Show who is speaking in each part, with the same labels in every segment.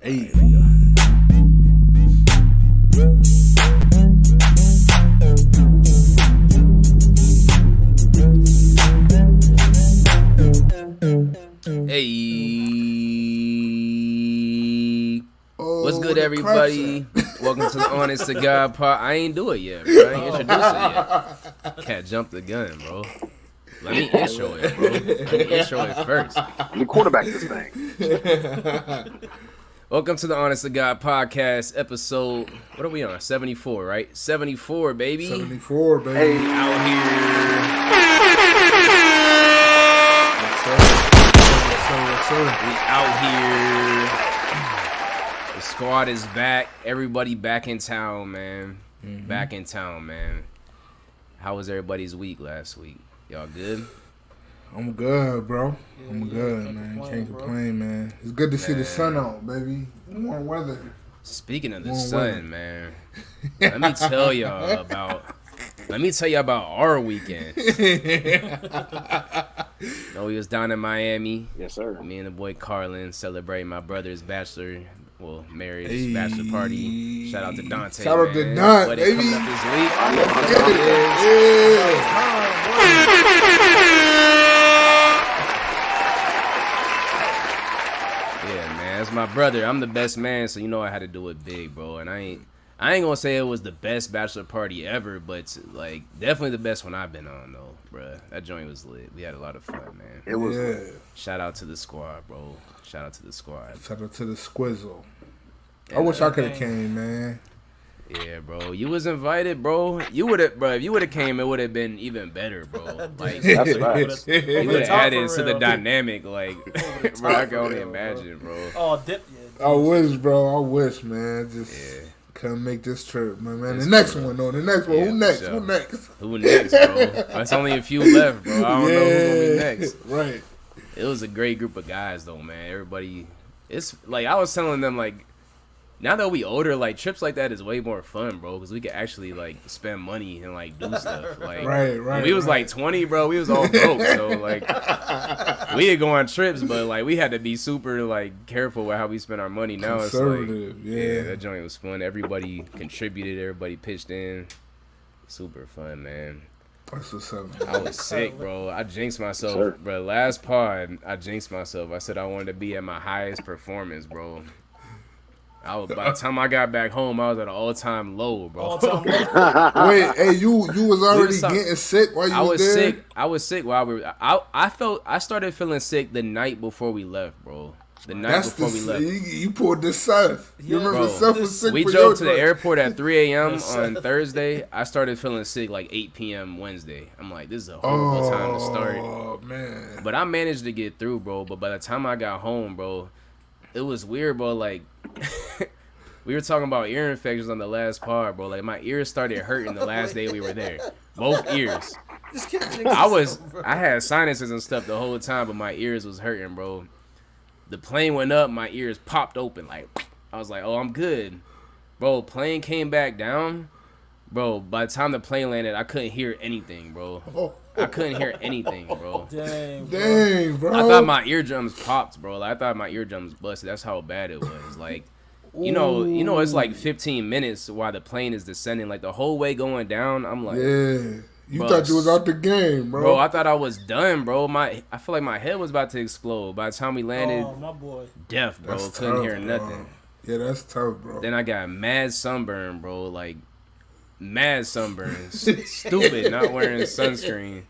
Speaker 1: Hey.
Speaker 2: Hey.
Speaker 1: Oh,
Speaker 2: What's good,
Speaker 1: the
Speaker 2: everybody?
Speaker 1: claps
Speaker 2: Welcome to the Honest to God part. I ain't do it yet, bro. I ain't introduced it yet. Cat jumped the gun, bro. Let me intro it, bro. Let me intro it first.
Speaker 3: I'm the quarterback this thing.
Speaker 2: Welcome to the Honest to God podcast episode. What are we on? 74, right? 74, baby.
Speaker 1: up. 74, baby.
Speaker 3: Hey,
Speaker 2: Out here.
Speaker 1: Yes, sir, yes, sir.
Speaker 2: We out here. The squad is back. Everybody back in town, man. Back in town, man. How was everybody's week last week? Y'all good?
Speaker 1: I'm good, bro. I'm good, man. Can't complain, man. It's good to see the sun out, baby. Warm weather.
Speaker 2: Speaking of the
Speaker 1: Well,
Speaker 2: sun, man, let me tell y'all about. Let me tell you all about our weekend. No, we was down in Miami.
Speaker 3: yes, sir.
Speaker 2: Me and the boy Carlin celebrating my brother's bachelor, well, marriage bachelor party. Shout out to Dante.
Speaker 1: Shout out to
Speaker 2: man.
Speaker 1: Dante,
Speaker 2: What it coming
Speaker 1: baby.
Speaker 2: up this week.
Speaker 1: yeah.
Speaker 2: Yeah, man, that's my brother. I'm the best man, so you know I had to do it big, bro. And I ain't, I ain't gonna say it was the best bachelor party ever, but like definitely the best one I've been on though, bruh. That joint was lit. We had a lot of fun, man.
Speaker 3: It was
Speaker 1: yeah.
Speaker 2: Shout out to the squad, bro. Shout out to the squad.
Speaker 1: Shout out to the squizzle. I
Speaker 2: And,
Speaker 1: wish
Speaker 2: uh,
Speaker 1: I could have came, man.
Speaker 2: Yeah, bro. You was invited, bro. You would have, bro. If you would have came, it would have been even better, bro. Like you
Speaker 3: That's right.
Speaker 2: would have
Speaker 4: top
Speaker 2: added
Speaker 4: for
Speaker 2: to the
Speaker 4: real.
Speaker 2: dynamic, like, bro. I can only
Speaker 4: real, bro.
Speaker 2: imagine, bro.
Speaker 4: Oh, dip. Yeah.
Speaker 1: I wish, bro. I wish, man. Just
Speaker 2: Yeah.
Speaker 1: couldn't make this trip, my man.
Speaker 2: It's
Speaker 1: the next
Speaker 2: cool.
Speaker 1: one, though. The next one.
Speaker 2: Yeah,
Speaker 1: Who
Speaker 2: for
Speaker 1: next?
Speaker 2: sure.
Speaker 1: Who next?
Speaker 2: Who next, bro? That's only a few left, bro. I don't know who's gonna be next.
Speaker 1: right.
Speaker 2: It was a great group of guys, though, man. Everybody, it's like I was telling them, like, now that we older, like trips like that is way more fun, bro, because we can actually like spend money and like do stuff. Like,
Speaker 1: Right,
Speaker 2: when
Speaker 1: right,
Speaker 2: we was
Speaker 1: right.
Speaker 2: like twenty, bro. We was all broke, so like, we did go on trips, but like we had to be super like careful with how we spend our money. Now it's like,
Speaker 1: Conservative,
Speaker 2: yeah.
Speaker 1: yeah.
Speaker 2: that joint was fun. Everybody contributed. Everybody pitched in. Super fun, man.
Speaker 1: That's what's up.
Speaker 2: I was sick, bro. I jinxed myself,
Speaker 3: Sir.
Speaker 2: bro. Last pod, I jinxed myself. I said I wanted to be at my highest performance, bro. I was, by the time I got back home, I was at an all-time low, bro.
Speaker 4: All time low.
Speaker 1: Wait, hey, you you was already
Speaker 2: talking-
Speaker 1: getting sick while you
Speaker 2: I was
Speaker 1: there?
Speaker 2: sick. I was sick while we. Were, I I felt I started feeling sick the night before we left, bro. The night
Speaker 1: That's the
Speaker 2: before we
Speaker 1: you,
Speaker 2: left.
Speaker 1: you pulled the Seth. You
Speaker 4: Yeah.
Speaker 1: remember
Speaker 2: Bro,
Speaker 1: Seth was sick
Speaker 2: We
Speaker 1: for
Speaker 2: drove to
Speaker 1: your
Speaker 2: the
Speaker 1: drink.
Speaker 2: airport at 3 a.m. on Thursday. I started feeling sick like 8 p.m. Wednesday. I'm like, this is a horrible time to start.
Speaker 1: Oh man,
Speaker 2: But I managed to get through, bro. But by the time I got home, bro, it was weird, bro. Like we were talking about ear infections on the last pod, bro. Like my ears started hurting the last day we were there. Both ears.
Speaker 4: Just keep jinxing
Speaker 2: I was
Speaker 4: yourself, bro.
Speaker 2: I had sinuses and stuff the whole time, but my ears was hurting, bro. The plane went up, my ears popped open like I was like, "Oh, I'm good." Bro, plane came back down. Bro, by the time the plane landed, I couldn't hear anything, bro.
Speaker 1: Oh.
Speaker 2: I couldn't hear anything, bro.
Speaker 4: Dang. bro.
Speaker 1: dang, bro.
Speaker 2: I thought my eardrums popped, bro. Like, I thought my eardrums busted. That's how bad it was. Like, you know, you know, it's like 15 minutes while the plane is descending. Like the whole way going down, I'm like,
Speaker 1: yeah, you
Speaker 2: Bro,
Speaker 1: thought you was out the game, bro.
Speaker 2: bro, I thought I was done, bro. My, I feel like my head was about to explode. By the time we landed,
Speaker 4: Oh, my boy.
Speaker 2: deaf, bro,
Speaker 1: That's
Speaker 2: couldn't
Speaker 1: tough,
Speaker 2: hear
Speaker 1: bro.
Speaker 2: nothing.
Speaker 1: Yeah, that's tough, bro.
Speaker 2: Then I got mad sunburn, bro. Like mad sunburn. S- Stupid not wearing sunscreen.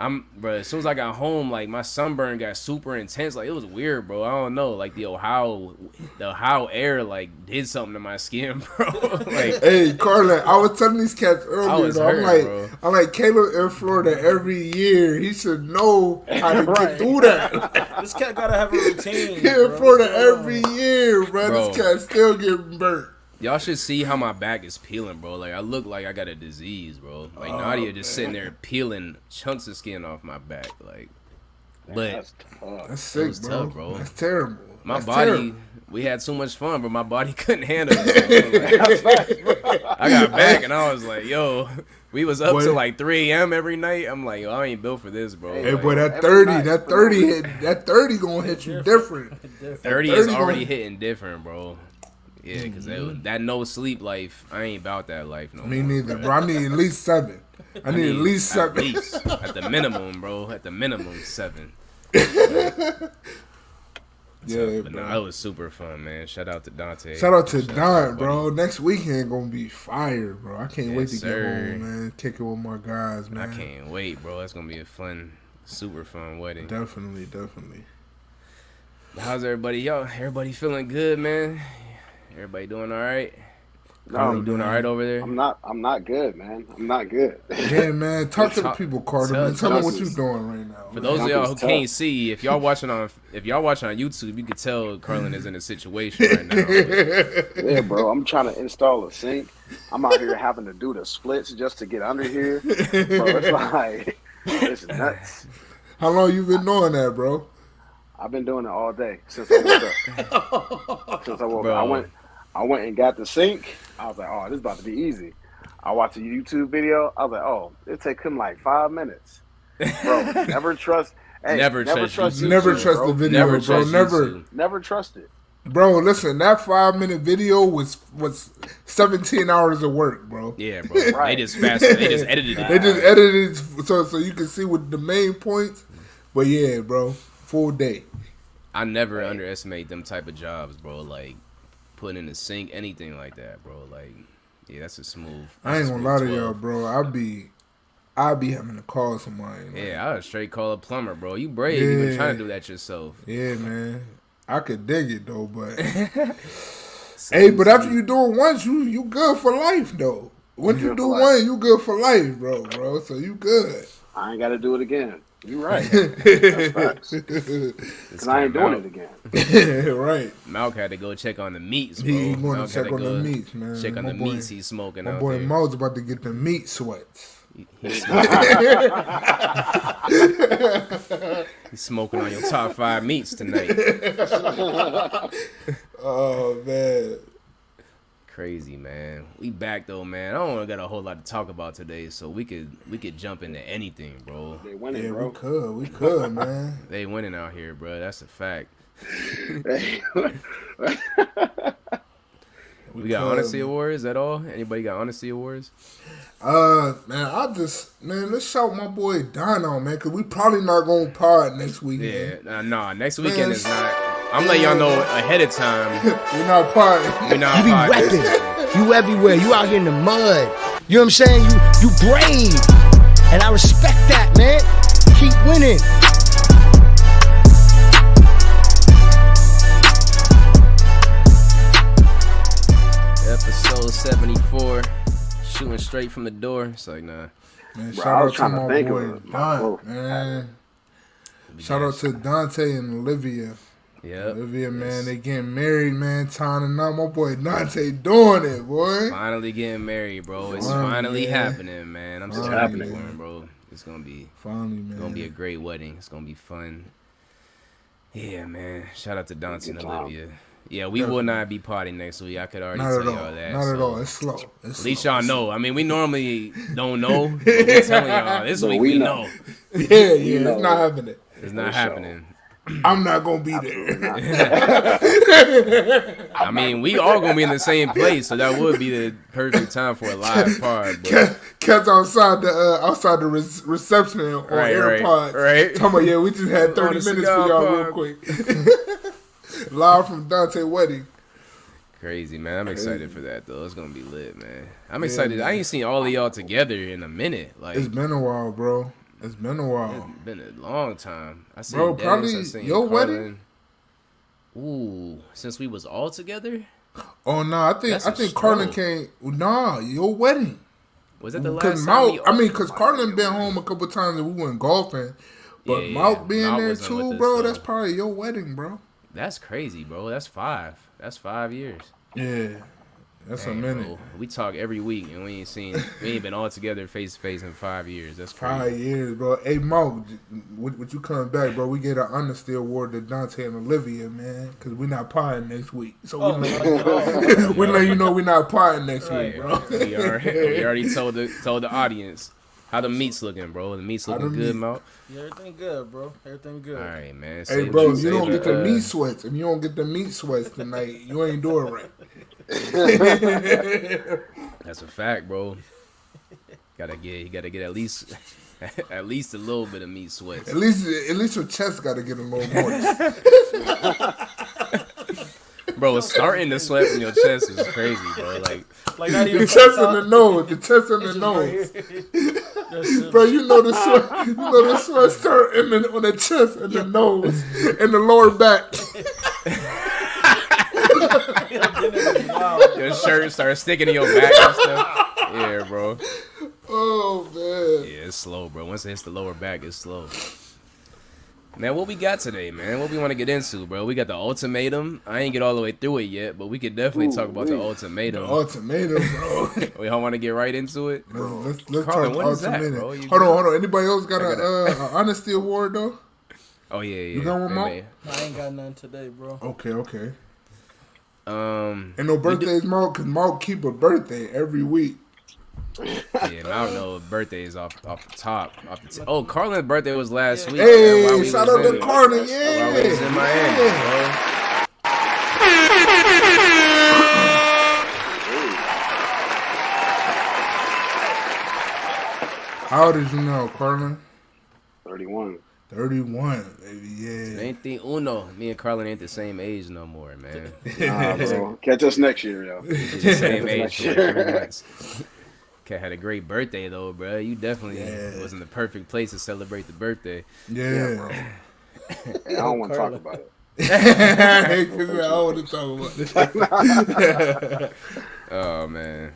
Speaker 2: I'm bro. As soon as I got home, like my sunburn got super intense. Like it was weird, bro. I don't know. Like the Ohio, the Ohio air like did something to my skin, bro. like
Speaker 1: Hey Carla, I was telling these cats earlier.
Speaker 2: I was
Speaker 1: though, I'm
Speaker 2: hurt,
Speaker 1: like,
Speaker 2: bro.
Speaker 1: I'm like, Caleb in Florida every year. He should know how to get
Speaker 4: Right.
Speaker 1: through that.
Speaker 4: This cat gotta have a routine.
Speaker 1: He in
Speaker 4: bro.
Speaker 1: Florida
Speaker 4: What's going
Speaker 1: every
Speaker 4: on?
Speaker 1: year, bro.
Speaker 2: Bro.
Speaker 1: This cat still getting burnt.
Speaker 2: y'all should see how my back is peeling, bro. Like I look like I got a disease, bro. Like
Speaker 1: Oh,
Speaker 2: Nadia just sitting there peeling chunks of skin off my back, like. But
Speaker 3: That's tough.
Speaker 1: That's sick,
Speaker 2: was
Speaker 1: bro.
Speaker 2: tough, bro.
Speaker 1: That's terrible.
Speaker 2: my
Speaker 1: That's
Speaker 2: body
Speaker 1: terrible.
Speaker 2: we had so much fun but my body couldn't handle it i got back and i was like yo We was up
Speaker 1: Boy.
Speaker 2: till like 3 a.m. every night. I'm like, yo, I ain't built for this, bro.
Speaker 1: Hey,
Speaker 2: Like,
Speaker 1: boy, that
Speaker 3: every
Speaker 1: thirty,
Speaker 3: night.
Speaker 1: that thirty hit, that thirty gonna hit you different.
Speaker 4: Different.
Speaker 2: 30 is
Speaker 1: 30
Speaker 2: already
Speaker 1: gonna-
Speaker 2: hitting different, bro. Yeah, because that, that no sleep life, I ain't about that life no
Speaker 1: Mm-hmm. Me
Speaker 2: more.
Speaker 1: neither, bro. I need at least seven. I need at least
Speaker 2: at
Speaker 1: seven.
Speaker 2: least, at the minimum, bro. At the minimum, seven.
Speaker 1: Yeah,
Speaker 2: But no, that
Speaker 1: bro.
Speaker 2: was super fun, man. Shout out to Dante.
Speaker 1: Shout out to
Speaker 2: out to
Speaker 1: Don, bro. Next weekend gonna be fire, bro. I can't wait
Speaker 2: Yes,
Speaker 1: to get
Speaker 2: sir.
Speaker 1: home, man. Kick it with my guys,
Speaker 2: I
Speaker 1: man.
Speaker 2: can't wait, bro. That's gonna be a fun, super fun wedding.
Speaker 1: Definitely, definitely.
Speaker 2: How's everybody? Y'all, everybody feeling good, man? Everybody doing all right?
Speaker 3: No,
Speaker 1: Oh,
Speaker 2: you doing all right over there?
Speaker 3: I'm not. I'm not good, man. I'm not good.
Speaker 1: Yeah, man. Talk to the
Speaker 2: Tell-
Speaker 1: people, Carter.
Speaker 2: tell-
Speaker 1: Man. Tell them
Speaker 3: tell
Speaker 1: what
Speaker 3: us.
Speaker 1: you're doing right now.
Speaker 2: For
Speaker 1: man.
Speaker 2: those of y'all who
Speaker 3: Something's tough.
Speaker 2: can't see, if y'all watching on if y'all watching on YouTube, you could tell Carlin is in a situation right now.
Speaker 3: yeah, bro. I'm trying to install a sink. I'm out here having to do the splits just to get under here. Bro, it's like it's nuts.
Speaker 1: How long you been knowing that, bro?
Speaker 3: I've been doing it all day since I woke up. since I woke up, I
Speaker 2: Bro.
Speaker 3: went, I went and got the sink. I was like, oh, this is about to be easy. I watched a YouTube video. I was like, oh, it take him like five minutes. Bro, never trust. Hey,
Speaker 2: Never
Speaker 3: never,
Speaker 2: trust
Speaker 3: trust. YouTube,
Speaker 1: Never
Speaker 3: bro.
Speaker 1: trust the video,
Speaker 2: Never
Speaker 1: bro.
Speaker 2: trust
Speaker 1: Never,
Speaker 2: YouTube.
Speaker 3: Never trust it.
Speaker 1: bro. Listen, that five minute video was was 17 hours of work, bro.
Speaker 2: Yeah, bro. They
Speaker 3: Right.
Speaker 2: just fast. They just edited
Speaker 1: They
Speaker 2: it.
Speaker 1: just edited it so so you can see what the main points. But yeah, bro, full day.
Speaker 2: I never underestimate them type of jobs, bro. Like putting in the sink, anything like that, bro. Like, yeah, that's a smooth.
Speaker 1: I ain't
Speaker 2: that's a
Speaker 1: gonna lie to
Speaker 2: smooth
Speaker 1: y'all,
Speaker 2: 12.
Speaker 1: bro. I be, I be having to call somebody. like,
Speaker 2: Yeah, I would straight call a plumber, bro. You brave. you You been
Speaker 1: Yeah.
Speaker 2: trying to do that yourself.
Speaker 1: yeah, man. I could dig it though, but hey, but after you do it once, you you good for life though. Once you
Speaker 3: Good
Speaker 1: do
Speaker 3: for life.
Speaker 1: one, you good for life, bro, bro. So you good.
Speaker 3: I ain't got to do it again. You right? facts.
Speaker 1: right.
Speaker 3: Cause I ain't doing
Speaker 2: out.
Speaker 3: it again.
Speaker 2: Malk had to go check on the meats, bro.
Speaker 1: He going
Speaker 2: Malk
Speaker 1: to
Speaker 2: had
Speaker 1: check on
Speaker 2: go
Speaker 1: the meats, man.
Speaker 2: Check on
Speaker 1: my
Speaker 2: the
Speaker 1: boy,
Speaker 2: meats he's smoking
Speaker 1: My
Speaker 2: out
Speaker 1: boy
Speaker 2: there.
Speaker 1: Mo's about to get the meat sweats.
Speaker 2: He's smoking, he's smoking on your top five meats tonight.
Speaker 1: Oh man.
Speaker 2: Crazy man. We back though, man. I don't got a whole lot to talk about today, so we could we could jump into anything, bro.
Speaker 3: They winning,
Speaker 1: Yeah, we
Speaker 3: bro.
Speaker 1: could, we could, man.
Speaker 2: They winning out here, bro. That's a fact. We got
Speaker 1: could.
Speaker 2: honesty awards at all? Anybody got honesty awards?
Speaker 1: Uh, man, I just man, let's shout my boy Dono, man, cause we probably not gonna pod next
Speaker 2: Yeah.
Speaker 1: weekend.
Speaker 2: Nah, nah next weekend is
Speaker 1: Man.
Speaker 2: not. I'm letting y'all know ahead of time.
Speaker 1: We're not
Speaker 2: We're
Speaker 1: podding.
Speaker 2: not
Speaker 5: You be
Speaker 2: podcasting.
Speaker 5: repping. You everywhere. You out here in the mud. You know what I'm saying? You you brave. And I respect that, man. Keep winning.
Speaker 2: Episode 74. Shooting straight from the door. It's like, nah.
Speaker 1: Man,
Speaker 3: Bro,
Speaker 1: shout
Speaker 3: I
Speaker 1: out
Speaker 3: was
Speaker 1: to
Speaker 3: trying to
Speaker 1: my
Speaker 3: think of
Speaker 1: boy
Speaker 3: it. My
Speaker 1: Don,
Speaker 3: throat.
Speaker 1: man. Shout out to Dante and Olivia.
Speaker 2: Yep.
Speaker 1: Olivia, man,
Speaker 2: Yes.
Speaker 1: they getting married, man. Time and now, my boy Dante doing it, boy.
Speaker 2: Finally getting married, bro. It's
Speaker 1: Finally,
Speaker 2: finally
Speaker 1: yeah.
Speaker 2: happening, man. I'm so
Speaker 1: Finally,
Speaker 2: happy for
Speaker 1: man.
Speaker 2: him, bro. It's gonna be
Speaker 1: Finally, man.
Speaker 2: gonna be a great wedding. It's gonna be fun. Yeah, man. Shout out to Dante and
Speaker 3: Good job.
Speaker 2: Olivia. Yeah, we will not be partying next week. I could already
Speaker 1: not
Speaker 2: tell
Speaker 1: at
Speaker 2: y'all
Speaker 1: all.
Speaker 2: that.
Speaker 1: not at
Speaker 2: so
Speaker 1: all. It's slow. It's
Speaker 2: At least
Speaker 1: slow.
Speaker 2: y'all know. I mean, we normally don't know. But we're telling y'all this
Speaker 3: But
Speaker 2: week
Speaker 3: we
Speaker 2: we
Speaker 3: know.
Speaker 2: know
Speaker 1: Yeah, yeah.
Speaker 3: know
Speaker 1: it's not
Speaker 3: it.
Speaker 1: happening.
Speaker 2: it's not
Speaker 3: For sure.
Speaker 2: happening.
Speaker 1: I'm not gonna be there.
Speaker 2: I mean, we all gonna be in the same place, so that would be the perfect time for a live part. But
Speaker 1: Cats outside the uh, outside the res- reception on
Speaker 2: Right, right,
Speaker 1: AirPods.
Speaker 2: right.
Speaker 1: Talking about, yeah, we just had
Speaker 2: On a
Speaker 1: 30 minutes for
Speaker 2: cigar
Speaker 1: y'all
Speaker 2: pod.
Speaker 1: real quick. Live from Dante wedding.
Speaker 2: crazy, man. I'm excited for that though. It's gonna be lit, man. I'm excited. I ain't seen all of y'all together in a minute. Like
Speaker 1: It's
Speaker 2: it's
Speaker 1: been a while, bro. It's been a while.
Speaker 2: been a long time. I seen
Speaker 1: Bro,
Speaker 2: Dennis, I
Speaker 1: probably
Speaker 2: seen
Speaker 1: your
Speaker 2: Carlin. Ooh, since we was all together,
Speaker 1: Oh no, I think
Speaker 2: That's
Speaker 1: I
Speaker 2: a
Speaker 1: think Carlin
Speaker 2: struggle.
Speaker 1: came. Nah, your wedding.
Speaker 2: was that the last
Speaker 1: Cause
Speaker 2: time?
Speaker 1: Mount,
Speaker 2: we
Speaker 1: I mean, cause Carlin been home a couple times and we went golfing. But
Speaker 2: Yeah,
Speaker 1: Mount
Speaker 2: yeah.
Speaker 1: being
Speaker 2: Mount
Speaker 1: there
Speaker 2: wasn't with
Speaker 1: too,
Speaker 2: us,
Speaker 1: bro,
Speaker 2: though.
Speaker 1: that's probably your wedding, bro.
Speaker 2: That's crazy, bro. That's five. That's five years.
Speaker 1: Yeah. That's a
Speaker 2: Dang,
Speaker 1: minute.
Speaker 2: bro. We talk every week and we ain't seen we ain't been all together face to face in five years. That's
Speaker 1: Five
Speaker 2: crazy.
Speaker 1: years, bro. Hey, Mo, j- would, would you come back, bro? We get an honesty award to Dante and Olivia, man, because we're not potting next week. So
Speaker 4: Oh,
Speaker 1: we, let,
Speaker 4: oh.
Speaker 1: we let you know we're not potting next
Speaker 4: Right.
Speaker 1: week, bro.
Speaker 2: We, are, we already told the told the audience how the meat's looking, bro. The meat's
Speaker 1: How the
Speaker 2: looking good,
Speaker 1: meat-
Speaker 2: Mo.
Speaker 4: Yeah, everything good, bro. Everything good.
Speaker 2: All right, man.
Speaker 1: Hey,
Speaker 2: Save
Speaker 1: bro,
Speaker 2: the-
Speaker 1: if you
Speaker 2: save
Speaker 1: don't get the
Speaker 2: uh,
Speaker 1: meat sweats, if you don't get the meat sweats tonight, you ain't doing right.
Speaker 2: That's a fact, bro. gotta get you gotta get at least at least a little bit of meat sweats.
Speaker 1: At least, at least your chest got to get a little moist.
Speaker 2: Bro, starting to sweat from your chest is crazy, bro. Like
Speaker 4: Like not even
Speaker 1: the chest and the nose, the chest and the nose,
Speaker 4: nose.
Speaker 1: bro. You know the sweat, you know the sweat start in the, on the chest and the nose and the lower back.
Speaker 2: your shirt starts sticking to your back and stuff. Yeah, bro.
Speaker 1: Oh man,
Speaker 2: Yeah, it's slow, bro. Once it hits the lower back, it's slow. Man, what we got today, man? What we want to get into, bro? We got the ultimatum. I ain't get all the way through it yet, but we could definitely talk about the
Speaker 3: Ooh-wee.
Speaker 2: ultimatum.
Speaker 1: ultimatum, bro.
Speaker 2: we all want to get right into it.
Speaker 1: Let's, let's
Speaker 2: Carlin,
Speaker 1: talk
Speaker 2: what is that,
Speaker 1: ultimatum.
Speaker 2: bro?
Speaker 1: Hold
Speaker 2: You
Speaker 1: on,
Speaker 2: good?
Speaker 1: hold on. Anybody else got
Speaker 2: I
Speaker 1: a, uh, a honesty award though?
Speaker 2: Oh yeah, yeah.
Speaker 1: got one
Speaker 2: yeah,
Speaker 1: more?
Speaker 2: man.
Speaker 4: I ain't got none today, bro.
Speaker 1: Okay, okay.
Speaker 2: Um,
Speaker 1: And no birthdays, Mark, because Mark keep a birthday every week.
Speaker 2: yeah, I don't know. if Birthday is off off the top. Off the t- oh, Carlin's birthday was last week. man, while
Speaker 1: Hey,
Speaker 2: we
Speaker 1: shout
Speaker 2: was
Speaker 1: out to
Speaker 2: in-
Speaker 1: Carter,
Speaker 2: while we was in
Speaker 1: yeah.
Speaker 2: Miami, bro.
Speaker 1: How old is you now, Carlin?
Speaker 3: 31.
Speaker 1: 31, baby, yeah.
Speaker 2: Anything uno. Me and Carlin ain't the same age no more, man.
Speaker 3: Nah, bro. Catch us next year, yo.
Speaker 2: We're the same age for like
Speaker 3: Sure.
Speaker 2: three months. Cat had a great birthday though, bruh. You definitely
Speaker 1: Yeah.
Speaker 2: was in the perfect place to celebrate the birthday.
Speaker 1: Yeah.
Speaker 3: bro. I don't want to talk about it.
Speaker 1: Because I don't want to talk about this.
Speaker 2: Oh man.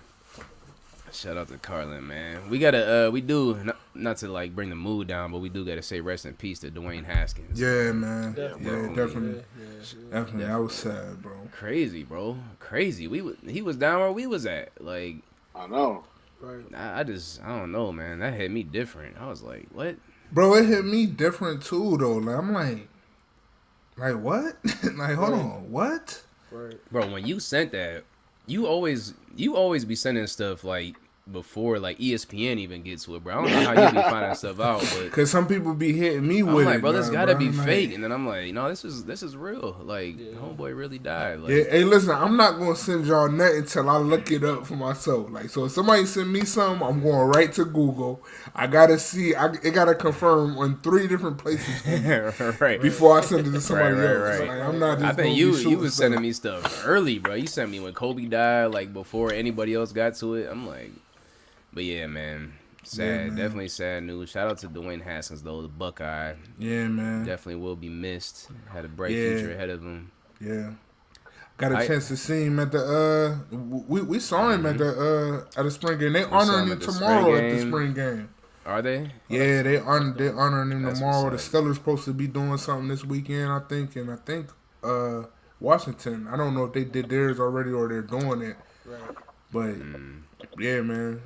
Speaker 2: Shout out to Carlin, man. We gotta, uh, we do not, not to like bring the mood down, but we do gotta say rest in peace to Dwayne Haskins.
Speaker 1: Yeah, man. Yeah,
Speaker 4: Definitely. Yeah,
Speaker 1: definitely.
Speaker 4: yeah, yeah.
Speaker 1: Definitely. I was sad, bro.
Speaker 2: Crazy, bro. Crazy. We wa- he was down where we was at. Like
Speaker 3: I know.
Speaker 4: Right.
Speaker 2: I, I just I don't know, man. That hit me different. I was like, what?
Speaker 1: Bro, it hit me different too, though. Like, I'm like, like what? like, hold on, what?
Speaker 4: Right.
Speaker 2: bro when you sent that you always you always be sending stuff like before like E espn even gets to it bro i don't know how you be finding stuff out but
Speaker 1: Because some people be hitting me
Speaker 2: i'm
Speaker 1: with
Speaker 2: like
Speaker 1: it.
Speaker 2: bro this
Speaker 1: now,
Speaker 2: gotta
Speaker 1: bro.
Speaker 2: be
Speaker 1: I'm like,
Speaker 2: fake and then i'm like no this is this is real like homeboy really died like
Speaker 1: Yeah, hey, listen, I'm not gonna send y'all nothing until I look it up for myself. Like, so if somebody send me something, I'm going right to Google. I gotta see, I it gotta confirm on three different places
Speaker 2: right
Speaker 1: before I send it to somebody
Speaker 2: Right, right,
Speaker 1: else.
Speaker 2: right.
Speaker 1: Like, I'm not. Just
Speaker 2: I think
Speaker 1: gonna
Speaker 2: you
Speaker 1: be
Speaker 2: you
Speaker 1: shooting
Speaker 2: was
Speaker 1: stuff.
Speaker 2: sending me stuff early, bro. You sent me when Kobe died, like before anybody else got to it. I'm like, but yeah, man, sad,
Speaker 1: Yeah, man.
Speaker 2: definitely sad news. Shout out to Dwayne Haskins though, the Buckeye.
Speaker 1: Yeah, man.
Speaker 2: definitely will be missed. Had a bright
Speaker 1: Yeah.
Speaker 2: future ahead of him.
Speaker 1: Yeah. Got a
Speaker 2: I- Mm-hmm.
Speaker 1: chance to see him at the uh we we saw him at the uh at the spring game. They honoring
Speaker 2: him
Speaker 1: him
Speaker 2: at the
Speaker 1: tomorrow
Speaker 2: spring
Speaker 1: at the
Speaker 2: game.
Speaker 1: spring game.
Speaker 2: Are they?
Speaker 1: Yeah, they honor they honoring him
Speaker 2: That's
Speaker 1: tomorrow. The
Speaker 2: what's
Speaker 1: Steelers supposed to be doing something this weekend, I think, and I think uh Washington. I don't know if they did theirs already or they're doing it.
Speaker 4: Right.
Speaker 1: But yeah, man.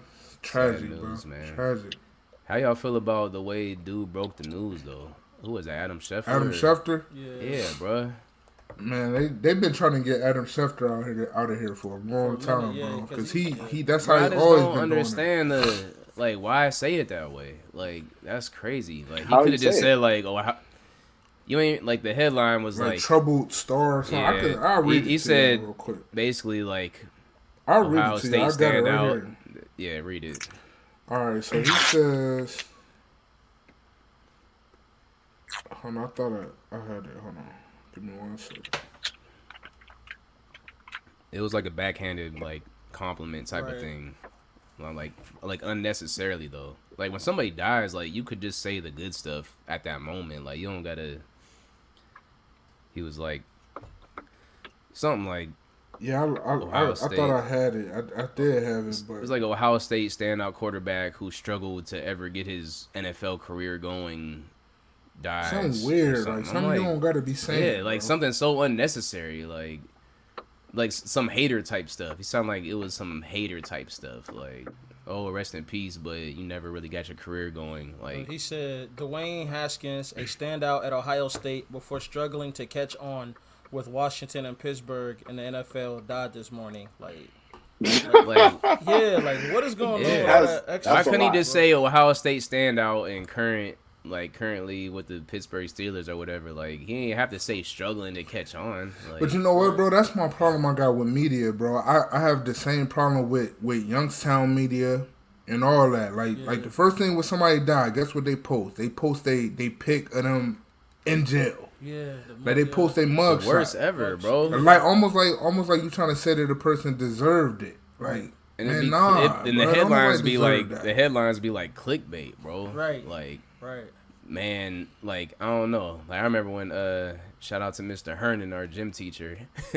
Speaker 2: Mm.
Speaker 1: Tragic,
Speaker 2: Sad
Speaker 1: bro.
Speaker 2: news, man.
Speaker 1: Tragic.
Speaker 2: How y'all feel about the way dude broke the news though? Who was that? Adam Schefter.
Speaker 1: Adam Schefter,
Speaker 4: Yeah.
Speaker 2: Yeah, bruh.
Speaker 1: man, they they've been trying to get Adam Schefter out here out of here for a long
Speaker 4: For a minute,
Speaker 1: time,
Speaker 4: yeah,
Speaker 1: bro.
Speaker 4: 'cause
Speaker 1: Because
Speaker 4: he-
Speaker 1: he he that's
Speaker 2: Bro,
Speaker 1: how
Speaker 2: I
Speaker 1: he
Speaker 2: just
Speaker 1: always
Speaker 2: don't
Speaker 1: been doing it.
Speaker 2: understand the like why I say it that way. Like that's crazy. Like he
Speaker 3: How
Speaker 2: could
Speaker 3: he
Speaker 2: have just
Speaker 3: say it?
Speaker 2: said like, oh, how... you ain't like the headline was
Speaker 1: Like,
Speaker 2: like
Speaker 1: troubled star. So I could
Speaker 2: Yeah.
Speaker 1: I
Speaker 2: He-
Speaker 1: read
Speaker 2: he
Speaker 1: it to
Speaker 2: said-
Speaker 1: you real quick.
Speaker 2: basically like
Speaker 1: I'll read
Speaker 2: Ohio
Speaker 1: it to you. I
Speaker 2: State
Speaker 1: got it
Speaker 2: stand
Speaker 1: right
Speaker 2: out.
Speaker 1: here.
Speaker 2: Yeah, read it.
Speaker 1: All right, so he says. Hold on, I thought I, I had it. Hold on, give me one second.
Speaker 2: It was like a backhanded like compliment type
Speaker 4: Right.
Speaker 2: of thing. Well, Like like unnecessarily though. Like when somebody dies, like you could just say the good stuff at that moment. Like you don't gotta. He was like something like
Speaker 1: Yeah, I, I, I,
Speaker 2: Ohio
Speaker 1: I
Speaker 2: State.
Speaker 1: thought I had it. I, I did have it, but
Speaker 2: It was like Ohio State standout quarterback who struggled to ever get his NFL career going. Dies.
Speaker 1: something
Speaker 2: or
Speaker 1: weird, like
Speaker 2: something. I'm
Speaker 1: something you don't gotta be saying.
Speaker 2: yeah, like
Speaker 1: bro.
Speaker 2: something so unnecessary. Like like s- some hater type stuff. He sounded like it was some hater type stuff, like oh rest in peace, but you never really got your career going. Like
Speaker 4: He said Dwayne Haskins, a standout at Ohio State before struggling to catch on with Washington and Pittsburgh in the NFL, died this morning. Like,
Speaker 2: like
Speaker 4: yeah, like what is going on?
Speaker 2: Yeah.
Speaker 4: with
Speaker 3: That's-
Speaker 4: that extra
Speaker 2: why
Speaker 3: a
Speaker 2: couldn't he
Speaker 3: lot,
Speaker 2: just
Speaker 4: bro?
Speaker 2: say Ohio State standout and current like currently with the Pittsburgh Steelers or whatever? Like he didn't have to say struggling to catch on. Like,
Speaker 1: But you know what, bro? That's my problem I got with media, bro. I, I have the same problem with, with Youngstown media and all that. Like like the first thing when somebody die, guess what they post? They post they they pick of them in jail.
Speaker 4: Yeah, the
Speaker 1: Like they
Speaker 4: mugshot.
Speaker 1: post their mug
Speaker 2: worst
Speaker 1: shot.
Speaker 2: ever, bro.
Speaker 1: Like almost like almost like you trying to say that the person deserved it. Like
Speaker 2: And
Speaker 1: man,
Speaker 2: it'd be,
Speaker 1: nah,
Speaker 2: it, and the
Speaker 1: bro, don't
Speaker 2: headlines
Speaker 1: nobody
Speaker 2: be
Speaker 1: deserve
Speaker 2: like
Speaker 1: that.
Speaker 2: the headlines be like clickbait, bro.
Speaker 4: Right.
Speaker 2: Like
Speaker 4: Right.
Speaker 2: man, like I don't know. Like I remember when uh shout out to Mr. Hernan, our gym teacher.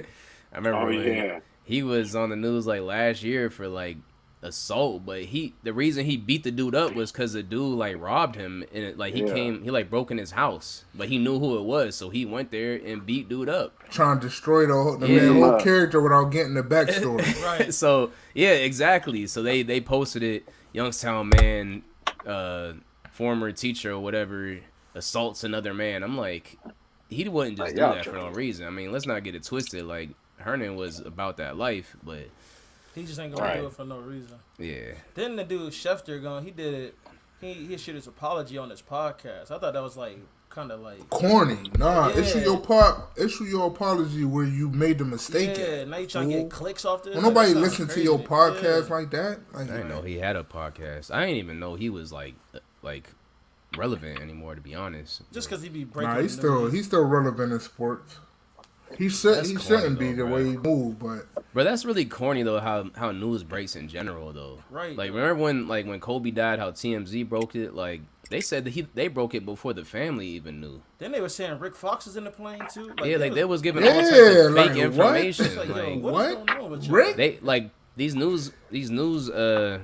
Speaker 2: I remember
Speaker 3: Oh,
Speaker 2: when
Speaker 3: yeah.
Speaker 2: he was on the news like last year for like assault, but he the reason he beat the dude up was cuz the dude like robbed him and it, like he
Speaker 3: Yeah.
Speaker 2: came he like broke in his house, but he knew who it was, so he went there and beat dude up.
Speaker 1: trying to destroy the whole the
Speaker 2: Yeah.
Speaker 1: man whole character without getting the backstory.
Speaker 4: Right.
Speaker 2: so yeah, exactly. So they they posted it. Youngstown man, uh, former teacher or whatever, assaults another man. I'm like, he wouldn't just
Speaker 3: Like,
Speaker 2: do
Speaker 3: y'all
Speaker 2: that for no
Speaker 3: tripping.
Speaker 2: reason. I mean, let's not get it twisted. Like Hernan was about that life, but
Speaker 4: He just ain't gonna
Speaker 3: Right.
Speaker 4: do it for no reason.
Speaker 2: yeah,
Speaker 4: Then the dude Schefter gone. He did it. He he issued his apology on his podcast. I thought that was like kind of like
Speaker 1: Corny. Nah,
Speaker 4: Yeah.
Speaker 1: issue your pop issue your apology where you made the mistake. at.
Speaker 4: yeah. Now you trying to
Speaker 1: fool.
Speaker 4: get clicks off this.
Speaker 1: Well,
Speaker 4: Like,
Speaker 1: nobody
Speaker 4: that sounds
Speaker 1: listen to your
Speaker 4: crazy.
Speaker 1: podcast
Speaker 4: Yeah.
Speaker 1: like that. Like,
Speaker 2: I didn't know he had a podcast. I didn't even know he was like uh, like relevant anymore. To be honest,
Speaker 4: Just because he be breaking.
Speaker 1: nah,
Speaker 4: the
Speaker 1: he's still
Speaker 4: news.
Speaker 1: he's still relevant in sports. He should
Speaker 2: That's
Speaker 1: he
Speaker 2: corny,
Speaker 1: shouldn't be the
Speaker 2: though, bro.
Speaker 1: way he moved, but
Speaker 2: Bro, that's really corny though. How how news breaks in general though.
Speaker 4: Right.
Speaker 2: Like remember when like when Kobe died, how TMZ broke it. Like they said that he they broke it before the family even knew.
Speaker 4: Then they were saying Rick Fox is in the plane too. Like,
Speaker 2: yeah, like they was giving all types
Speaker 1: Yeah,
Speaker 2: of
Speaker 1: like,
Speaker 2: fake
Speaker 1: what?
Speaker 2: information.
Speaker 4: like, yo,
Speaker 2: like
Speaker 4: what? is
Speaker 1: what?
Speaker 4: going on with you?
Speaker 1: Rick?
Speaker 2: they like these news these news uh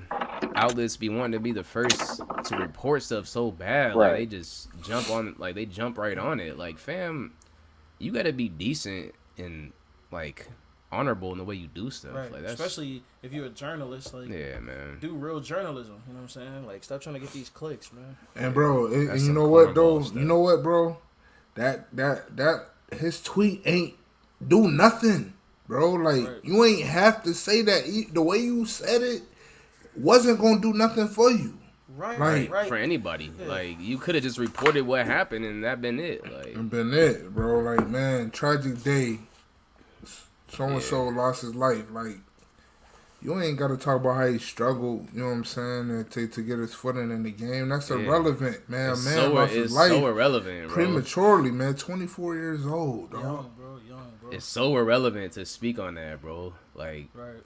Speaker 2: outlets be wanting to be the first to report stuff so bad. Like
Speaker 3: Right.
Speaker 2: they just jump on like they jump right on it. Like fam, you got to be decent and like honorable in the way you do stuff.
Speaker 4: Right.
Speaker 2: Like that's
Speaker 4: Especially if you're a journalist, like
Speaker 2: yeah, man.
Speaker 4: do real journalism. You know what I'm saying? Like stop trying to get these clicks, man.
Speaker 1: and bro, and, and
Speaker 2: That's
Speaker 1: you
Speaker 2: some
Speaker 1: know what
Speaker 2: cornball
Speaker 1: though? You
Speaker 2: stuff.
Speaker 1: know what, bro? That that that his tweet ain't do nothing, bro. Like
Speaker 4: Right.
Speaker 1: you ain't have to say that. E- The way you said it wasn't gonna do nothing for you.
Speaker 4: Right.
Speaker 1: Right.
Speaker 4: Right.
Speaker 2: for anybody. Like you could have just reported what happened and that been it. Like
Speaker 1: And been it, bro. Like man, tragic day. So and so lost his life. Like you ain't got to talk about how he struggled. You know what I'm saying? and To to get his footing in the game. That's
Speaker 2: Yeah.
Speaker 1: irrelevant, man.
Speaker 2: it's
Speaker 1: man
Speaker 2: so,
Speaker 1: lost his
Speaker 2: it's
Speaker 1: life
Speaker 2: so irrelevant, bro.
Speaker 1: prematurely, man. 24 years old, dog.
Speaker 4: Young, bro. Young, bro.
Speaker 2: It's so irrelevant to speak on that, bro. Like
Speaker 4: Right.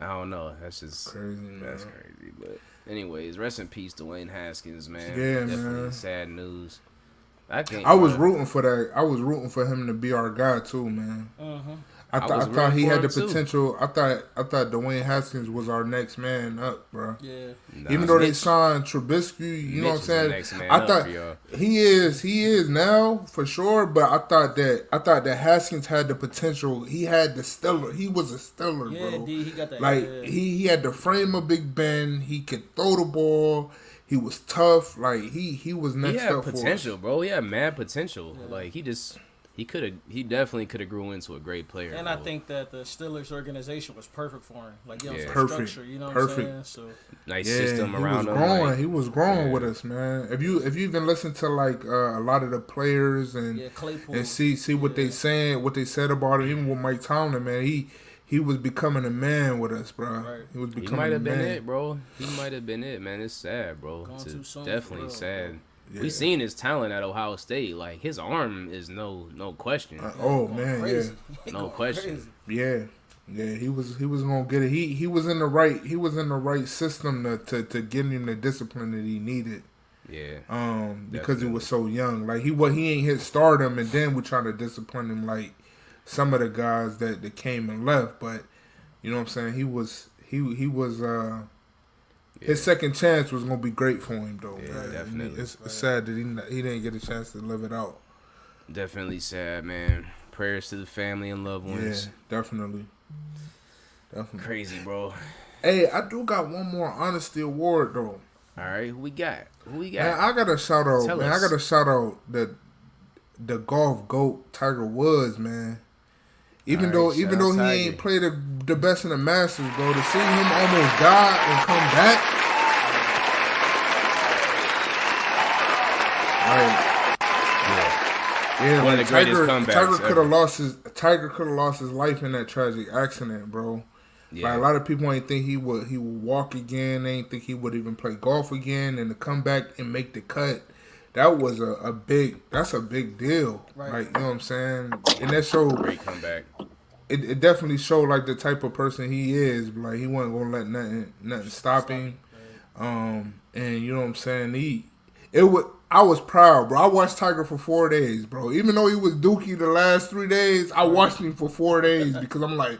Speaker 2: I don't know. That's just
Speaker 1: Crazy, man.
Speaker 2: that's crazy. But anyways, rest in peace, Dwayne Haskins, man.
Speaker 1: Yeah,
Speaker 2: Definitely
Speaker 1: man.
Speaker 2: Sad news. I can't.
Speaker 1: I was
Speaker 2: uh,
Speaker 1: rooting for that. I was rooting for him to be our guy too, man.
Speaker 4: Mhm.
Speaker 1: I,
Speaker 2: I
Speaker 1: thought
Speaker 2: was
Speaker 1: I thought he
Speaker 2: rooting for
Speaker 1: had
Speaker 2: him,
Speaker 1: the
Speaker 2: too.
Speaker 1: potential. I thought I thought Dwayne Haskins was our next man up, bro.
Speaker 4: Yeah.
Speaker 2: nah,
Speaker 1: Even though they
Speaker 2: Mitch-
Speaker 1: signed Trubisky, you know
Speaker 2: Mitch
Speaker 1: what I'm
Speaker 2: is the
Speaker 1: saying?
Speaker 2: next man
Speaker 1: I
Speaker 2: up
Speaker 1: thought
Speaker 2: for y'all.
Speaker 1: he is he is now for sure, but I thought that I thought that Haskins had the potential. He had the stellar. He was a stellar,
Speaker 4: Yeah,
Speaker 1: bro.
Speaker 4: D, he got that.
Speaker 1: like
Speaker 4: yeah.
Speaker 1: he he had the frame of Big Ben. He could throw the ball. He was tough. Like he he was
Speaker 2: he
Speaker 1: next
Speaker 2: had
Speaker 1: up
Speaker 2: potential, bro. He had mad potential. Like he just he could have he definitely could have grew into a great player.
Speaker 4: And I
Speaker 2: bro.
Speaker 4: think that the Steelers organization was perfect for him. Like, you know,
Speaker 2: Yeah.
Speaker 4: some
Speaker 1: Perfect.
Speaker 4: structure, you know what I'm
Speaker 1: Perfect.
Speaker 4: saying? So,
Speaker 2: nice
Speaker 1: for us. Yeah,
Speaker 2: system
Speaker 1: he was
Speaker 2: around him.
Speaker 1: growing.
Speaker 2: like-
Speaker 1: he was growing
Speaker 2: Yeah.
Speaker 1: with us, man. If you if you even listen to like uh, a lot of the players and
Speaker 4: yeah, Claypool.
Speaker 1: and see see what they
Speaker 4: Yeah.
Speaker 1: saying, what they said about him. Even with Mike Tomlin, man, he he was becoming a man with us, bro.
Speaker 4: Right.
Speaker 1: He was
Speaker 2: He
Speaker 1: becoming
Speaker 2: might
Speaker 1: a
Speaker 2: have
Speaker 1: man.
Speaker 2: been it, bro. He might have been it, man. It's sad, bro.
Speaker 4: Gone
Speaker 2: It's
Speaker 4: too soon for
Speaker 2: definitely
Speaker 4: real,
Speaker 2: sad.
Speaker 1: Yeah.
Speaker 2: We seen his talent at Ohio State. Like his arm is no no question,
Speaker 1: Uh, oh
Speaker 4: Going
Speaker 1: man,
Speaker 4: crazy.
Speaker 2: No
Speaker 4: Going
Speaker 2: question.
Speaker 4: crazy.
Speaker 1: yeah, yeah. Yeah, he was he was gonna get it. He he was in the right he was in the right system to to, to get him the discipline that he needed.
Speaker 2: yeah.
Speaker 1: Um, because he was so young. Like he what he ain't hit stardom, and then we trying to discipline him like some of the guys that that came and left. But you know what I'm saying? He was he he was uh his second chance was gonna be great for him though. man. And
Speaker 2: definitely.
Speaker 1: It's, it's sad that he not- he didn't get a chance to live it out.
Speaker 2: Definitely sad, man. Prayers to the family and loved
Speaker 1: Yeah,
Speaker 2: ones.
Speaker 1: definitely. Definitely.
Speaker 2: Crazy, bro. All
Speaker 1: Hey, I do got one more honesty award though.
Speaker 2: right, who we got? Who we
Speaker 1: Man,
Speaker 2: got?
Speaker 1: I got to shout out.
Speaker 2: Tell
Speaker 1: man,
Speaker 2: us.
Speaker 1: I got to shout out the the golf goat Tiger Woods, man. Even
Speaker 2: All
Speaker 1: though
Speaker 2: right,
Speaker 1: even
Speaker 2: shout
Speaker 1: though
Speaker 2: out
Speaker 1: he
Speaker 2: Tiger.
Speaker 1: ain't played the, the best in the Masters, bro, to see him almost die and come back. Like, yeah,
Speaker 2: One of
Speaker 1: like,
Speaker 2: the greatest
Speaker 1: Tiger,
Speaker 2: comebacks
Speaker 1: Tiger could
Speaker 2: ever.
Speaker 1: have lost his Tiger could have lost his life in that tragic accident, bro. Like a
Speaker 2: Yeah,
Speaker 1: lot of people ain't think he would he would walk again. They ain't think he would even play golf again. And to come back and make the cut, that was a, a big that's a big deal.
Speaker 4: Right.
Speaker 1: Like you know what I'm saying. And that showed
Speaker 2: great comeback.
Speaker 1: it, it definitely showed like the type of person he is. Like he wasn't gonna let nothing nothing stop him. Um, and you know what I'm saying. He it would. I was proud, bro. I watched Tiger for four days, bro. Even though he was dookie the last three days, I watched him for four days because I'm like,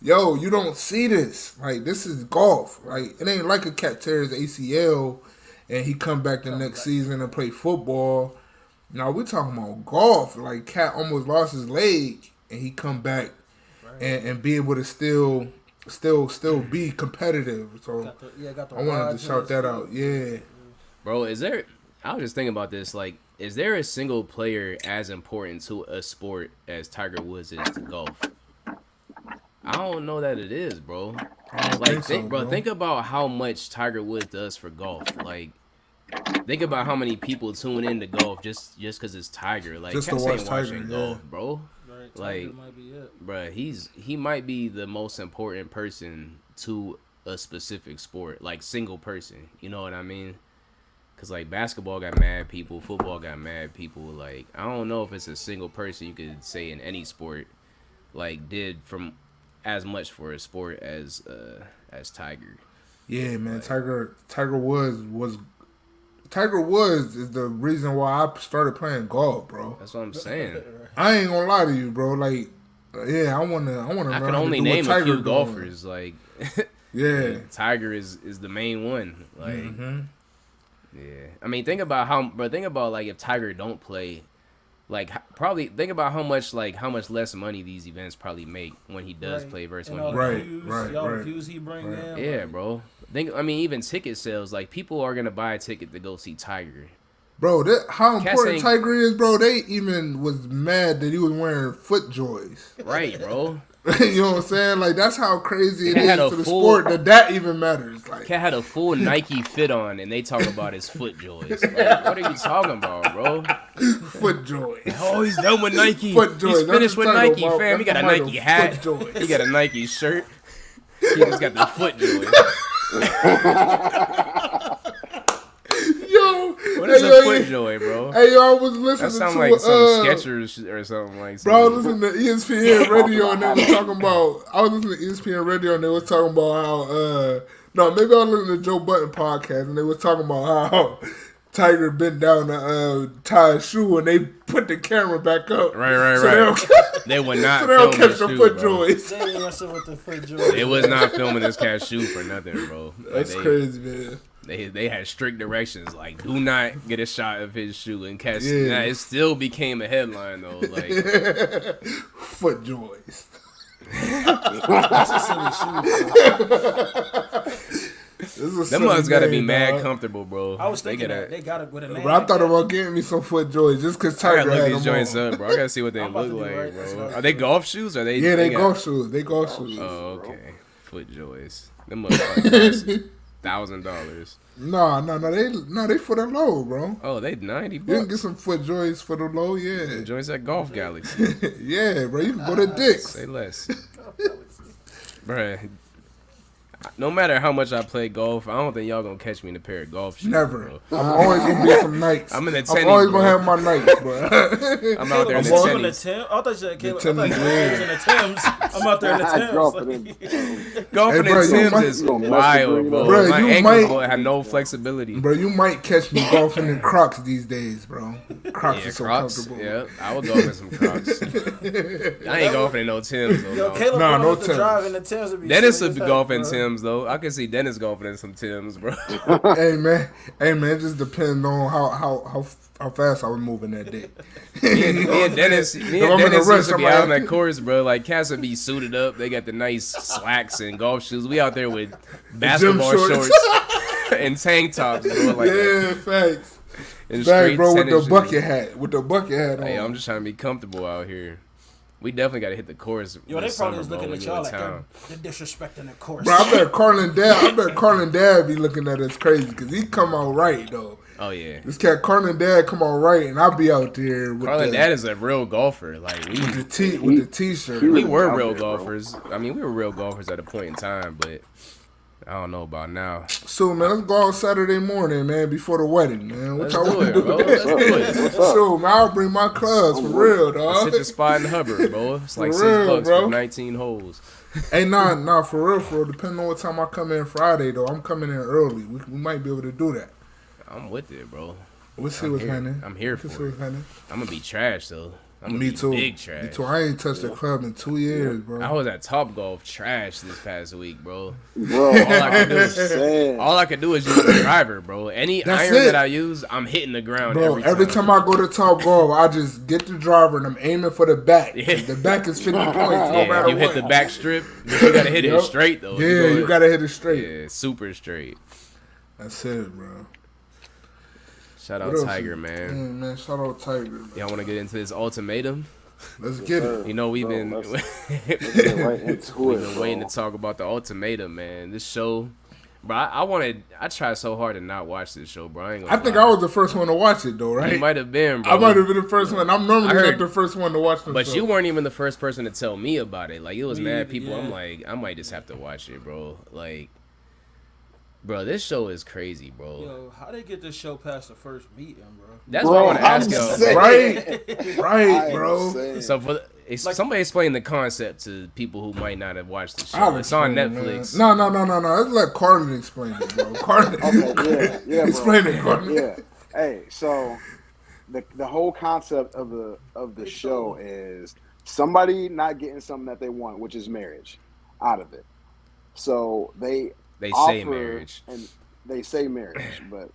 Speaker 1: yo, you don't see this. Like this is golf. Like it ain't like a cat tears ACL and he come back the next season and play football. Now we talking about golf. Like Cat almost lost his leg and he come back and, and be able to still still still be competitive. So
Speaker 4: Got the, yeah, got the
Speaker 1: I wanted to
Speaker 4: rods in
Speaker 1: shout
Speaker 4: his
Speaker 1: that
Speaker 4: feet.
Speaker 1: out. Yeah.
Speaker 2: Bro, is there? I was just thinking about this. Like, is there a single player as important to a sport as Tiger Woods is to golf? I don't know that it is, bro. Like,
Speaker 1: think
Speaker 2: think,
Speaker 1: so,
Speaker 2: bro,
Speaker 1: bro.
Speaker 2: think about how much Tiger Woods does for golf. Like, think about how many people tune into golf just just because it's Tiger. Like,
Speaker 1: Just to
Speaker 2: cats
Speaker 1: watch
Speaker 2: ain't
Speaker 1: Tiger,
Speaker 2: watching
Speaker 1: yeah.
Speaker 2: golf, bro.
Speaker 4: Right,
Speaker 2: Like-
Speaker 4: Tiger might be it.
Speaker 2: Bruh, he's he might be the most important person to a specific sport, like single person. You know what I mean? Cause like basketball got mad people, football got mad people. Like I don't know if it's a single person you could say in any sport, like did from as much for a sport as uh as Tiger.
Speaker 1: Yeah, man. Tiger Tiger Woods was Tiger Woods is the reason why I started playing golf, bro.
Speaker 2: That's what I'm saying.
Speaker 1: I ain't gonna lie to you, bro. Like, yeah, I wanna I wanna.
Speaker 2: I can
Speaker 1: learn how to
Speaker 2: only
Speaker 1: do what
Speaker 2: name a
Speaker 1: Tiger
Speaker 2: few
Speaker 1: doing.
Speaker 2: golfers. Like
Speaker 1: Yeah,
Speaker 2: Tiger is is the main one. Like,
Speaker 4: Mm-hmm.
Speaker 2: yeah. I mean, think about how, but think about like if Tiger don't play, like h- probably think about how much like how much less money these events probably make when he does
Speaker 4: Right.
Speaker 2: play versus
Speaker 4: And
Speaker 2: when
Speaker 4: all
Speaker 2: he.
Speaker 4: the
Speaker 1: Right.
Speaker 4: views,
Speaker 1: right,
Speaker 4: y'all
Speaker 1: right.
Speaker 4: views he bring
Speaker 1: Right.
Speaker 4: in.
Speaker 2: Yeah, bro. Think I mean even ticket sales. Like people are gonna buy a ticket to go see Tiger.
Speaker 1: bro. That, how
Speaker 2: Cats
Speaker 1: important
Speaker 2: ain't-
Speaker 1: Tiger is, bro. They even was mad that he was wearing foot joys.
Speaker 2: Right, bro.
Speaker 1: you know what I'm saying? Like that's how crazy it
Speaker 2: They
Speaker 1: is
Speaker 2: had a
Speaker 1: to the
Speaker 2: full-
Speaker 1: sport that that even matters. Like,
Speaker 2: Cat had a full Nike fit on, and they talk about his foot joys. Like, what are you talking about, bro?
Speaker 1: foot joys.
Speaker 2: Oh, he's done with Nike.
Speaker 1: Foot
Speaker 2: He's
Speaker 1: joys. That's
Speaker 2: finished
Speaker 1: the
Speaker 2: with
Speaker 1: title,
Speaker 2: Nike,
Speaker 1: bro.
Speaker 2: fam. He
Speaker 1: That's
Speaker 2: got a
Speaker 1: the title.
Speaker 2: Nike hat.
Speaker 1: Foot joys.
Speaker 2: He got a Nike shirt. He just got the foot joint.
Speaker 1: Yo,
Speaker 2: What is
Speaker 1: hey,
Speaker 2: a
Speaker 1: yo,
Speaker 2: foot
Speaker 1: yeah.
Speaker 2: joint, bro?
Speaker 1: Hey, yo, I was listening
Speaker 2: That sounds
Speaker 1: to
Speaker 2: like some
Speaker 1: uh,
Speaker 2: Skechers or something like. Something.
Speaker 1: Bro, I was listening to E ESPN radio and they was talking about. I was listening to E ESPN radio and they was talking about how. uh No, maybe I was listening to Joe Button podcast and they was talking about how Tiger bent down to uh, tie his shoe and they put the camera back up.
Speaker 2: Right, right,
Speaker 1: so They
Speaker 2: right.
Speaker 1: don't, so
Speaker 2: They were not
Speaker 1: they don't
Speaker 2: filming
Speaker 1: catch
Speaker 2: his
Speaker 1: the
Speaker 2: shoe,
Speaker 1: foot
Speaker 2: bro.
Speaker 1: joints.
Speaker 4: They messing with the foot
Speaker 2: They
Speaker 4: joint.
Speaker 2: was not filming this cat's shoe for nothing, bro. Like,
Speaker 1: That's
Speaker 2: they,
Speaker 1: crazy, man.
Speaker 2: They they had strict directions like do not get a shot of his shoe and catch.
Speaker 1: Yeah.
Speaker 2: Nah, it still became a headline though. Like
Speaker 1: Foot joints.
Speaker 4: That's silly shoes, bro.
Speaker 1: This is
Speaker 2: them
Speaker 1: silly
Speaker 2: mugs gotta be
Speaker 1: name,
Speaker 2: mad
Speaker 1: dog.
Speaker 2: comfortable, bro.
Speaker 4: I was
Speaker 2: They
Speaker 4: thinking
Speaker 2: gotta-
Speaker 4: that they got it with a name.
Speaker 1: Bro, I thought about getting me some foot joints just because
Speaker 2: I
Speaker 1: Tiger
Speaker 2: gotta look
Speaker 1: had
Speaker 2: these
Speaker 1: them
Speaker 2: joints
Speaker 1: on.
Speaker 2: up, bro. I gotta see what they
Speaker 4: I'm about
Speaker 2: look
Speaker 4: to do
Speaker 2: like,
Speaker 4: right. That's what
Speaker 2: bro.
Speaker 4: I'm
Speaker 2: Are they golf shoes? Are they?
Speaker 1: Yeah, they
Speaker 2: got-
Speaker 1: golf shoes. They golf shoes.
Speaker 2: Oh, okay. Foot joys. Them motherfuckers. Thousand dollars.
Speaker 1: No, no, no. They no, they for the low, bro.
Speaker 2: Oh, they ninety
Speaker 1: You can
Speaker 2: bucks.
Speaker 1: get some foot joints for the low, yeah.
Speaker 2: Joins at Golf Galaxy.
Speaker 1: yeah, bro. You can go to Dick's.
Speaker 2: Ah, Say less, bruh. No matter how much I play golf, I don't think y'all gonna catch me in a pair of golf shoes.
Speaker 1: Never.
Speaker 2: bro.
Speaker 1: I'm always gonna be some Nikes.
Speaker 2: I'm in the
Speaker 1: I'm
Speaker 2: tennies,
Speaker 1: always gonna
Speaker 2: bro.
Speaker 1: have my Nikes, bro.
Speaker 2: I'm out there in
Speaker 4: I'm
Speaker 2: the
Speaker 4: out in the
Speaker 2: tennis.
Speaker 4: Tim. I thought you said Caleb. I
Speaker 1: Tim's
Speaker 4: thought you said in the Timbs. I'm out there in
Speaker 3: Dropping
Speaker 4: the Timbs.
Speaker 2: Golf
Speaker 1: Hey,
Speaker 2: in the
Speaker 1: bruh, you might-
Speaker 2: Tim's is
Speaker 3: you gonna mess the
Speaker 2: wild,
Speaker 3: green
Speaker 2: bro.
Speaker 3: up.
Speaker 1: Bruh,
Speaker 2: My
Speaker 1: you
Speaker 2: ankle
Speaker 1: might-
Speaker 2: had no flexibility.
Speaker 1: bro, you might catch me golfing in Crocs these days, bro. Crocs
Speaker 2: Yeah,
Speaker 1: are so
Speaker 2: Crocs.
Speaker 1: comfortable.
Speaker 2: Yeah, I would go in some Crocs. I ain't golfing in no Tim's. though,
Speaker 4: Yo,
Speaker 2: no.
Speaker 4: Caleb
Speaker 1: Nah,
Speaker 4: nah,
Speaker 1: no
Speaker 4: no to
Speaker 1: Timbs.
Speaker 4: drive in the Timbs would be
Speaker 2: Dennis
Speaker 4: silly
Speaker 2: would be
Speaker 4: as heck,
Speaker 2: golfing
Speaker 4: bro.
Speaker 2: Tim's though. I could see Dennis golfing in some Tim's, bro.
Speaker 1: hey man, hey man, it just depends on how how how, how fast I was moving that day. You know
Speaker 2: me
Speaker 1: what
Speaker 2: and
Speaker 1: I'm
Speaker 2: Dennis,
Speaker 1: saying?
Speaker 2: me
Speaker 1: If
Speaker 2: and
Speaker 1: I'm in a
Speaker 2: Dennis
Speaker 1: rush,
Speaker 2: used to
Speaker 1: I'm
Speaker 2: be
Speaker 1: like,
Speaker 2: out on that course, bro. Like cats would be suited up. They got the nice slacks and golf shoes. We out there with basketball
Speaker 1: shorts.
Speaker 2: shorts. and tank tops, bro. Like
Speaker 1: yeah, facts.
Speaker 2: and
Speaker 1: Facts,
Speaker 2: straight
Speaker 1: bro, with
Speaker 2: tennis
Speaker 1: the
Speaker 2: shoes.
Speaker 1: bucket hat, with the bucket hat on.
Speaker 2: Hey, I'm just trying to be comfortable out here. We definitely got to hit the course.
Speaker 4: Yo, they
Speaker 2: this
Speaker 4: probably
Speaker 2: summer,
Speaker 4: was
Speaker 2: bro,
Speaker 4: looking
Speaker 2: when
Speaker 4: at
Speaker 2: we go
Speaker 4: y'all
Speaker 2: to
Speaker 4: like they're,
Speaker 2: town.
Speaker 4: they're disrespecting the course.
Speaker 1: Bro, I bet Carlin Dad, I bet Carlin Dad be looking at us crazy because he come out right though.
Speaker 2: Oh yeah,
Speaker 1: This cat Carlin Dad come out right, and I be out there with
Speaker 2: Carlin
Speaker 1: the
Speaker 2: Dad is a real golfer. Like we
Speaker 1: with the t with the t-shirt.
Speaker 2: we
Speaker 3: really
Speaker 2: were
Speaker 3: out
Speaker 2: real
Speaker 3: there, bro.
Speaker 2: golfers. I mean, we were real golfers at a point in time, but I don't know about now.
Speaker 1: So man, let's go out Saturday morning, man, before the wedding, man. What
Speaker 2: Let's
Speaker 1: y'all
Speaker 2: do
Speaker 1: want to
Speaker 2: it,
Speaker 1: do?
Speaker 2: bro. Let's do it.
Speaker 3: What's up? Oh,
Speaker 1: So man, I'll bring my clubs for real, dog.
Speaker 2: Let's hit the spot in Hubbard, bro. It's like
Speaker 1: For
Speaker 2: six
Speaker 1: real,
Speaker 2: bucks
Speaker 1: bro.
Speaker 2: for 19 holes.
Speaker 1: Hey, nah, nah, for real, for real. Depending on what time I come in Friday, though, I'm coming in early. We, we might be able to do that.
Speaker 2: I'm with it, bro.
Speaker 1: We'll see
Speaker 2: I'm
Speaker 1: what's
Speaker 2: here,
Speaker 1: happening.
Speaker 2: I'm here
Speaker 1: We'll see
Speaker 2: for
Speaker 1: what's
Speaker 2: it.
Speaker 1: happening.
Speaker 2: I'm gonna be trash though. I'm gonna
Speaker 1: Me
Speaker 2: be
Speaker 1: too.
Speaker 2: Big
Speaker 1: Me
Speaker 2: trash.
Speaker 1: too. I ain't touched the club in two years, bro.
Speaker 2: I was at Top Golf trash this past week, bro.
Speaker 3: Bro,
Speaker 2: I can
Speaker 3: I'm
Speaker 2: do is-
Speaker 3: just saying.
Speaker 2: All I could do is use the driver, bro. Any
Speaker 1: That's
Speaker 2: iron
Speaker 1: it.
Speaker 2: that I use, I'm hitting the ground
Speaker 1: Bro,
Speaker 2: every time.
Speaker 1: I go to top golf, I just get the driver and I'm aiming for the back. 'Cause
Speaker 2: Yeah.
Speaker 1: The back is 50 points, no
Speaker 2: yeah,
Speaker 1: matter
Speaker 2: you
Speaker 1: what.
Speaker 2: hit the back strip, but you gotta hit
Speaker 1: Yup.
Speaker 2: it straight though.
Speaker 1: Yeah,
Speaker 2: go-
Speaker 1: you gotta hit it straight.
Speaker 2: yeah, super straight.
Speaker 1: That's it, bro.
Speaker 2: Shout
Speaker 1: What
Speaker 2: out
Speaker 1: else Mm.
Speaker 2: Tiger,
Speaker 1: is-
Speaker 2: man.
Speaker 1: Damn, man, shout out Tiger. Man.
Speaker 2: Y'all want to get into this ultimatum?
Speaker 1: Let's get it.
Speaker 2: You know we've
Speaker 3: Bro,
Speaker 2: been
Speaker 3: let's-
Speaker 2: we've
Speaker 3: Get right into it,
Speaker 2: been waiting
Speaker 3: bro.
Speaker 2: to talk about the ultimatum, man. This show, bro. I, I wanted. I tried so hard to not watch this show, bro. I, ain't
Speaker 1: I
Speaker 2: gonna
Speaker 1: think
Speaker 2: lie.
Speaker 1: I was the first one to watch it, though,
Speaker 2: You
Speaker 1: right?
Speaker 2: might have been, bro.
Speaker 1: I might have been the first one. I'm normally
Speaker 2: I heard-
Speaker 1: not the first one to watch them.
Speaker 2: But
Speaker 1: so-
Speaker 2: you weren't even the first person to tell me about it. Like it was
Speaker 4: Me
Speaker 2: mad
Speaker 4: either,
Speaker 2: people. I'm
Speaker 4: yeah.
Speaker 2: like, I might just have to watch it, bro. Like, bro, this show is crazy, bro.
Speaker 4: Yo, how they get this show past the first meeting, bro?
Speaker 2: That's
Speaker 3: Bro,
Speaker 2: what I want to
Speaker 3: I'm
Speaker 2: ask y'all.
Speaker 3: sick.
Speaker 1: right,
Speaker 3: I
Speaker 1: right,
Speaker 3: am
Speaker 1: bro.
Speaker 3: saying.
Speaker 2: So for the, it's,
Speaker 4: Like-
Speaker 2: somebody explain the concept to people who might not have watched the show.
Speaker 1: I'll
Speaker 2: it's on
Speaker 1: explain it,
Speaker 2: Netflix.
Speaker 1: man. No, no, no, no, no. Let's let Carlin explain it, bro. Carlin,
Speaker 3: yeah, yeah, bro.
Speaker 1: explain it, Carlin.
Speaker 3: yeah. Hey, so the the whole concept of the of the show is somebody not getting something that they want, which is marriage, out of it. So they
Speaker 2: They
Speaker 3: offer
Speaker 2: say marriage.
Speaker 3: and they say marriage, but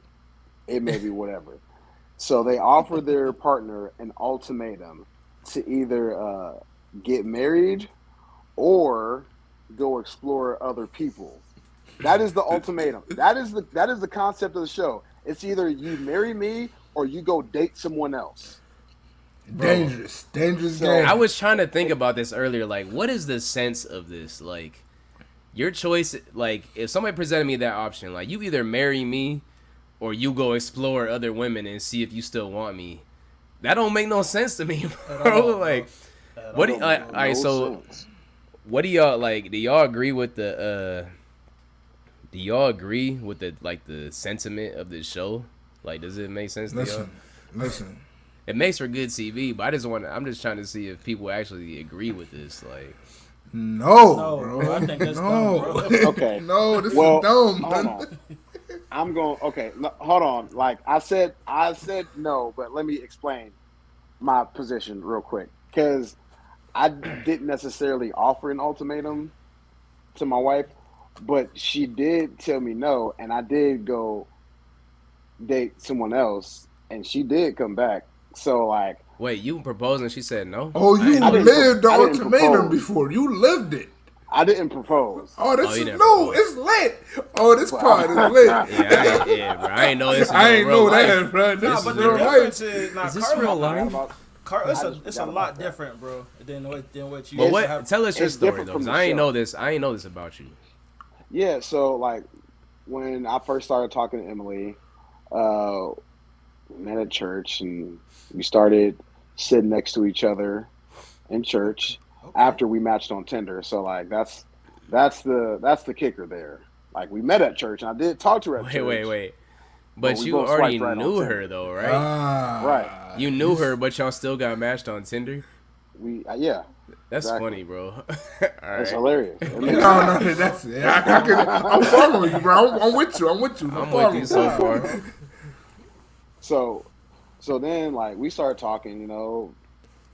Speaker 3: it may be whatever. So they offer their partner an ultimatum to either uh, get married or go explore other people. That is the ultimatum. That is the that is the concept of the show. It's either you marry me or you go date someone else.
Speaker 1: Dangerous, dangerous
Speaker 3: So-
Speaker 1: game.
Speaker 2: I was trying to think about this earlier. Like, what is the sense of this? Like, your choice. Like, if somebody presented me that option, like, you either marry me, or you go explore other women and see if you still want me. That don't make no sense to me,
Speaker 4: all,
Speaker 2: bro.
Speaker 4: bro.
Speaker 2: Like, what do you, like, all right?
Speaker 3: No
Speaker 2: So,
Speaker 3: sense.
Speaker 2: what do y'all like? Do y'all agree with the? uh Do y'all agree with the like the sentiment of this show? Like, does it make sense to y'all?
Speaker 1: listen, listen.
Speaker 2: It makes for good TV, but I just want. to I'm just trying to see if people actually agree with this. Like,
Speaker 1: No,
Speaker 4: No,
Speaker 1: bro.
Speaker 4: bro, I think that's
Speaker 1: no.
Speaker 4: dumb, bro.
Speaker 3: Okay.
Speaker 1: no, this
Speaker 3: well,
Speaker 1: is dumb.
Speaker 3: hold
Speaker 1: man.
Speaker 3: on. I'm going. Okay, no, hold on. Like I said, I said no, but let me explain my position real quick because I didn't necessarily offer an ultimatum to my wife, but she did tell me no, and I did go date someone else, and she did come back. So like,
Speaker 2: wait, you proposed and she said no.
Speaker 1: Oh, you
Speaker 3: I didn't-
Speaker 1: lived the
Speaker 3: I didn't
Speaker 1: ultimatum
Speaker 3: propose.
Speaker 1: before. You lived it.
Speaker 3: I didn't propose.
Speaker 1: Oh, this
Speaker 2: Oh,
Speaker 1: is
Speaker 2: you
Speaker 1: new.
Speaker 2: didn't
Speaker 1: It's lit. Oh, this
Speaker 3: Wow.
Speaker 1: part is lit.
Speaker 2: Yeah, I ain't, yeah, bro. I ain't know this.
Speaker 1: I ain't know
Speaker 2: life.
Speaker 1: that, bro. This
Speaker 4: Nah,
Speaker 1: is
Speaker 4: but
Speaker 1: real
Speaker 4: the
Speaker 1: life.
Speaker 4: difference is, nah,
Speaker 2: Is this
Speaker 4: Carl-
Speaker 2: real
Speaker 3: I
Speaker 2: life?
Speaker 3: forgot about-
Speaker 4: Carl, it's
Speaker 3: I
Speaker 4: a,
Speaker 3: just
Speaker 4: it's a
Speaker 3: forgot
Speaker 4: lot
Speaker 3: about that.
Speaker 4: different, bro, than what than what you
Speaker 2: But
Speaker 4: used
Speaker 2: what?
Speaker 4: to have.
Speaker 2: tell us your
Speaker 3: it's
Speaker 2: story
Speaker 3: different
Speaker 2: though,
Speaker 3: from
Speaker 2: 'cause
Speaker 3: the
Speaker 2: I ain't
Speaker 3: show.
Speaker 2: know this. I ain't know this about you.
Speaker 3: Yeah, so like when I first started talking to Emily, uh, we met at church and we started sitting next to each other in church
Speaker 4: Okay.
Speaker 3: after we matched on Tinder. So like that's that's the that's the kicker there. Like we met at church and I did talk to her at
Speaker 2: Wait,
Speaker 3: church.
Speaker 2: wait, wait. But
Speaker 3: we
Speaker 2: you
Speaker 3: both
Speaker 2: already
Speaker 3: swiped right on
Speaker 2: knew
Speaker 3: Tinder.
Speaker 2: her though, right?
Speaker 1: Ah,
Speaker 3: Right.
Speaker 2: you knew her, but y'all still got matched on Tinder.
Speaker 3: We uh, yeah,
Speaker 2: That's
Speaker 3: Exactly.
Speaker 2: funny, bro. All
Speaker 3: it's
Speaker 2: right.
Speaker 3: hilarious. It
Speaker 1: No,
Speaker 3: makes-
Speaker 1: no, no, that's it. I, I can, I'm following you, bro. I'm, I'm with you. I'm with you.
Speaker 2: I'm with
Speaker 1: following
Speaker 2: you so far.
Speaker 3: so so then like we started talking, you know,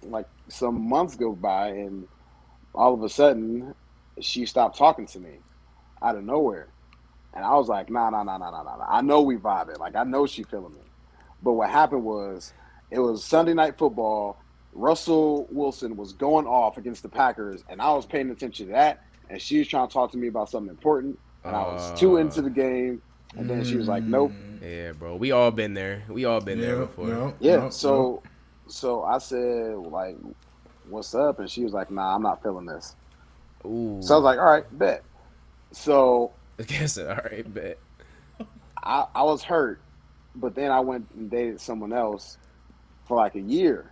Speaker 3: like some months go by and all of a sudden she stopped talking to me. out of nowhere. And I was like, nah, nah, nah, nah, nah, nah. nah. I know we vibing. Like, I know she feeling me. But what happened was it was Sunday night football. Russell Wilson was going off against the Packers, and I was paying attention to that. And she was trying to talk to me about something important. And I was too
Speaker 2: Uh.
Speaker 3: into the game. And then she was like, nope.
Speaker 2: Yeah, bro. We all been there. We all been there
Speaker 1: Yeah,
Speaker 2: before.
Speaker 1: no,
Speaker 3: Yeah.
Speaker 1: no,
Speaker 3: so, so I said, like, what's up? And she was like, nah, I'm not feeling this.
Speaker 2: Ooh.
Speaker 3: So I was like, all right, bet. So
Speaker 2: I guess all right, bet.
Speaker 3: I, I was hurt, but then I went and dated someone else for like a year.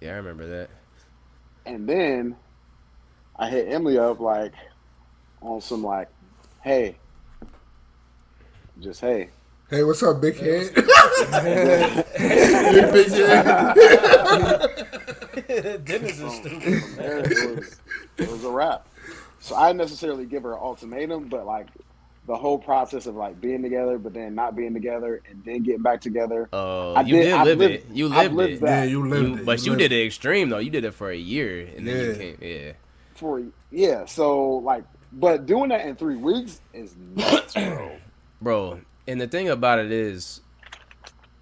Speaker 2: Yeah, I remember that.
Speaker 3: And then I hit Emily up like on some like, hey, just hey.
Speaker 1: no. hey, what's up, big head? You big head.
Speaker 4: Dennis is
Speaker 3: From
Speaker 4: stupid.
Speaker 3: there, it was, it was a wrap. So I didn't necessarily give her an ultimatum, but like the whole process of like being together, but then not being together, and then getting back together.
Speaker 2: Oh,
Speaker 3: I
Speaker 2: you
Speaker 3: did-
Speaker 2: did,
Speaker 3: I
Speaker 2: live
Speaker 3: lived-
Speaker 2: it. You
Speaker 3: I
Speaker 2: lived,
Speaker 3: lived
Speaker 2: it.
Speaker 1: yeah,
Speaker 3: that.
Speaker 1: you lived
Speaker 2: You-
Speaker 1: it.
Speaker 2: but you,
Speaker 1: lived
Speaker 2: did it extreme though. You did it for a year, and then
Speaker 1: Yeah.
Speaker 2: you came. Yeah.
Speaker 3: for yeah. So like, but doing that in three weeks is nuts, bro.
Speaker 2: bro. And the thing about it is,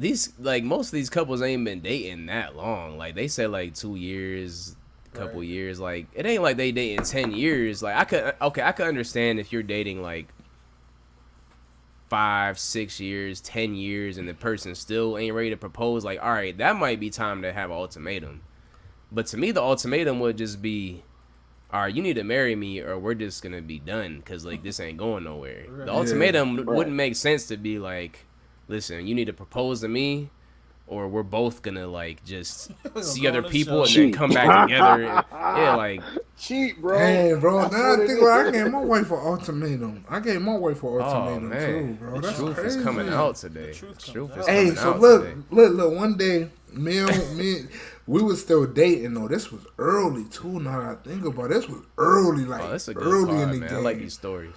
Speaker 2: these like most of these couples ain't been dating that long. Like they said, like two years, couple
Speaker 4: Right.
Speaker 2: years. Like it ain't like they dating ten years. Like I could okay, I could understand if you're dating like five, six years, ten years, and the person still ain't ready to propose. Like all right, that might be time to have an ultimatum. But to me, the ultimatum would just be. All right, you need to marry me, or we're just gonna be done, cause like this ain't going nowhere.
Speaker 4: Right.
Speaker 2: The ultimatum
Speaker 3: Right.
Speaker 2: wouldn't make sense to be like, listen, you need to propose to me, or we're both gonna like just
Speaker 4: gonna
Speaker 2: see
Speaker 4: go
Speaker 2: other
Speaker 4: on a
Speaker 2: people and
Speaker 4: show.
Speaker 2: then come back together. and- yeah, like
Speaker 3: Cheat, bro.
Speaker 1: Hey, bro,
Speaker 3: That's
Speaker 1: now
Speaker 3: what
Speaker 1: I
Speaker 3: it
Speaker 1: think like, I
Speaker 3: is.
Speaker 1: gave my wife an ultimatum. I gave my wife an
Speaker 2: oh
Speaker 1: ultimatum
Speaker 2: man,
Speaker 1: too, bro.
Speaker 2: the
Speaker 1: That's
Speaker 2: truth
Speaker 1: crazy.
Speaker 2: is coming out today. The
Speaker 4: truth
Speaker 2: truth,
Speaker 4: comes out.
Speaker 2: is coming
Speaker 1: Hey, so
Speaker 2: out
Speaker 1: look,
Speaker 2: today.
Speaker 1: look, look. One day, me, and, me, and- we was still dating though. This was early too. Now that I think about it, this was early, like
Speaker 2: Oh, that's a good
Speaker 1: early
Speaker 2: pod,
Speaker 1: in the
Speaker 2: man.
Speaker 1: game.
Speaker 2: I like these stories.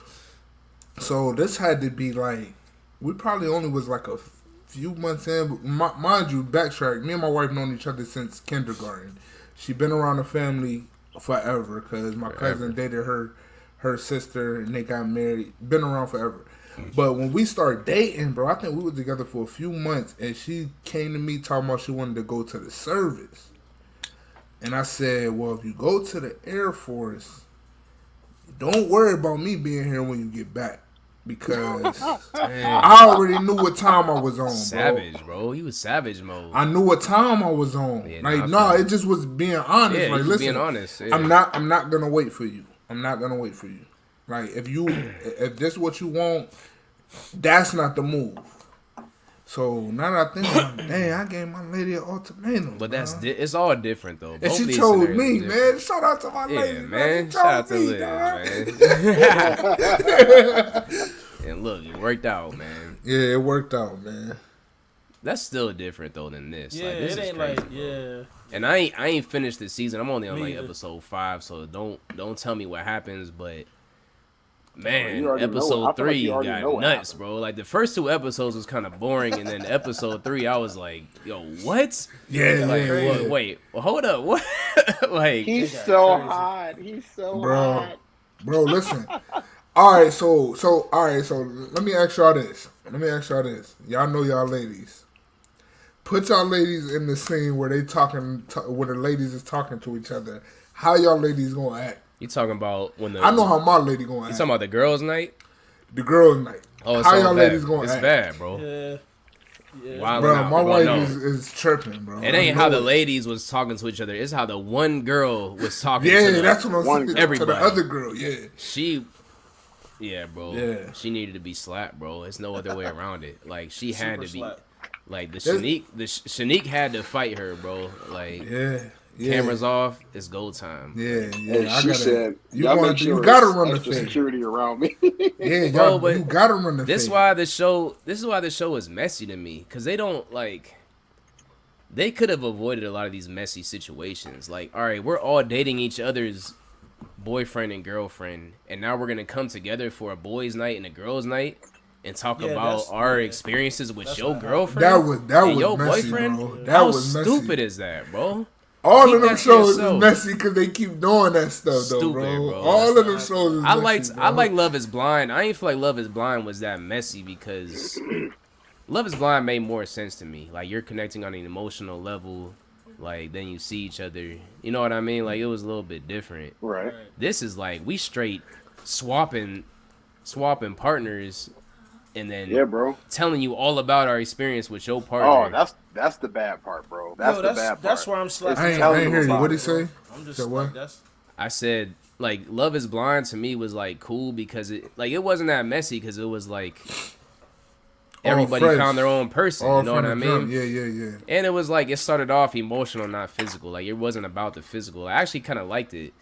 Speaker 1: So this had to be like we probably only was like a few months in. But mi- mind you, backtrack. Me and my wife known each other since kindergarten. She been around the family forever because my cousin dated her her sister and they got married. Been around forever. But when we started dating, bro, I think we were together for a few months, and she came to me talking about she wanted to go to the service. And I said, "Well, if you go to the Air Force, don't worry about me being here when you get back because
Speaker 2: Man,
Speaker 1: I already knew what time I was on, bro.
Speaker 2: savage, bro. He was savage mode.
Speaker 1: I knew what time I was on.
Speaker 2: Yeah,
Speaker 1: like,
Speaker 2: nah, I
Speaker 1: no,
Speaker 2: feel
Speaker 1: it just was being honest.
Speaker 2: yeah,
Speaker 1: like,
Speaker 2: he was
Speaker 1: listen,
Speaker 2: being honest. Yeah.
Speaker 1: I'm not. I'm not gonna wait for you. I'm not gonna wait for you. Like, if you, if this what you want, that's not the move. So now that I think, about it, dang, I gave my lady an ultimatum.
Speaker 2: But that's
Speaker 1: bro.
Speaker 2: di- it's all different though.
Speaker 1: and
Speaker 2: Both
Speaker 1: she
Speaker 2: these
Speaker 1: told
Speaker 2: scenarios
Speaker 1: me,
Speaker 2: are different.
Speaker 1: man. Shout out to my lady,
Speaker 2: Yeah, man.
Speaker 1: She
Speaker 2: Shout
Speaker 1: told
Speaker 2: out to
Speaker 1: me,
Speaker 2: Liz,
Speaker 1: dog.
Speaker 2: man. and look, it worked out, man.
Speaker 1: Yeah, it worked out, man.
Speaker 2: That's still different though than this.
Speaker 4: Yeah,
Speaker 2: like, this
Speaker 4: it
Speaker 2: is
Speaker 4: ain't
Speaker 2: crazy,
Speaker 4: like
Speaker 2: bro.
Speaker 4: yeah.
Speaker 2: And I ain't I ain't finished this season. I'm only on
Speaker 4: Me
Speaker 2: like
Speaker 4: either.
Speaker 2: episode five, so don't don't tell me what happens. But man,
Speaker 3: You already know
Speaker 2: episode
Speaker 3: what- I feel like
Speaker 2: three
Speaker 3: you already know
Speaker 2: got
Speaker 3: what
Speaker 2: nuts,
Speaker 3: happened.
Speaker 2: bro. Like the first two episodes was kind of boring, and then episode three, I was like, yo, what?
Speaker 1: Yeah,
Speaker 2: Like,
Speaker 1: yeah,
Speaker 2: wha-
Speaker 1: yeah.
Speaker 2: wait, hold up, what? like,
Speaker 3: He's
Speaker 4: got
Speaker 3: so
Speaker 4: crazy.
Speaker 3: hot. He's so
Speaker 1: Bro.
Speaker 3: hot.
Speaker 1: bro. Listen. all right, so so all right, so let me ask y'all this. Let me ask y'all this. Y'all know y'all ladies. Put y'all ladies in the scene where they talking, to, where the ladies is talking to each other. How y'all ladies gonna act?
Speaker 2: you talking about when the
Speaker 1: I know how my lady gonna
Speaker 2: you
Speaker 1: act.
Speaker 2: talking about the girls' night?
Speaker 1: the girls' night.
Speaker 2: Oh, it's
Speaker 1: how
Speaker 2: all
Speaker 1: y'all
Speaker 2: bad.
Speaker 1: ladies gonna
Speaker 2: It's
Speaker 1: act?
Speaker 2: bad, bro.
Speaker 4: Yeah. Yeah.
Speaker 2: Wildin'
Speaker 1: Bro,
Speaker 2: out.
Speaker 1: my
Speaker 2: Well,
Speaker 1: wife
Speaker 2: no.
Speaker 1: is, is tripping, bro.
Speaker 2: It
Speaker 1: I
Speaker 2: ain't how
Speaker 1: know
Speaker 2: the ladies was talking to each other. It's how the one girl was talking.
Speaker 1: Yeah,
Speaker 2: to the,
Speaker 1: that's what I'm saying.
Speaker 3: one girl.
Speaker 1: To the
Speaker 2: Everybody.
Speaker 1: other girl, yeah.
Speaker 2: she. Yeah, bro.
Speaker 1: Yeah.
Speaker 2: She needed to be slapped, bro. It's no other way around it. Like she had
Speaker 4: Super
Speaker 2: to be.
Speaker 4: slap.
Speaker 2: Like the
Speaker 1: There's-
Speaker 2: Shanique, the Sh- Shanique had to fight her, bro. Like
Speaker 1: Yeah, yeah.
Speaker 2: cameras off, it's go time.
Speaker 1: Yeah, yeah.
Speaker 3: And
Speaker 1: I
Speaker 3: she
Speaker 1: gotta,
Speaker 3: said,
Speaker 1: you,
Speaker 3: "Y'all
Speaker 1: wanna,
Speaker 3: make sure
Speaker 1: you gotta
Speaker 3: it's
Speaker 1: run the
Speaker 3: extra
Speaker 1: fade.
Speaker 3: security around me."
Speaker 1: Yeah,
Speaker 2: Bro,
Speaker 1: y'all,
Speaker 2: Oh, but
Speaker 1: you gotta run the
Speaker 2: This is
Speaker 1: fade.
Speaker 2: why the show. This is why the show is messy to me because they don't like. They could have avoided a lot of these messy situations. Like, all right, we're all dating each other's boyfriend and girlfriend, and now we're gonna come together for a boys' night and a girls' night and talk
Speaker 4: Yeah,
Speaker 2: about
Speaker 4: that's-
Speaker 2: our
Speaker 4: yeah.
Speaker 2: experiences with
Speaker 4: That's
Speaker 2: your
Speaker 4: not-
Speaker 2: girlfriend.
Speaker 1: That was that
Speaker 2: and
Speaker 1: was
Speaker 2: your
Speaker 1: messy,
Speaker 2: boyfriend.
Speaker 1: bro. That
Speaker 2: How
Speaker 1: was messy.
Speaker 2: stupid is that, bro?
Speaker 1: All
Speaker 2: Keep
Speaker 1: of them
Speaker 2: that to
Speaker 1: shows is
Speaker 2: yourself.
Speaker 1: messy because they keep doing that stuff, though,
Speaker 2: Stupid,
Speaker 1: bro.
Speaker 2: bro.
Speaker 1: All
Speaker 2: That's
Speaker 1: of them shows is
Speaker 2: I
Speaker 1: messy,
Speaker 2: liked
Speaker 1: bro.
Speaker 2: I like Love Is Blind. I ain't feel like Love Is Blind was that messy because Love Is Blind made more sense to me. Like you're connecting on an emotional level, like then you see each other. You know what I mean? Like it was a little bit different.
Speaker 3: Right.
Speaker 2: This is like we straight swapping swapping partners and then
Speaker 3: Yeah, bro.
Speaker 2: telling you all about our experience with your partner.
Speaker 3: Oh, that's that's the bad part, bro. That's,
Speaker 4: Yo,
Speaker 3: the bad part.
Speaker 4: That's where I'm slapping.
Speaker 1: I ain't,
Speaker 3: Tell
Speaker 1: I
Speaker 3: you
Speaker 1: ain't hear you.
Speaker 3: about
Speaker 1: What did
Speaker 3: it,
Speaker 1: he say?
Speaker 4: I'm just
Speaker 1: So what?
Speaker 4: like, that's
Speaker 2: I said like Love is Blind to me was like cool because it like it wasn't that messy because it was like everybody
Speaker 1: fresh.
Speaker 2: found their own person,
Speaker 1: All
Speaker 2: you know
Speaker 1: from
Speaker 2: what I
Speaker 1: the
Speaker 2: mean?
Speaker 1: jump. Yeah, yeah, yeah.
Speaker 2: And it was like it started off emotional, not physical. Like it wasn't about the physical. I actually kind of liked it.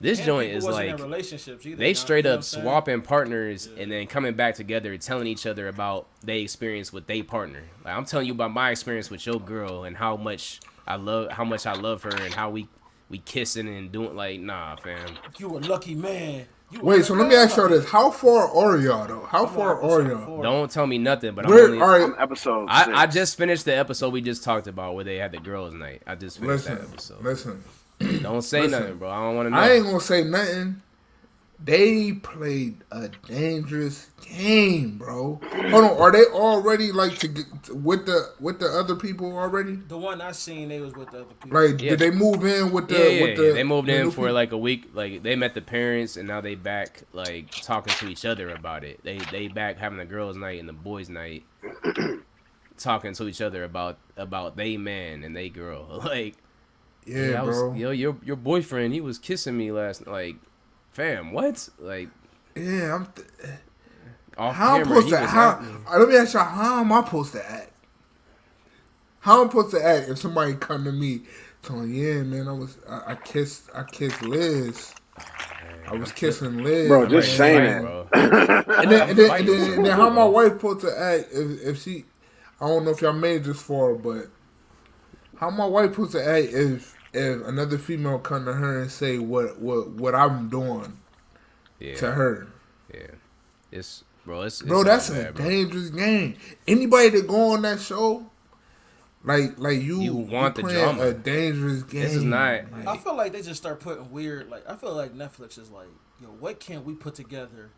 Speaker 2: This
Speaker 4: And
Speaker 2: joint
Speaker 4: people
Speaker 2: is
Speaker 4: wasn't in
Speaker 2: like
Speaker 4: relationships either,
Speaker 2: they
Speaker 4: you know-
Speaker 2: straight
Speaker 4: you know
Speaker 2: up
Speaker 4: what I'm saying?
Speaker 2: swapping partners and then coming back together, telling each other about they experience with they partner. Like I'm telling you about my experience with your girl and how much I love how much I love her and how we we kissing and doing like nah, fam.
Speaker 4: You a lucky man. You a
Speaker 1: Wait, so let
Speaker 4: lucky
Speaker 1: me ask y'all
Speaker 4: man.
Speaker 1: this: How far are y'all though? How far
Speaker 4: I'm
Speaker 1: are
Speaker 4: sorry,
Speaker 1: y'all?
Speaker 4: four.
Speaker 2: Don't tell me nothing, but I'm
Speaker 1: Where
Speaker 2: only,
Speaker 1: all
Speaker 3: I'm
Speaker 1: right?
Speaker 3: episode six.
Speaker 2: I, I just finished the episode we just talked about where they had the girls' night. I just finished
Speaker 1: Listen,
Speaker 2: that episode.
Speaker 1: listen.
Speaker 2: Don't say
Speaker 1: listen.
Speaker 2: nothing, bro. I don't want to know.
Speaker 1: I ain't gonna say nothing. They played a dangerous game, bro. Hold on, are they already like to get with the with the other people already?
Speaker 4: The one I seen, they was with the other people.
Speaker 1: Like,
Speaker 2: Yeah.
Speaker 1: did they move in with the?
Speaker 2: yeah, yeah,
Speaker 1: with the,
Speaker 2: yeah. They moved
Speaker 1: the
Speaker 2: in
Speaker 1: new
Speaker 2: for
Speaker 1: people?
Speaker 2: like a week. Like they met the parents, and now they back like talking to each other about it. They they back having the girls' night and the boys' night, talking to each other about about they man and they girl. Like
Speaker 1: yeah,
Speaker 2: I was,
Speaker 1: bro.
Speaker 2: yo, your your boyfriend, he was kissing me last. Like, fam, what? Like
Speaker 1: Yeah, I'm. Th-
Speaker 2: off
Speaker 1: how I'm
Speaker 2: camera,
Speaker 1: supposed
Speaker 2: he
Speaker 1: to?
Speaker 2: was
Speaker 1: How?
Speaker 2: acting.
Speaker 1: uh, Let me ask y'all: How am I supposed to act? How I'm supposed to act if somebody come to me, telling, "Yeah, man, I was, I, I kissed, I kissed Liz, I was kissing Liz."
Speaker 3: Bro,
Speaker 1: man."
Speaker 3: just saying
Speaker 2: Right,
Speaker 3: that.
Speaker 2: bro.
Speaker 1: And then, and then, and
Speaker 2: Fighting.
Speaker 1: then, and then how my wife supposed to act if, if she? I don't know if y'all made this far, but how my wife supposed to act if if another female come to her and say what what what I'm doing
Speaker 2: Yeah,
Speaker 1: to her?
Speaker 2: yeah. It's bro. It's, it's
Speaker 1: bro,
Speaker 2: all
Speaker 1: that's a
Speaker 2: bad, bro.
Speaker 1: dangerous game. Anybody that go on that show, like like you,
Speaker 2: You want the
Speaker 1: playing
Speaker 2: drama.
Speaker 1: a dangerous game.
Speaker 2: This is not-
Speaker 4: I
Speaker 1: Like,
Speaker 4: feel like they just start putting weird. Like I feel like Netflix is like, yo, what can we put together?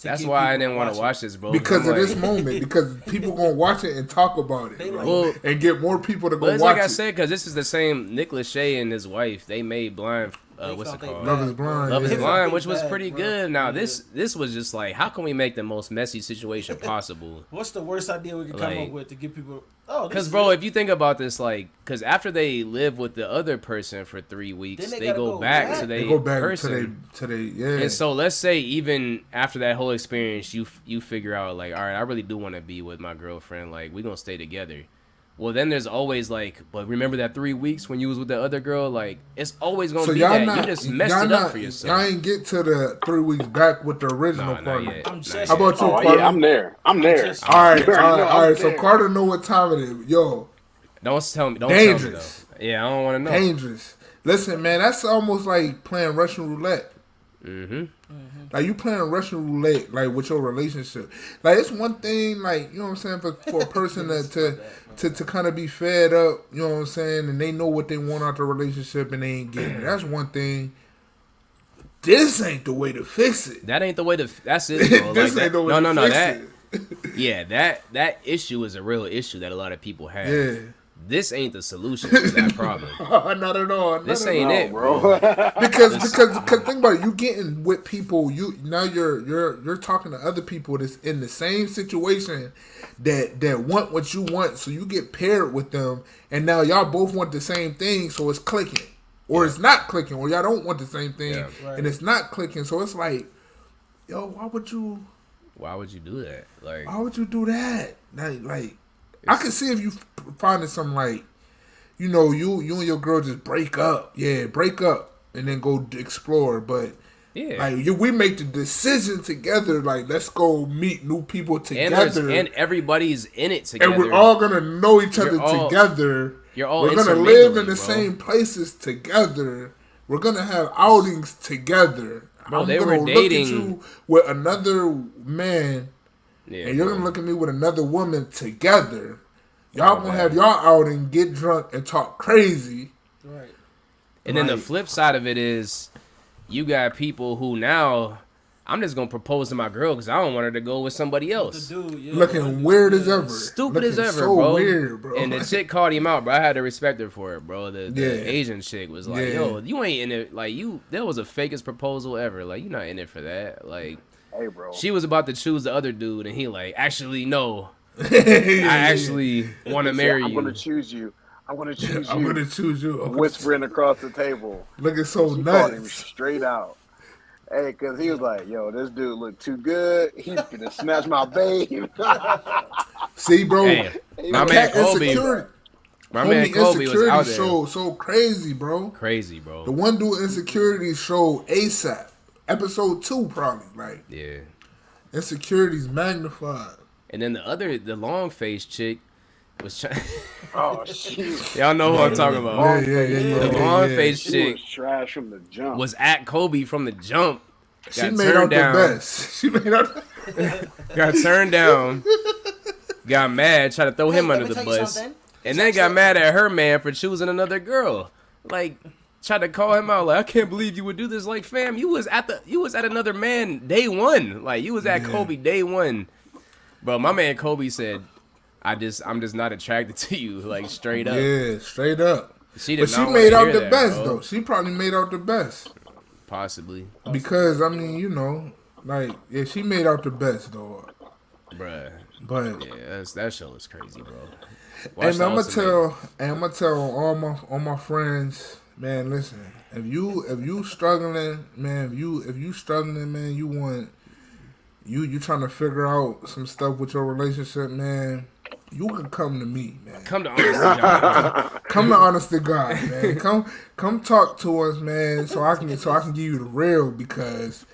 Speaker 4: To
Speaker 2: That's
Speaker 4: get
Speaker 2: why I
Speaker 4: people
Speaker 2: didn't want to
Speaker 4: watching?
Speaker 2: watch this, bro.
Speaker 1: because
Speaker 2: I'm
Speaker 1: of this
Speaker 2: like-
Speaker 1: moment, because people gonna watch it and talk about it,
Speaker 4: They
Speaker 1: bro,
Speaker 4: like-
Speaker 2: Well-
Speaker 1: and get more people to go
Speaker 2: But it's
Speaker 1: watch
Speaker 2: like I
Speaker 1: it.
Speaker 2: said, because this is the same Nick Lachey and his wife. They made Blind. Uh,
Speaker 4: They
Speaker 2: what's it
Speaker 4: felt they
Speaker 2: called?
Speaker 1: Love
Speaker 2: Love,
Speaker 1: is
Speaker 4: bad, bro.
Speaker 1: Blind, yeah.
Speaker 2: is
Speaker 1: They felt
Speaker 2: Blind,
Speaker 4: they
Speaker 2: which was
Speaker 4: bad,
Speaker 2: pretty
Speaker 4: bro.
Speaker 2: good. Now
Speaker 4: Yeah.
Speaker 2: this this was just like, how can we make the most messy situation possible?
Speaker 4: What's the worst idea we could come
Speaker 2: Like-
Speaker 4: up with to get people? Oh,
Speaker 2: Because
Speaker 4: this-
Speaker 2: bro, if you think about this, like, because after they live with the other person for three weeks,
Speaker 4: Then they
Speaker 2: they,
Speaker 4: gotta
Speaker 2: go,
Speaker 4: go
Speaker 2: back,
Speaker 4: back.
Speaker 2: to
Speaker 1: They
Speaker 2: their
Speaker 1: go back
Speaker 2: person.
Speaker 1: to they to they yeah.
Speaker 2: And so let's say even after that whole experience, you f- you figure out like, all right, I really do want to be with my girlfriend. Like we gonna stay together. Well, then there's always like, but remember that three weeks when you was with the other girl? Like it's always gonna
Speaker 1: so
Speaker 2: be
Speaker 1: y'all
Speaker 2: that.
Speaker 1: not
Speaker 2: you just messed
Speaker 1: y'all
Speaker 2: it
Speaker 1: not,
Speaker 2: up for
Speaker 1: Y'all
Speaker 2: yourself.
Speaker 1: ain't get to the three weeks back with the original
Speaker 2: Nah, not
Speaker 1: partner.
Speaker 2: yet.
Speaker 4: I'm
Speaker 2: Not
Speaker 4: saying-
Speaker 2: yet.
Speaker 1: How about you,
Speaker 3: Oh
Speaker 1: Carter?
Speaker 3: yeah, I'm there. I'm there.
Speaker 4: just-
Speaker 1: all right, all
Speaker 3: You already
Speaker 1: right,
Speaker 3: know
Speaker 1: all
Speaker 3: I'm
Speaker 1: right. So
Speaker 3: there.
Speaker 1: Carter know what time it is. Yo,
Speaker 2: Don't tell me. Don't
Speaker 1: Dangerous.
Speaker 2: tell me though. Yeah, I don't want to know.
Speaker 1: dangerous. Listen, man, that's almost like playing Russian roulette. Mm-hmm. Like you playing Russian roulette, like with your relationship. Like it's one thing, like you know what I'm saying, for, for a person to to, to to kind of be fed up, you know what I'm saying, and they know what they want out the relationship and they ain't getting it. That's one thing. This ain't the way to fix it.
Speaker 2: That ain't the way to. f- That's it. Bro. Oh, Like,
Speaker 1: this
Speaker 2: that-
Speaker 1: ain't the way
Speaker 2: no,
Speaker 1: to
Speaker 2: no, no.
Speaker 1: fix
Speaker 2: That
Speaker 1: it.
Speaker 2: yeah, that that issue is a real issue that a lot of people have.
Speaker 1: Yeah.
Speaker 2: This ain't the solution to that problem.
Speaker 1: not at all. Not
Speaker 2: This
Speaker 1: at
Speaker 2: ain't
Speaker 1: all.
Speaker 2: it, bro.
Speaker 3: bro.
Speaker 1: because because because think about it. You getting with people. You now you're you're you're talking to other people that's in the same situation that that want what you want. So you get paired with them, and now y'all both want the same thing. So it's clicking, or it's not clicking, or y'all don't want the same thing,
Speaker 2: Yeah.
Speaker 4: Right.
Speaker 1: and it's not clicking. So it's like, yo, why would you?
Speaker 2: Why would you do that? Like.
Speaker 1: Why would you do that? Like, like I could see if you f- finding some like, you know, you you and your girl just break up. Yeah, break up and then go d- explore. But
Speaker 2: Yeah.
Speaker 1: like you, we make the decision together. Like, let's go meet new people
Speaker 2: and, there's-
Speaker 1: together,
Speaker 2: and
Speaker 1: and,
Speaker 2: everybody's in it together.
Speaker 1: we're all gonna know each other
Speaker 2: You're all-
Speaker 1: together.
Speaker 2: you're all
Speaker 1: we're gonna live in the
Speaker 2: intermingling, bro.
Speaker 1: same places together. We're gonna have outings together.
Speaker 2: Bro,
Speaker 1: I'm
Speaker 2: they
Speaker 1: gonna
Speaker 2: were
Speaker 1: look
Speaker 2: dating-
Speaker 1: at you with another man
Speaker 2: yeah,
Speaker 1: and you're
Speaker 2: bro.
Speaker 1: gonna look at me with another woman together. Y'all
Speaker 2: Oh,
Speaker 1: gonna
Speaker 2: man.
Speaker 1: have y'all out and get drunk and talk crazy.
Speaker 4: Right.
Speaker 2: And then the flip side of it is, you got people who now, I'm just gonna propose to my girl because I don't want her to go with somebody
Speaker 4: The
Speaker 2: else.
Speaker 4: dude, yeah.
Speaker 1: Looking weird as ever.
Speaker 2: Stupid as
Speaker 1: Looking
Speaker 2: ever,
Speaker 1: so
Speaker 2: bro.
Speaker 1: weird, bro.
Speaker 2: And the chick called him out, bro. I had to respect her for it, bro. The, the
Speaker 1: Yeah.
Speaker 2: Asian chick was like,
Speaker 1: Yeah.
Speaker 2: "Yo, you ain't in it. Like you, that was the fakest proposal ever. Like you not in it for that. Like
Speaker 3: Hey, bro.
Speaker 2: she was about to choose the other dude, and he like, actually no,
Speaker 1: I
Speaker 2: I actually want to
Speaker 3: He said,
Speaker 2: marry
Speaker 3: I'm
Speaker 2: you.
Speaker 3: gonna choose you. I'm gonna choose
Speaker 1: I'm
Speaker 3: you.
Speaker 1: gonna choose you. I'm gonna
Speaker 3: Whispering across the table.
Speaker 1: Looking so
Speaker 3: She called him
Speaker 1: nuts.
Speaker 3: straight out. Hey, cause he was like, "Yo, this dude look too good. He's gonna snatch my babe."
Speaker 1: See, bro,
Speaker 2: Damn. My
Speaker 1: the
Speaker 2: man
Speaker 1: cat
Speaker 2: Kobe,
Speaker 1: insecurity-
Speaker 2: my
Speaker 1: homie
Speaker 2: man Kobe was
Speaker 1: insecurity
Speaker 2: out there.
Speaker 1: show so crazy, bro.
Speaker 2: Crazy,
Speaker 1: The
Speaker 2: bro.
Speaker 1: one dude insecurity show ASAP, episode two probably. Like
Speaker 2: Yeah.
Speaker 1: insecurities magnified.
Speaker 2: And then the other, the long faced chick was trying.
Speaker 3: oh, shoot.
Speaker 2: Y'all know who I'm talking
Speaker 1: Yeah,
Speaker 2: about.
Speaker 1: yeah, yeah, yeah.
Speaker 2: The
Speaker 1: yeah,
Speaker 2: long
Speaker 1: yeah.
Speaker 2: faced
Speaker 3: She
Speaker 2: chick
Speaker 3: was trash from the jump.
Speaker 2: was at Kobe from the jump.
Speaker 1: She made out the best. She made out.
Speaker 2: Got turned down. got mad. Tried to throw him
Speaker 4: let
Speaker 2: under the
Speaker 4: me tell you
Speaker 2: bus.
Speaker 4: something.
Speaker 2: And then got mad at her man for choosing another girl. Like. Tried to call him out like I can't believe you would do this. Like, fam, you was at the you was at another man day one. Like you was at Kobe day one. Bro, my man Kobe said, I just I'm just not attracted to you, like straight up.
Speaker 1: Yeah, straight up.
Speaker 2: She did
Speaker 1: But she
Speaker 2: not wanna
Speaker 1: made out
Speaker 2: hear
Speaker 1: the
Speaker 2: that,
Speaker 1: best
Speaker 2: bro.
Speaker 1: though. She probably made out the best
Speaker 2: Possibly,
Speaker 1: because I mean, you know, like yeah, she made out the best though.
Speaker 2: bruh.
Speaker 1: But
Speaker 2: Yeah, that's, that show is crazy, bro. Watch
Speaker 1: And
Speaker 2: the
Speaker 1: I'm gonna
Speaker 2: Ultimate.
Speaker 1: tell, and I'm gonna tell all my all my friends, man. Listen, if you if you struggling, man, if you if you struggling, man, you want you you trying to figure out some stuff with your relationship, man. You can come to me, man.
Speaker 2: Come to honest to God.
Speaker 1: Come to honest to God, man. Come come talk to us, man. So I can so I can give you the real because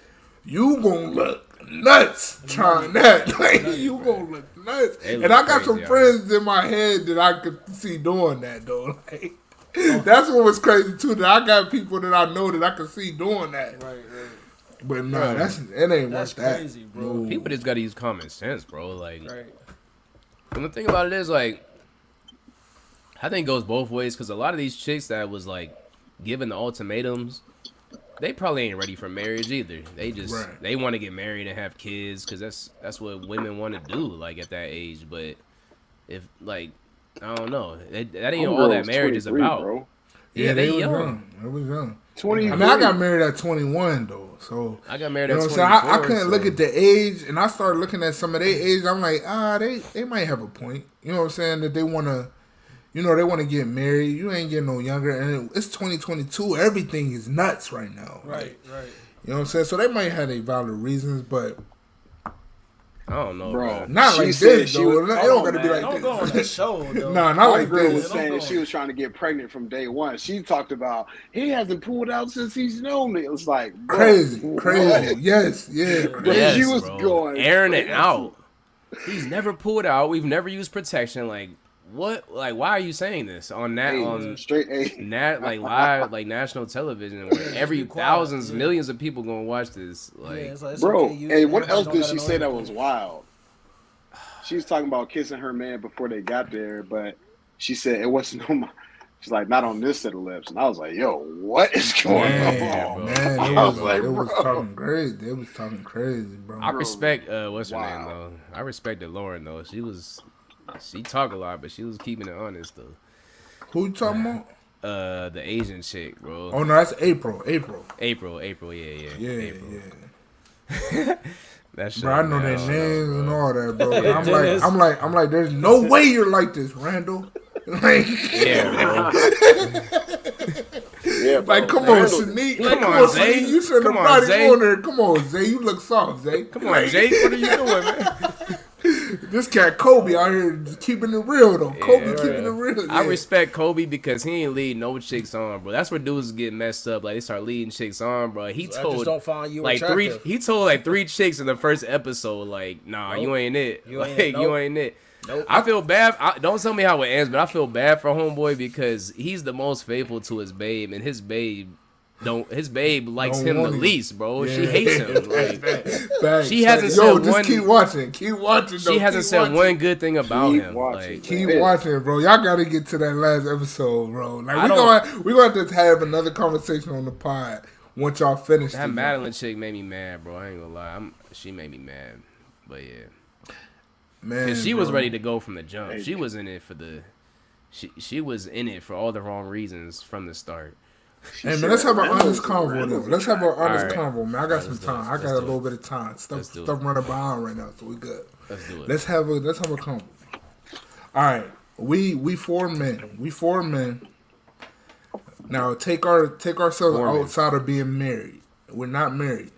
Speaker 1: you gonna look nuts trying that. Like you gonna look nuts.
Speaker 2: Mm-hmm. They
Speaker 1: and
Speaker 2: look
Speaker 1: I got
Speaker 2: crazy
Speaker 1: some
Speaker 2: out
Speaker 1: friends in my head that I could see doing that though. Like
Speaker 2: Oh.
Speaker 1: that's what was crazy too. That I got people that I know that I could see doing that.
Speaker 4: Right, right.
Speaker 1: But no, that's it ain't
Speaker 4: That's
Speaker 1: worth that.
Speaker 4: crazy, bro.
Speaker 1: No.
Speaker 2: People just gotta use common sense, bro. Like,
Speaker 4: Right.
Speaker 2: and the thing about it is, like, I think it goes both ways because a lot of these chicks that was like giving the ultimatums, they probably ain't ready for marriage either. They just
Speaker 1: Right.
Speaker 2: they want to get married and have kids because that's that's what women want to do, like at that age. But if like, I don't know, that, that ain't all that marriage is about.
Speaker 3: bro.
Speaker 2: Yeah, they,
Speaker 1: was
Speaker 2: young.
Speaker 1: young. They was young.
Speaker 3: Twenty.
Speaker 1: I mean, I got married at 21 though, so
Speaker 2: I got married
Speaker 1: You know
Speaker 2: at
Speaker 1: what I'm
Speaker 2: 24.
Speaker 1: saying? I, I couldn't
Speaker 2: so-
Speaker 1: look at the age, and I started looking at some of their age. I'm like, ah, they they might have a point. You know what I'm saying? That they want to, you know, they want to get married. You ain't getting no younger, and it's 2022. Everything is nuts right now.
Speaker 4: Right,
Speaker 1: Like,
Speaker 4: right.
Speaker 1: you know what I'm saying? So they might have their valid reasons, but
Speaker 2: I don't know,
Speaker 3: Bro.
Speaker 2: bro.
Speaker 1: not
Speaker 3: She
Speaker 1: like
Speaker 3: said
Speaker 1: this.
Speaker 3: she
Speaker 1: Though.
Speaker 3: was-
Speaker 1: it
Speaker 4: Hold
Speaker 1: don't
Speaker 4: on,
Speaker 1: got to be
Speaker 4: man. Don't go on
Speaker 1: like
Speaker 4: that
Speaker 1: this.
Speaker 4: show, though.
Speaker 1: Nah, not
Speaker 3: My
Speaker 1: like
Speaker 3: girl was
Speaker 1: this.
Speaker 4: Don't
Speaker 3: saying
Speaker 4: go.
Speaker 3: she was trying to get pregnant from day one. She talked about he hasn't pulled out since he's known me. It was like bro,
Speaker 1: Crazy,
Speaker 3: what?
Speaker 2: um,
Speaker 1: crazy. Yes, yeah.
Speaker 3: But
Speaker 1: crazy.
Speaker 2: Yes,
Speaker 3: she was
Speaker 2: bro.
Speaker 3: going
Speaker 2: airing it
Speaker 3: crazy.
Speaker 2: out. He's never pulled out. We've never used protection. Like what? Like why are you saying this on that
Speaker 3: Hey,
Speaker 2: on
Speaker 3: straight A.
Speaker 2: nat like live like national television where every
Speaker 4: be quiet,
Speaker 2: thousands
Speaker 4: yeah.
Speaker 2: millions of people gonna watch this?
Speaker 4: Yeah,
Speaker 2: Like
Speaker 4: it's like, it's
Speaker 3: Bro,
Speaker 4: okay, you-
Speaker 3: hey, what
Speaker 4: everybody
Speaker 3: else
Speaker 4: don't
Speaker 3: did
Speaker 4: gotta
Speaker 3: she
Speaker 4: know
Speaker 3: say that
Speaker 4: everything.
Speaker 3: was wild? She was talking about kissing her man before they got there, but she said it wasn't on my. She's like, not on this set of lips, and I was like, yo, what is going
Speaker 1: Man,
Speaker 3: on?
Speaker 1: man, it
Speaker 3: I
Speaker 1: was,
Speaker 3: was like,
Speaker 1: it was
Speaker 3: bro.
Speaker 1: talking crazy. It was talking crazy, bro.
Speaker 2: I respect uh what's her name
Speaker 3: Wow.
Speaker 2: though. I respected Lauren though. She was she talk a lot, but she was keeping it honest though.
Speaker 1: Who you talking about?
Speaker 2: Uh, the Asian chick, bro.
Speaker 1: Oh no, that's April. April.
Speaker 2: April, April, yeah, yeah,
Speaker 1: Yeah,
Speaker 2: April.
Speaker 1: yeah.
Speaker 2: That shit,
Speaker 1: Bro, I know
Speaker 2: man,
Speaker 1: their
Speaker 2: don't
Speaker 1: names
Speaker 2: bro.
Speaker 1: and all that, bro. And I'm like,
Speaker 4: Dennis.
Speaker 1: I'm like, I'm like, there's no way you're like this, Randall. Like,
Speaker 2: Yeah, bro.
Speaker 3: Yeah, bro.
Speaker 1: like, come on,
Speaker 3: Randall-
Speaker 1: Sneak.
Speaker 2: Come
Speaker 1: Like, come
Speaker 2: on,
Speaker 1: on,
Speaker 2: Zay.
Speaker 1: Sneak. You should have
Speaker 2: Come on,
Speaker 1: brought
Speaker 2: Zay.
Speaker 1: him on there. Come on, Zay. You look soft, Zay.
Speaker 2: Come on, Jake, what are you doing, man?
Speaker 1: This cat Kobe out here just keeping it real though. Kobe
Speaker 2: Yeah.
Speaker 1: keeping it real.
Speaker 2: I
Speaker 1: yeah.
Speaker 2: respect Kobe because he ain't lead no chicks on, bro. That's where dudes get messed up. Like they start leading chicks on, bro. He
Speaker 4: I just
Speaker 2: told
Speaker 4: don't find you
Speaker 2: like three.
Speaker 4: attractive.
Speaker 2: He told like three chicks in the first episode. Like, nah, you
Speaker 4: Nope.
Speaker 2: ain't it.
Speaker 4: You
Speaker 2: like,
Speaker 4: ain't it.
Speaker 2: you
Speaker 4: Nope.
Speaker 2: ain't it.
Speaker 4: Nope.
Speaker 2: I feel bad. I, don't tell me how it ends, but I feel bad for homeboy because he's the most faithful to his babe, and his babe don't. His babe likes
Speaker 1: Don't
Speaker 2: him the
Speaker 1: want him.
Speaker 2: least, bro. She
Speaker 1: Yeah.
Speaker 2: hates him. Like,
Speaker 1: Facts.
Speaker 2: She hasn't
Speaker 1: Facts. Yo,
Speaker 2: said
Speaker 1: just
Speaker 2: one-
Speaker 1: keep watching. Keep watching. though.
Speaker 2: She hasn't
Speaker 1: Keep
Speaker 2: said
Speaker 1: watching.
Speaker 2: one good thing about
Speaker 3: Keep
Speaker 2: him.
Speaker 3: watching.
Speaker 2: Like,
Speaker 1: Keep
Speaker 3: Yeah.
Speaker 1: watching, bro. Y'all gotta get to that last episode, bro. Like
Speaker 2: I
Speaker 1: we
Speaker 2: don't-
Speaker 1: gonna we gonna have to have another conversation on the pod once y'all finish.
Speaker 2: that
Speaker 1: this.
Speaker 2: Madeline chick made me mad, bro. I ain't gonna lie. I'm, she made me mad. But yeah.
Speaker 1: man,
Speaker 2: 'Cause she was
Speaker 1: bro.
Speaker 2: ready to go from the jump. She was in it for the. She she was in it for all the wrong reasons from the start.
Speaker 1: Hey man, let's have an honest convo though. Let's have an honest
Speaker 2: Alright.
Speaker 1: convo, man. I got some time. I
Speaker 2: Let's
Speaker 1: got
Speaker 2: do
Speaker 1: a
Speaker 2: it.
Speaker 1: little bit of time. Stuff
Speaker 2: Let's do it.
Speaker 1: stuff running behind right now, so we good.
Speaker 2: Let's do it.
Speaker 1: Let's have a let's have a convo. All right, we we four men. We four men. Now take our take ourselves
Speaker 2: Four men.
Speaker 1: outside of being married. We're not married.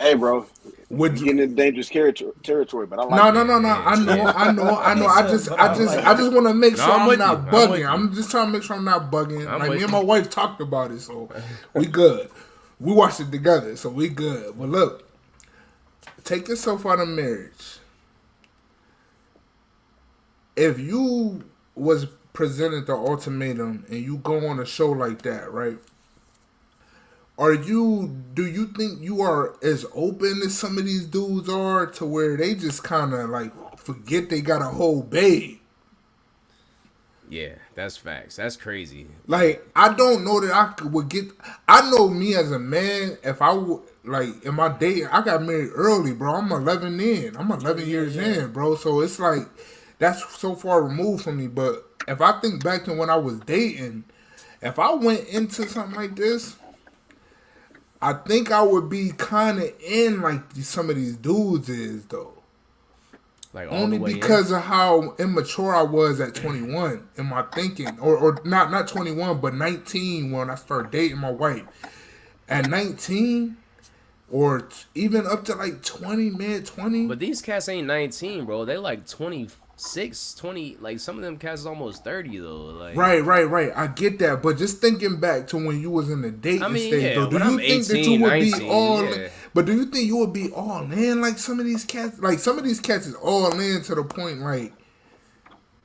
Speaker 3: Hey, bro,
Speaker 1: Would
Speaker 3: you're getting into dangerous territory, territory but I like
Speaker 1: no
Speaker 3: it.
Speaker 1: no no no. I know I know I know. I just I just I just want to make
Speaker 2: No,
Speaker 1: sure
Speaker 2: I'm
Speaker 1: I'm,
Speaker 2: with
Speaker 1: not
Speaker 2: you. I'm with
Speaker 1: bugging.
Speaker 2: you.
Speaker 1: I'm just trying to make sure I'm not bugging.
Speaker 2: I'm
Speaker 1: like
Speaker 2: with
Speaker 1: me and
Speaker 2: you.
Speaker 1: my wife talked about it, so we good. We watched it together, so we good. But look, take yourself out of marriage. If you was presented the ultimatum and you go on a show like that, right? Are you do you think you are as open as some of these dudes are to where they just kind of like forget they got a whole babe?
Speaker 2: Yeah, that's facts. That's crazy.
Speaker 1: Like I don't know that I could, would get. I know me as a man. If I would like in my day, I got married early, bro. I'm 11 in. I'm 11 years in, bro. So it's like that's so far removed from me. But if I think back to when I was dating, if I went into something like this, I think I would be kind of in like these- some of these dudes is though.
Speaker 2: Like all
Speaker 1: Only
Speaker 2: the way in.
Speaker 1: because of how immature I was at 21 in my thinking, or, or not not 21, but 19 when I started dating my wife. At 19, or t- even up to like 20, mid 20.
Speaker 2: But these cats ain't 19, bro. They like 26, 20. Like some of them cats is almost 30 though. Like
Speaker 1: Right, right, right. I get that, but just thinking back to when you was in the dating
Speaker 2: I mean,
Speaker 1: stage,
Speaker 2: yeah,
Speaker 1: though, do
Speaker 2: when
Speaker 1: you
Speaker 2: I'm
Speaker 1: think that
Speaker 2: 18,
Speaker 1: you would
Speaker 2: 19,
Speaker 1: be all?
Speaker 2: yeah.
Speaker 1: But do you think you would be all in like some of these cats? Like some of these cats is all in to the point like,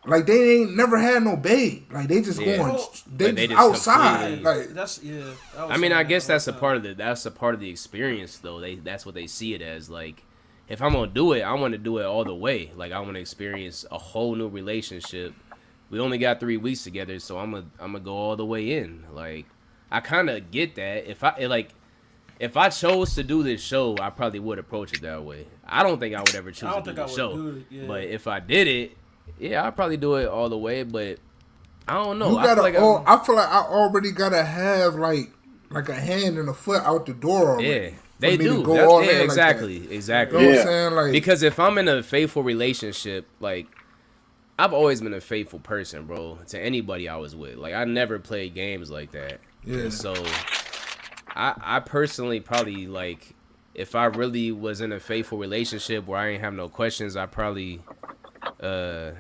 Speaker 1: like they ain't never had no babe. Like they just
Speaker 2: Yeah.
Speaker 1: going,
Speaker 4: Well,
Speaker 1: they,
Speaker 2: Like, they
Speaker 1: just
Speaker 2: just
Speaker 1: outside.
Speaker 2: completely-
Speaker 1: Like
Speaker 4: That's yeah.
Speaker 2: I mean, I guess that's a part of the that's a part of the experience though. They that's what they see it as. Like, if I'm gonna do it, I want to do it all the way. Like, I want to experience a whole new relationship. We only got three weeks together, so I'm gonna I'm gonna go all the way in. Like, I kind of get that. If I like, if I chose to do this show, I probably would approach it that way. I don't think I would ever choose
Speaker 4: I
Speaker 2: to
Speaker 4: don't
Speaker 2: do
Speaker 4: think I
Speaker 2: the
Speaker 4: would
Speaker 2: show,
Speaker 4: do it, yeah.
Speaker 2: but if I did it, yeah, I'd probably do it all the way. But I don't know.
Speaker 1: you
Speaker 2: I
Speaker 1: gotta.
Speaker 2: feel like I'm-
Speaker 1: all, I feel like I already gotta have like like a hand and a foot out the door. Already
Speaker 2: Yeah,
Speaker 1: for
Speaker 2: they
Speaker 1: me to
Speaker 2: do.
Speaker 1: go
Speaker 2: That's-
Speaker 1: all
Speaker 2: yeah,
Speaker 1: in like that.
Speaker 2: exactly,
Speaker 1: You know
Speaker 2: exactly.
Speaker 1: what
Speaker 3: Yeah.
Speaker 1: I'm saying? Like
Speaker 2: Because if I'm in a faithful relationship, like I've always been a faithful person, bro, to anybody I was with. Like I never played games like that.
Speaker 1: Yeah.
Speaker 2: And so I I personally probably like if I really was in a faithful relationship where I ain't have no questions, I probably uh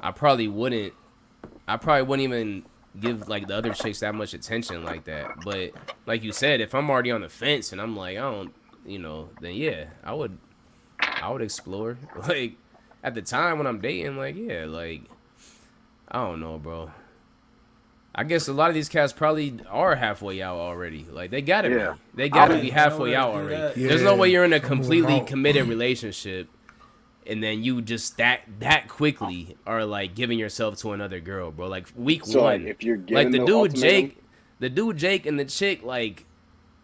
Speaker 2: I probably wouldn't I probably wouldn't even give like the other chicks that much attention like that. But like you said, if I'm already on the fence and I'm like, I don't you know, then yeah, I would I would explore. Like at the time when I'm dating, like yeah, like I don't know, bro. I guess a lot of these cats probably are halfway out already. Like they gotta
Speaker 3: Yeah.
Speaker 2: be, they gotta
Speaker 4: wouldn't
Speaker 2: be
Speaker 4: know
Speaker 2: halfway
Speaker 4: how to
Speaker 2: out
Speaker 4: do
Speaker 2: already.
Speaker 4: that.
Speaker 2: There's no
Speaker 1: Yeah,
Speaker 2: way you're in a
Speaker 1: I'm moving
Speaker 2: completely
Speaker 1: out.
Speaker 2: committed relationship, and then you just that that quickly are like giving yourself to another girl, bro. Like week
Speaker 3: So, like,
Speaker 2: one,
Speaker 3: if you're
Speaker 2: like
Speaker 3: given
Speaker 2: the
Speaker 3: the
Speaker 2: dude
Speaker 3: ultimatum-
Speaker 2: Jake, the dude Jake and the chick like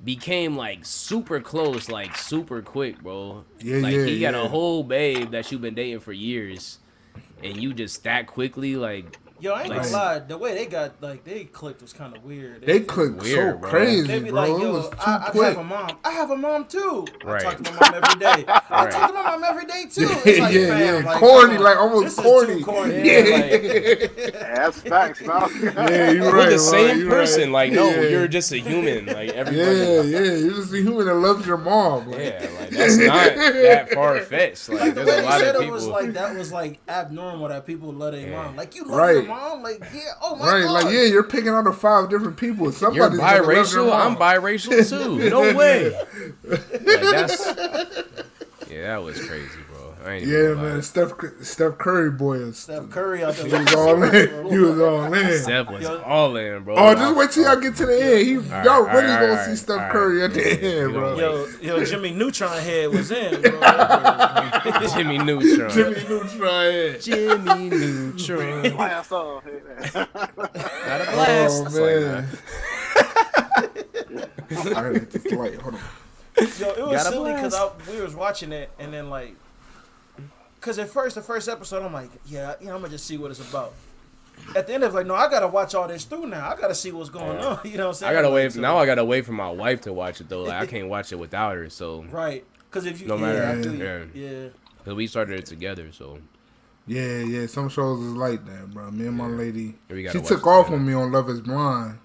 Speaker 2: became like super close, like super quick, bro.
Speaker 1: Yeah,
Speaker 2: like
Speaker 1: yeah,
Speaker 2: he got
Speaker 1: yeah.
Speaker 2: a whole babe that you've been dating for years, and you just that quickly, like
Speaker 4: Yo, I ain't gonna
Speaker 1: Like-
Speaker 4: lie. The way they got like they clicked was kind of weird.
Speaker 1: They clicked so
Speaker 2: Weird, bro.
Speaker 1: crazy,
Speaker 4: They be
Speaker 1: bro.
Speaker 4: like,
Speaker 1: it
Speaker 4: yo,
Speaker 1: was too
Speaker 4: I, I
Speaker 1: quick.
Speaker 4: have a mom. I have a mom too.
Speaker 2: Right.
Speaker 4: I talk to my mom every day. I
Speaker 2: Right.
Speaker 4: talk to my mom every day too.
Speaker 1: Yeah,
Speaker 4: It's like,
Speaker 1: yeah,
Speaker 4: fam,
Speaker 1: yeah.
Speaker 4: like,
Speaker 1: corny,
Speaker 4: come on.
Speaker 1: like almost
Speaker 4: This is too
Speaker 1: corny.
Speaker 4: corny.
Speaker 1: Yeah,
Speaker 2: Yeah, like-
Speaker 3: That's facts, bro.
Speaker 1: yeah, you right.
Speaker 2: we're the
Speaker 1: bro,
Speaker 2: same
Speaker 1: you
Speaker 2: person.
Speaker 1: right.
Speaker 2: Like no,
Speaker 1: yeah.
Speaker 2: you're just a human. Like everybody.
Speaker 1: Yeah, yeah, you're just a human that loves your mom. Like,
Speaker 2: Yeah, like that's not that far fetched. Like
Speaker 4: The
Speaker 2: there's
Speaker 4: way
Speaker 2: a
Speaker 4: he
Speaker 2: lot
Speaker 4: said
Speaker 2: of
Speaker 4: it was
Speaker 2: people.
Speaker 4: like that was like abnormal that people love their mom. Like you love your
Speaker 1: Right.
Speaker 4: mom, like yeah, oh my
Speaker 1: right?
Speaker 4: god,
Speaker 1: Like, yeah, you're picking out of five different people.
Speaker 2: You're
Speaker 1: Somebody's gonna love your
Speaker 2: biracial.
Speaker 1: mom.
Speaker 2: I'm biracial too. No way. Like, that's, yeah, that was crazy, bro. I ain't even
Speaker 1: Yeah,
Speaker 2: gonna lie.
Speaker 1: man. Steph Steph Curry boys.
Speaker 4: Steph Curry out there.
Speaker 1: He was all in. He was all in.
Speaker 2: Steph was all in, bro.
Speaker 1: Oh, just wait till y'all get to the end. He, y'all
Speaker 2: all right,
Speaker 1: really
Speaker 2: all
Speaker 1: gonna
Speaker 2: right,
Speaker 1: see Steph
Speaker 2: all right.
Speaker 1: Curry at
Speaker 2: Yeah,
Speaker 1: the
Speaker 2: yeah,
Speaker 1: end,
Speaker 2: we
Speaker 1: bro.
Speaker 2: don't
Speaker 4: Yo, yo, Jimmy Neutron head was in, bro.
Speaker 2: Jimmy Neutron.
Speaker 1: Jimmy Neutron. yeah.
Speaker 2: Jimmy Neutron.
Speaker 3: Last song.
Speaker 2: Not a
Speaker 1: Oh
Speaker 2: blast.
Speaker 1: man. I gotta get this light. Hold on.
Speaker 4: Yo, it was
Speaker 2: Got a
Speaker 4: silly because
Speaker 2: blast.
Speaker 4: we was watching it and then like, because at first the first episode I'm like, yeah, you know, I'm gonna just see what it's about. At the end of it, like, no, I gotta watch all this through now. I gotta see what's going on. You know what I'm saying?
Speaker 2: I gotta
Speaker 4: Like,
Speaker 2: wait.
Speaker 4: so-
Speaker 2: Now I gotta wait for my wife to watch it though. Like I can't watch it without her. So
Speaker 4: Right. Because if you
Speaker 2: No
Speaker 4: yeah,
Speaker 2: matter
Speaker 4: I
Speaker 1: how-
Speaker 4: feel you.
Speaker 2: yeah.
Speaker 4: yeah.
Speaker 2: 'cause we started it together. So
Speaker 1: Yeah, yeah. Some shows is like that, bro. Me and my lady.
Speaker 2: We gotta
Speaker 1: She
Speaker 2: watch
Speaker 1: took
Speaker 2: it
Speaker 1: off
Speaker 2: together.
Speaker 1: on me on Love Is Blind,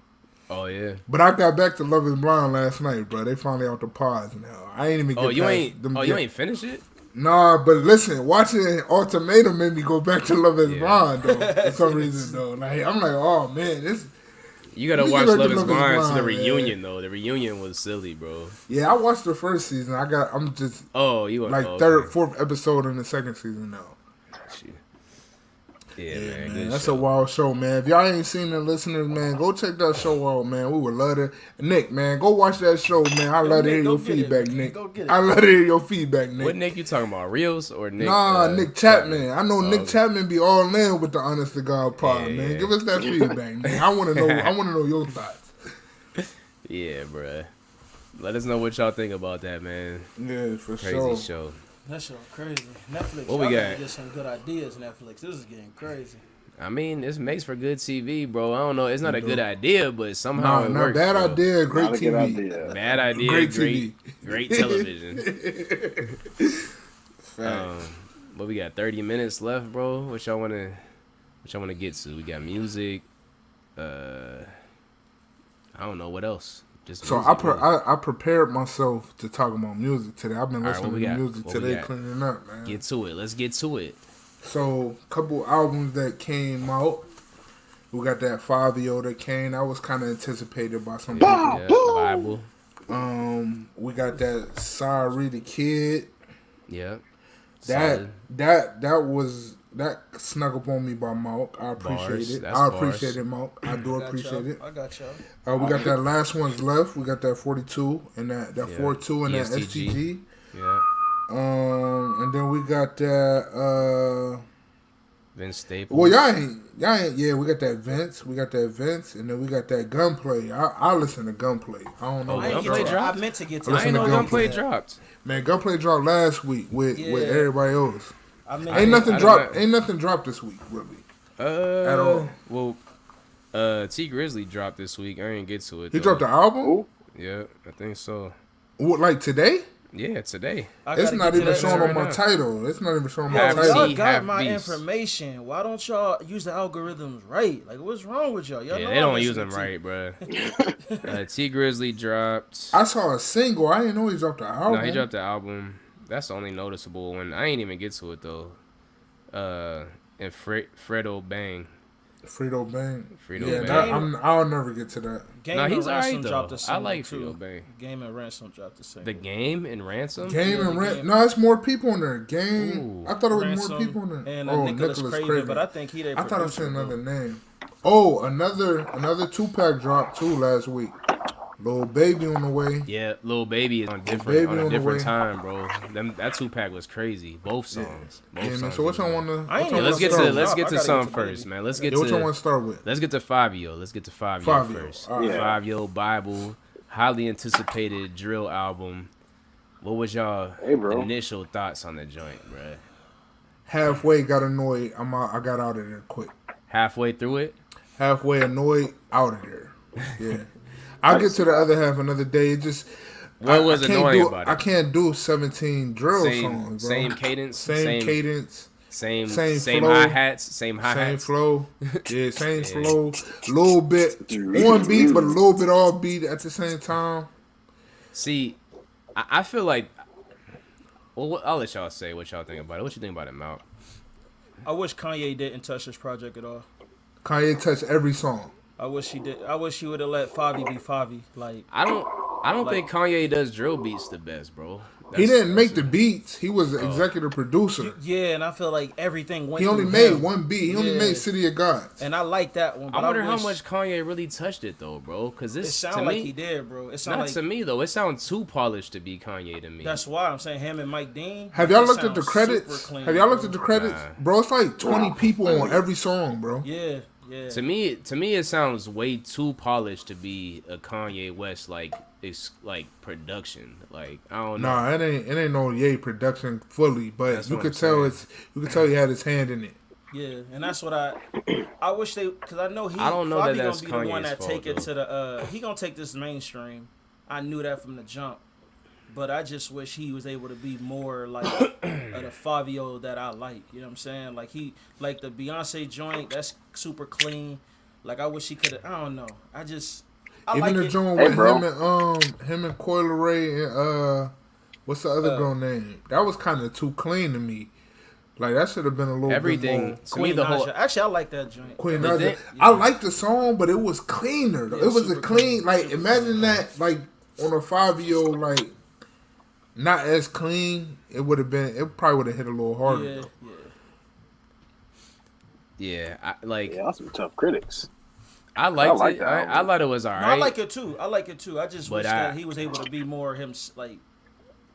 Speaker 2: oh yeah.
Speaker 1: but I got back to Love Is Blind last night, bro. They finally out the pods now. I ain't even.
Speaker 2: Oh
Speaker 1: get
Speaker 2: you
Speaker 1: past
Speaker 2: ain't.
Speaker 1: Them
Speaker 2: Oh you
Speaker 1: yet.
Speaker 2: ain't finished it.
Speaker 1: Nah, but listen, watching Ultimatum made me go back to Love Is
Speaker 2: Yeah.
Speaker 1: Blind though. For some reason though, like I'm like, oh man, this.
Speaker 2: You gotta
Speaker 1: We
Speaker 2: watch
Speaker 1: gotta
Speaker 2: Love
Speaker 1: do
Speaker 2: Is
Speaker 1: Love is
Speaker 2: Blind to the
Speaker 1: Blind, man.
Speaker 2: reunion though. The reunion was silly, bro.
Speaker 1: Yeah, I watched the first season. I got. I'm just
Speaker 2: Oh, you went
Speaker 1: like
Speaker 2: oh,
Speaker 1: third,
Speaker 2: okay.
Speaker 1: fourth episode in the second season now.
Speaker 2: Yeah,
Speaker 1: Yeah,
Speaker 2: man.
Speaker 1: man,
Speaker 2: good
Speaker 1: that's
Speaker 2: shit.
Speaker 1: a wild show, man. If y'all ain't seen it, listeners, man, go check that show out, man. We would love it. Nick, man, go watch that show, man. I love to
Speaker 4: Nick,
Speaker 1: hear
Speaker 4: go
Speaker 1: your
Speaker 4: get
Speaker 1: feedback,
Speaker 4: it, man.
Speaker 1: Nick.
Speaker 4: Go get it.
Speaker 1: I love to hear your feedback, Nick.
Speaker 2: What Nick you talking about? Reels or Nick?
Speaker 1: nah,
Speaker 2: uh,
Speaker 1: Nick Chapman. I know Nick
Speaker 2: okay.
Speaker 1: Chapman be all in with the honest to God part,
Speaker 2: Yeah,
Speaker 1: man.
Speaker 2: yeah.
Speaker 1: Give us that feedback, Nick. I want to know. I want to know your thoughts.
Speaker 2: Yeah, bruh. Let us know what y'all think about that, man.
Speaker 1: Yeah, for
Speaker 2: Crazy
Speaker 1: sure.
Speaker 2: show.
Speaker 4: That shit crazy. Netflix.
Speaker 2: What we
Speaker 4: y'all gotta
Speaker 2: got?
Speaker 4: Get some good ideas. Netflix. This is getting crazy.
Speaker 2: I mean, this makes for good TV, bro. I don't know. It's not a good idea, but somehow
Speaker 1: Nah,
Speaker 2: it
Speaker 1: nah,
Speaker 2: works.
Speaker 1: bad
Speaker 2: bro.
Speaker 1: idea, great
Speaker 3: Not a good
Speaker 1: TV.
Speaker 3: idea.
Speaker 2: Bad idea.
Speaker 1: Great
Speaker 2: Great,
Speaker 1: TV.
Speaker 2: great, television. um, but we got 30 minutes left, bro. What y'all wanna? What y'all wanna get to? We got music. Uh, I don't know what else. Just
Speaker 1: So
Speaker 2: music,
Speaker 1: I, pre-
Speaker 2: really.
Speaker 1: I I prepared myself to talk about music today. I've been
Speaker 2: All right, what
Speaker 1: listening
Speaker 2: we
Speaker 1: to
Speaker 2: got?
Speaker 1: music
Speaker 2: What we
Speaker 1: today,
Speaker 2: got?
Speaker 1: cleaning up, man.
Speaker 2: get to it. Let's get to it.
Speaker 1: So, couple albums that came out. We got that Five Yo that came. That was kind of anticipated by some. people.
Speaker 2: Yeah, Bible.
Speaker 1: Um, we got that Sorry the Kid.
Speaker 2: Yeah.
Speaker 1: That
Speaker 2: Solid.
Speaker 1: that that was that snuck up on me by Malk. I appreciate
Speaker 2: Bars.
Speaker 1: it.
Speaker 2: That's
Speaker 1: I
Speaker 2: bars.
Speaker 1: appreciate it, Malk. I do
Speaker 4: Got
Speaker 1: appreciate
Speaker 4: y'all.
Speaker 1: it.
Speaker 4: I got y'all.
Speaker 1: Uh, we got that last one's left. We got that forty two and that that
Speaker 2: Yeah. E
Speaker 1: four two and that
Speaker 2: ESTG.
Speaker 1: STG.
Speaker 2: Yeah.
Speaker 1: Um, and then we got that. Uh,
Speaker 2: Vince Staples.
Speaker 1: Well, y'all ain't, y'all ain't. Yeah, we got that Vince, we got that Vince, and then we got that Gunplay. I, I listen to Gunplay. I don't know.
Speaker 2: Oh,
Speaker 4: I,
Speaker 1: what
Speaker 4: ain't
Speaker 2: Gunplay
Speaker 4: get
Speaker 1: y'all-
Speaker 4: to,
Speaker 2: dropped?
Speaker 4: I meant to get to.
Speaker 1: I
Speaker 2: I
Speaker 1: listen
Speaker 2: ain't
Speaker 1: to
Speaker 2: know
Speaker 1: Gunplay.
Speaker 2: Gunplay dropped.
Speaker 1: Man, Gunplay dropped last week with with
Speaker 4: Yeah.
Speaker 1: everybody else.
Speaker 4: I meant
Speaker 1: Ain't
Speaker 4: to-
Speaker 1: nothing
Speaker 2: I don't
Speaker 1: dropped.
Speaker 2: know.
Speaker 1: Ain't nothing dropped this week, really.
Speaker 2: Uh,
Speaker 1: At all.
Speaker 2: Well, uh, T Grizzly dropped this week. I didn't get to it.
Speaker 1: He
Speaker 2: though.
Speaker 1: dropped an album.
Speaker 3: Who?
Speaker 2: Yeah, I think so.
Speaker 1: What, like today?
Speaker 2: Yeah, today.
Speaker 4: I
Speaker 1: It's
Speaker 4: gotta
Speaker 1: not
Speaker 4: get to
Speaker 1: even
Speaker 4: that
Speaker 1: showing
Speaker 4: now.
Speaker 2: right
Speaker 1: on my
Speaker 2: now.
Speaker 1: title. It's not even showing on my
Speaker 2: Have
Speaker 1: title.
Speaker 4: Y'all
Speaker 2: T,
Speaker 4: got
Speaker 2: have
Speaker 4: my
Speaker 2: V's.
Speaker 4: information. Why don't y'all use the algorithms right? Like, what's wrong with y'all? y'all
Speaker 2: yeah,
Speaker 4: know
Speaker 2: they
Speaker 4: I
Speaker 2: don't
Speaker 4: listen
Speaker 2: use them
Speaker 4: to-
Speaker 2: right, bro. uh, T Grizzly dropped.
Speaker 1: I saw a single. I didn't know he dropped an album.
Speaker 2: No, he dropped the album. That's the only noticeable one. I ain't even get to it though. Uh, and Fred Fredo Bang.
Speaker 1: Frito Bang.
Speaker 2: Frito
Speaker 1: yeah,
Speaker 2: Bang.
Speaker 1: That, I'm, I'll never get to that.
Speaker 4: Game
Speaker 2: No,
Speaker 4: and
Speaker 2: he's
Speaker 4: Ransom
Speaker 2: alright though.
Speaker 4: dropped a
Speaker 2: I
Speaker 4: single,
Speaker 2: like
Speaker 4: too.
Speaker 2: Frito Bang.
Speaker 4: Game and Ransom dropped the single.
Speaker 2: The game and ransom.
Speaker 1: Game
Speaker 4: Yeah,
Speaker 1: and
Speaker 4: the
Speaker 1: Rent.
Speaker 4: Game.
Speaker 1: No, it's more people in there. Game.
Speaker 2: Ooh.
Speaker 1: I thought it was
Speaker 4: Ransom
Speaker 1: more people in there.
Speaker 4: and uh,
Speaker 1: oh,
Speaker 4: Nicholas, Craven, but I think he. their
Speaker 1: I thought I
Speaker 4: producer,
Speaker 1: said another
Speaker 4: though.
Speaker 1: name. Oh, another another two pack drop too last week. Little baby on the way.
Speaker 2: Yeah, little baby is on different
Speaker 1: Baby
Speaker 2: on
Speaker 1: on the
Speaker 2: a
Speaker 1: way.
Speaker 2: different time, bro. Them, that two pack was crazy. Both songs. Both
Speaker 1: Yeah, man.
Speaker 2: songs
Speaker 1: So what
Speaker 2: was
Speaker 1: y'all
Speaker 2: good.
Speaker 1: want to?
Speaker 4: I ain't
Speaker 2: Yeah,
Speaker 4: even
Speaker 2: let's get
Speaker 4: Start
Speaker 2: to
Speaker 4: it
Speaker 2: let's
Speaker 4: up.
Speaker 2: get
Speaker 4: I
Speaker 2: to
Speaker 4: gotta
Speaker 2: some
Speaker 4: get to
Speaker 2: first,
Speaker 4: Baby.
Speaker 2: man. Let's
Speaker 1: Yeah,
Speaker 2: get
Speaker 1: what y'all
Speaker 2: to
Speaker 1: want to start with?
Speaker 2: let's get to Fabio. Let's get to Fabio,
Speaker 1: Fabio,
Speaker 2: first.
Speaker 1: all right.
Speaker 2: Fabio Bible, highly anticipated drill album. What was y'all
Speaker 3: Hey, bro.
Speaker 2: initial thoughts on the joint, bruh?
Speaker 1: Halfway got annoyed. I'm out, I got out of there quick.
Speaker 2: Halfway through it,
Speaker 1: Halfway annoyed, out of there. Yeah, I'll get to the other half another day. It just
Speaker 2: What was
Speaker 1: can't
Speaker 2: annoying
Speaker 1: do-
Speaker 2: about it?
Speaker 1: I can't do 17 drill
Speaker 2: same
Speaker 1: songs, bro.
Speaker 2: same cadence,
Speaker 1: same,
Speaker 2: same same
Speaker 1: cadence.
Speaker 2: same,
Speaker 1: same flow.
Speaker 2: hi hats, same hi
Speaker 1: Same
Speaker 2: hats.
Speaker 1: flow, yeah, same flow, little bit one beat, but a little bit all beat at the same time.
Speaker 2: See, I, I feel like. Well, what- I'll let y'all say what y'all think about it. What you think about it, Mount?
Speaker 4: I wish Kanye didn't touch this project at all.
Speaker 1: Kanye touched every song.
Speaker 4: I wish he did. I wish he would have let Favi be Favi. Like
Speaker 2: I don't. I don't think Kanye does drill beats the best, bro.
Speaker 1: He
Speaker 2: That's- Oh.
Speaker 1: didn't make the beats. He was an executive producer.
Speaker 4: Yeah, and I feel like everything went.
Speaker 1: He only
Speaker 4: through
Speaker 1: made
Speaker 4: him.
Speaker 1: one beat. He only
Speaker 4: Yeah.
Speaker 1: made City of Gods.
Speaker 4: and I like that one. But
Speaker 2: I wonder how
Speaker 4: wish-
Speaker 2: much Kanye really touched it though, bro. Because
Speaker 4: It
Speaker 2: this to
Speaker 4: sounded like
Speaker 2: me,
Speaker 4: he did, bro. It
Speaker 2: not
Speaker 4: sounded like
Speaker 2: to me though. It sounds too polished to be Kanye to me.
Speaker 4: that's why I'm saying him and Mike Dean.
Speaker 1: Have y'all
Speaker 4: they
Speaker 1: looked at the
Speaker 4: sound
Speaker 1: credits?
Speaker 4: super clean,
Speaker 1: Have y'all looked
Speaker 4: bro.
Speaker 1: at the credits,
Speaker 2: Nah.
Speaker 1: bro? It's like twenty people on every song, bro.
Speaker 4: Yeah, yeah.
Speaker 2: to me, to me, it sounds way too polished to be a Kanye West like it's like production. Like I don't know.
Speaker 1: Nah, it ain't it ain't no Ye production fully, but
Speaker 2: That's
Speaker 1: you
Speaker 2: what
Speaker 1: could
Speaker 2: I'm
Speaker 1: tell
Speaker 2: saying.
Speaker 1: it's you could tell he had his hand in it.
Speaker 4: Yeah, and that's what I, I wish they, cause I know he.
Speaker 2: I don't know
Speaker 4: Fabi
Speaker 2: that that's
Speaker 4: gonna be the one
Speaker 2: Kanye's
Speaker 4: that take
Speaker 2: fault,
Speaker 4: it to the. uh He gonna take this mainstream. I knew that from the jump, but I just wish he was able to be more like of the Fabio that I like. You know what I'm saying? Like he, like the Beyonce joint. That's super clean. Like I wish he could. I don't know. I just. I
Speaker 1: Even the
Speaker 4: like it.
Speaker 1: joint
Speaker 3: Hey,
Speaker 1: with
Speaker 3: bro.
Speaker 1: him and um him and Coil Ray and uh what's the other
Speaker 4: Uh,
Speaker 1: girl name? That was kind of too clean to me. Like that should have been a little Bit
Speaker 2: Everything
Speaker 1: more.
Speaker 2: to me,
Speaker 4: Queen
Speaker 2: the whole
Speaker 4: Naja. Actually, I like that joint.
Speaker 1: Queen
Speaker 2: But
Speaker 1: Naja.
Speaker 2: then-
Speaker 1: I like the song, but it was cleaner. Though.
Speaker 4: Yeah,
Speaker 1: it was a
Speaker 4: super
Speaker 1: clean.
Speaker 4: clean.
Speaker 1: Like imagine that, like on a five year old, like not as clean. It would have been. It probably would have hit a little harder.
Speaker 4: Yeah,
Speaker 1: though.
Speaker 4: yeah.
Speaker 2: yeah, I, like
Speaker 3: Yeah, that's some tough critics.
Speaker 2: I liked
Speaker 3: like
Speaker 2: it.
Speaker 3: that
Speaker 2: I, I
Speaker 3: album.
Speaker 2: thought it was alright.
Speaker 4: I like it too. I like it too. I just
Speaker 2: But
Speaker 4: wish
Speaker 2: I-
Speaker 4: that he was able to be more him, like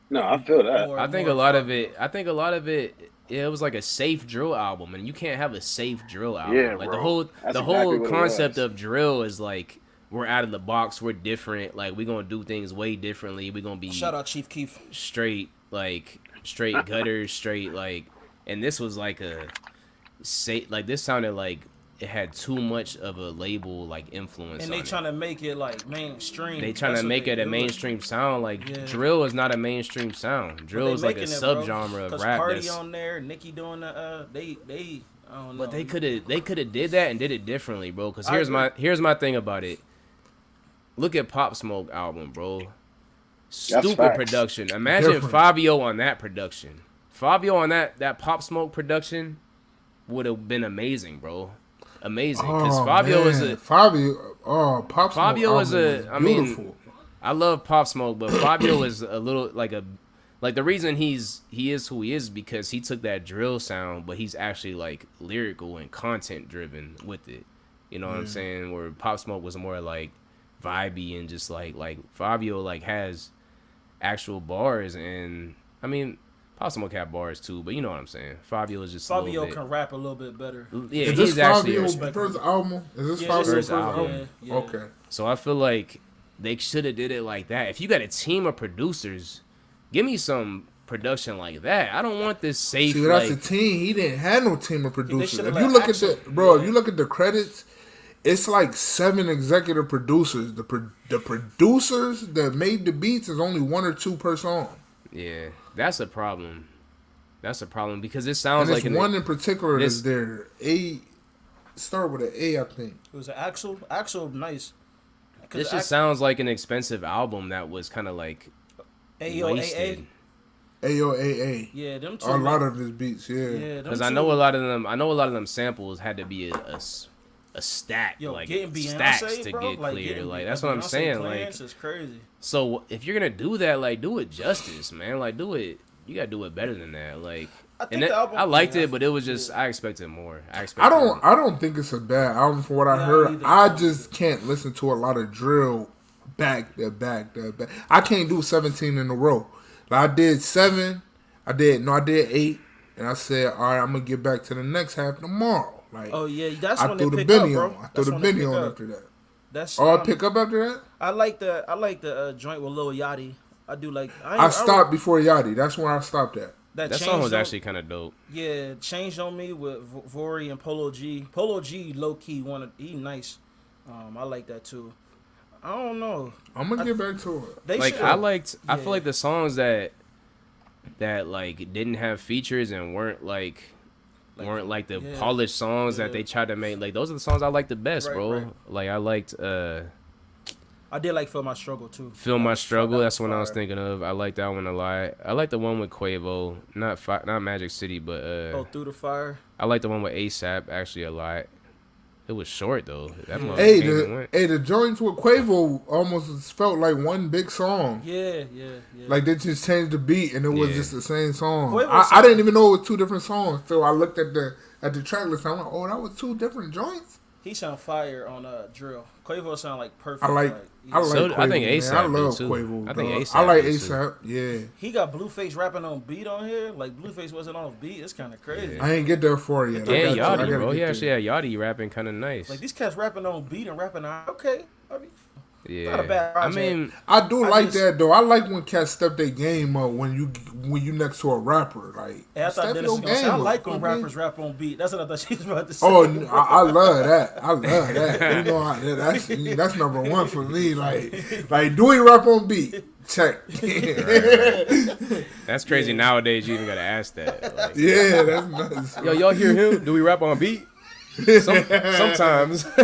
Speaker 3: No, I feel that.
Speaker 4: more.
Speaker 2: I think a
Speaker 4: more
Speaker 2: lot of it. I think a lot of it. It was like a safe drill album, and you can't have a safe drill album.
Speaker 3: Yeah,
Speaker 2: like the
Speaker 3: bro.
Speaker 2: whole
Speaker 3: That's
Speaker 2: the
Speaker 3: exactly
Speaker 2: whole
Speaker 3: what it
Speaker 2: concept
Speaker 3: was.
Speaker 2: of drill is like we're out of the box, we're different. Like we're gonna do things way differently. We're gonna be
Speaker 4: Shout out Chief Keef.
Speaker 2: straight, like straight gutters, straight like. And this was like a say like this sounded like it had too much of a label like influence.
Speaker 4: And they
Speaker 2: on it
Speaker 4: trying to make it like mainstream.
Speaker 2: they trying
Speaker 4: That's
Speaker 2: to
Speaker 4: what
Speaker 2: make
Speaker 4: they
Speaker 2: it a
Speaker 4: do.
Speaker 2: mainstream sound. Like
Speaker 4: Yeah.
Speaker 2: drill is not a mainstream sound.
Speaker 4: But
Speaker 2: Drill
Speaker 4: they
Speaker 2: is like a
Speaker 4: making it, bro.
Speaker 2: subgenre of
Speaker 4: 'Cause
Speaker 2: rap.
Speaker 4: Cardi
Speaker 2: that's-
Speaker 4: on there, Nicki doing the. Uh, they they. I don't know.
Speaker 2: but they could have they could have did that and did it differently, bro. Because
Speaker 4: I
Speaker 2: here's
Speaker 4: agree.
Speaker 2: my here's my thing about it. Look at Pop Smoke album, bro. Stupid
Speaker 3: facts.
Speaker 2: production. Imagine
Speaker 1: Different.
Speaker 2: Fabio on that production. Fabio on that that Pop Smoke production would have been amazing, bro. Amazing. Because
Speaker 1: Oh,
Speaker 2: Fabio is
Speaker 1: man.
Speaker 2: a
Speaker 1: Fabio. Oh, Pop Smoke
Speaker 2: Fabio is
Speaker 1: album
Speaker 2: a-
Speaker 1: was
Speaker 2: I mean,
Speaker 1: beautiful.
Speaker 2: I love Pop Smoke, but Fabio is a little like a like the reason he's he is who he is because he took that drill sound, but he's actually like lyrical and content driven with it. You know what I'm saying? Where Pop Smoke was more like vibey and just like like Fabio like has actual bars and I mean Pop Smoke had bars too, but you know what I'm saying. Fabio is just a
Speaker 4: Fabio
Speaker 2: little
Speaker 4: can rap a little bit better.
Speaker 2: bit, yeah,
Speaker 1: Is
Speaker 2: he's
Speaker 1: this
Speaker 2: actually
Speaker 1: Fabio's
Speaker 4: respectful.
Speaker 1: first album? Is this
Speaker 4: Yeah,
Speaker 1: Fabio's
Speaker 4: this is
Speaker 1: first
Speaker 2: his
Speaker 1: album?
Speaker 2: album.
Speaker 4: Yeah, yeah.
Speaker 1: Okay.
Speaker 2: So I feel like they should have did it like that. If you got a team of producers, give me some production like that. I don't want this safe.
Speaker 1: See,
Speaker 2: like,
Speaker 1: that's a team. He didn't have no team of producers.
Speaker 4: should've
Speaker 1: If
Speaker 4: let
Speaker 1: you look
Speaker 4: Axel-
Speaker 1: at the bro, if
Speaker 4: yeah.
Speaker 1: you look at the credits, it's like seven executive producers. The pro- the producers that made the beats is only one or two per song,
Speaker 2: yeah, that's a problem. That's a problem because it
Speaker 1: and
Speaker 2: sounds
Speaker 1: it's
Speaker 2: like an,
Speaker 1: one in particular
Speaker 2: this-
Speaker 1: that's there. A start with an A, I think.
Speaker 4: It was Axel. Axel, nice. 'Cause
Speaker 2: this just
Speaker 4: Ax-
Speaker 2: sounds like an expensive album that was kind of like
Speaker 4: AOAA.
Speaker 2: wasted.
Speaker 1: A O A A.
Speaker 4: Yeah, them two.
Speaker 1: A lot of his beats, yeah.
Speaker 4: Yeah,
Speaker 2: Because I know a lot of them. I know a lot of them samples had to be a, a s- a stack,
Speaker 4: Yo,
Speaker 2: like
Speaker 4: getting Beyonce,
Speaker 2: stacks to
Speaker 4: bro,
Speaker 2: get
Speaker 4: like,
Speaker 2: clear.
Speaker 4: getting
Speaker 2: Like
Speaker 4: Beyonce
Speaker 2: that's what I'm saying. Like
Speaker 4: clearance is crazy.
Speaker 2: So if you're gonna do that, like do it justice, man. Like do it. You gotta do it better than that. Like
Speaker 4: I
Speaker 2: and
Speaker 4: think
Speaker 2: it-
Speaker 4: the album-
Speaker 2: I liked
Speaker 4: yeah.
Speaker 2: it, but it was just I expected more. I expected.
Speaker 1: I don't.
Speaker 2: more.
Speaker 1: I don't think it's a bad album from what I
Speaker 4: Yeah,
Speaker 1: heard.
Speaker 4: neither.
Speaker 1: I just can't listen to a lot of drill back to back to back. I can't do seventeen in a row. Like I did seven. I did no. I did eight, and I said, all right, I'm gonna get back to the next half tomorrow. Like
Speaker 4: Oh yeah, that's
Speaker 1: I
Speaker 4: when
Speaker 1: threw
Speaker 4: they
Speaker 1: the
Speaker 4: pick
Speaker 1: Benny
Speaker 4: up,
Speaker 1: on.
Speaker 4: bro.
Speaker 1: I threw
Speaker 4: That's
Speaker 1: the
Speaker 4: when they
Speaker 1: Benny
Speaker 4: pick
Speaker 1: on
Speaker 4: up.
Speaker 1: after that.
Speaker 4: That's
Speaker 1: Oh, I
Speaker 4: um,
Speaker 1: pick up after that.
Speaker 4: I like the I like the uh, joint with Lil Yachty. I do like. I, ain't-
Speaker 1: I
Speaker 4: I
Speaker 1: stopped before Yachty. That's when I stopped at.
Speaker 2: That
Speaker 4: That, changed
Speaker 2: song was
Speaker 4: on-
Speaker 2: actually kind of dope.
Speaker 4: yeah changed on me with V- Vori and Polo G. Polo G low key wanted he nice. Um, I like that too. I don't know.
Speaker 1: I'm gonna get back to it.
Speaker 4: They
Speaker 2: Like
Speaker 4: should,
Speaker 2: I liked. I
Speaker 4: Yeah.
Speaker 2: feel like the songs that that like didn't have features and weren't like. weren't like the
Speaker 4: yeah.
Speaker 2: polished songs that
Speaker 4: Yeah.
Speaker 2: they tried to make like those are the songs i liked the best
Speaker 4: Right,
Speaker 2: bro
Speaker 4: right.
Speaker 2: like i liked uh
Speaker 4: I did like feel my struggle too.
Speaker 2: Feel My Struggle.
Speaker 4: that
Speaker 2: That's what I was
Speaker 4: fire.
Speaker 2: thinking of. I like that one a lot. I like the one with Quavo, not fi- not Magic City, but uh,
Speaker 4: Oh, through the fire.
Speaker 2: I like the one with ASAP actually a lot. It was short though. That motherfucker
Speaker 1: Hey,
Speaker 2: came and
Speaker 1: the,
Speaker 2: Oh, went.
Speaker 1: hey, the joints with Quavo almost felt like one big song.
Speaker 4: Yeah, yeah, yeah.
Speaker 1: Like they just changed the beat and it was
Speaker 2: Yeah.
Speaker 1: just the same song.
Speaker 4: Quavo
Speaker 1: I, I
Speaker 4: song-
Speaker 1: didn't even know it was two different songs. So I looked at the at the track list. And I went, "Oh, that was two different joints."
Speaker 4: he sound fire on uh drill. Quavo sound like perfect.
Speaker 1: I like, I like.
Speaker 2: So
Speaker 1: Quavo,
Speaker 2: I think
Speaker 1: man.
Speaker 2: A$AP
Speaker 1: I
Speaker 2: do
Speaker 1: love
Speaker 2: too.
Speaker 1: Quavo.
Speaker 2: I think
Speaker 1: dog.
Speaker 2: A$AP
Speaker 1: I like
Speaker 2: do too.
Speaker 1: ASAP. Yeah,
Speaker 4: He got Blueface rapping on beat on here. Like Blueface wasn't on beat. It's kind of crazy.
Speaker 1: I ain't get there for yet. I
Speaker 2: Yeah,
Speaker 1: got you. I
Speaker 2: Yachty,
Speaker 1: gotta
Speaker 2: bro.
Speaker 1: get
Speaker 2: He
Speaker 1: there.
Speaker 2: actually had Yachty rapping kind of nice.
Speaker 4: Like these cats rapping on beat and rapping on okay. I mean,
Speaker 2: yeah,
Speaker 4: not a bad
Speaker 2: I
Speaker 4: project.
Speaker 2: mean,
Speaker 1: I do
Speaker 4: I
Speaker 1: like
Speaker 4: just-
Speaker 1: that though. I like when cats step their game up when you when you next to a rapper. Like
Speaker 4: and I
Speaker 1: step
Speaker 4: thought Dennis was gonna say, I
Speaker 1: up,
Speaker 4: like
Speaker 1: you
Speaker 4: when
Speaker 1: know what I mean?
Speaker 4: rappers rap on beat. That's what I thought she was about to say.
Speaker 1: Oh, n- I, I love that. I love that. You know, I, that- that's that's number one for me. Like, like do we rap on beat? Check.
Speaker 2: that's crazy. Nowadays, you even gotta ask that. Like,
Speaker 1: yeah, that's nuts.
Speaker 2: Yo, y'all hear him? Do we rap on beat? Some, sometimes.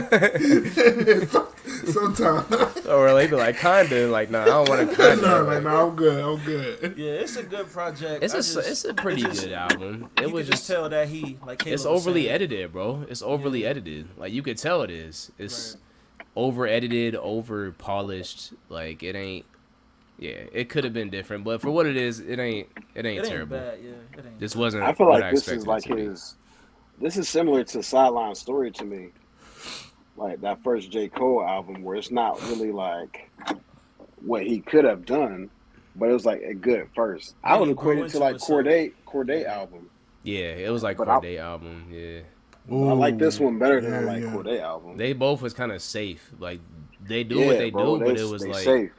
Speaker 1: Sometimes.
Speaker 2: or they be like, kinda. Like, nah, I don't want to kinda.
Speaker 1: no, like, no, I'm good. I'm good.
Speaker 4: yeah, it's a good project.
Speaker 2: It's
Speaker 4: I
Speaker 2: a
Speaker 4: just-
Speaker 2: it's a pretty
Speaker 4: just-
Speaker 2: good album. It
Speaker 4: you
Speaker 2: was
Speaker 4: could just
Speaker 2: just
Speaker 4: tell that he like Caleb
Speaker 2: it's
Speaker 4: was
Speaker 2: overly
Speaker 4: saying.
Speaker 2: edited, bro. It's overly edited. Like you could tell it is. It's over edited, over polished. Like it ain't. Yeah, it could have been different, but for what it is, it ain't. It ain't
Speaker 4: It ain't
Speaker 2: terrible.
Speaker 4: bad. Yeah, it ain't.
Speaker 2: This wasn't.
Speaker 3: I feel
Speaker 2: what
Speaker 3: like
Speaker 2: I
Speaker 3: this
Speaker 2: expected
Speaker 3: is
Speaker 2: it
Speaker 3: like
Speaker 2: to be.
Speaker 3: his. This is similar to Sideline Story to me. Like that first J. Cole album, where it's not really like what he could have done, but it was like a good first. I
Speaker 4: Yeah,
Speaker 3: would
Speaker 4: he
Speaker 3: have
Speaker 4: grew
Speaker 3: equated to
Speaker 4: into
Speaker 3: like
Speaker 4: it, so-
Speaker 3: Corday Corday album.
Speaker 2: Yeah, it was like
Speaker 3: But I-
Speaker 2: Corday album. Yeah,
Speaker 1: Ooh,
Speaker 3: I like this one better than I
Speaker 1: yeah,
Speaker 3: like
Speaker 1: yeah.
Speaker 3: Corday album.
Speaker 2: they both was kind of safe. Like they do what they
Speaker 3: bro,
Speaker 2: do,
Speaker 3: they-
Speaker 2: but it was
Speaker 3: they
Speaker 2: like
Speaker 3: safe.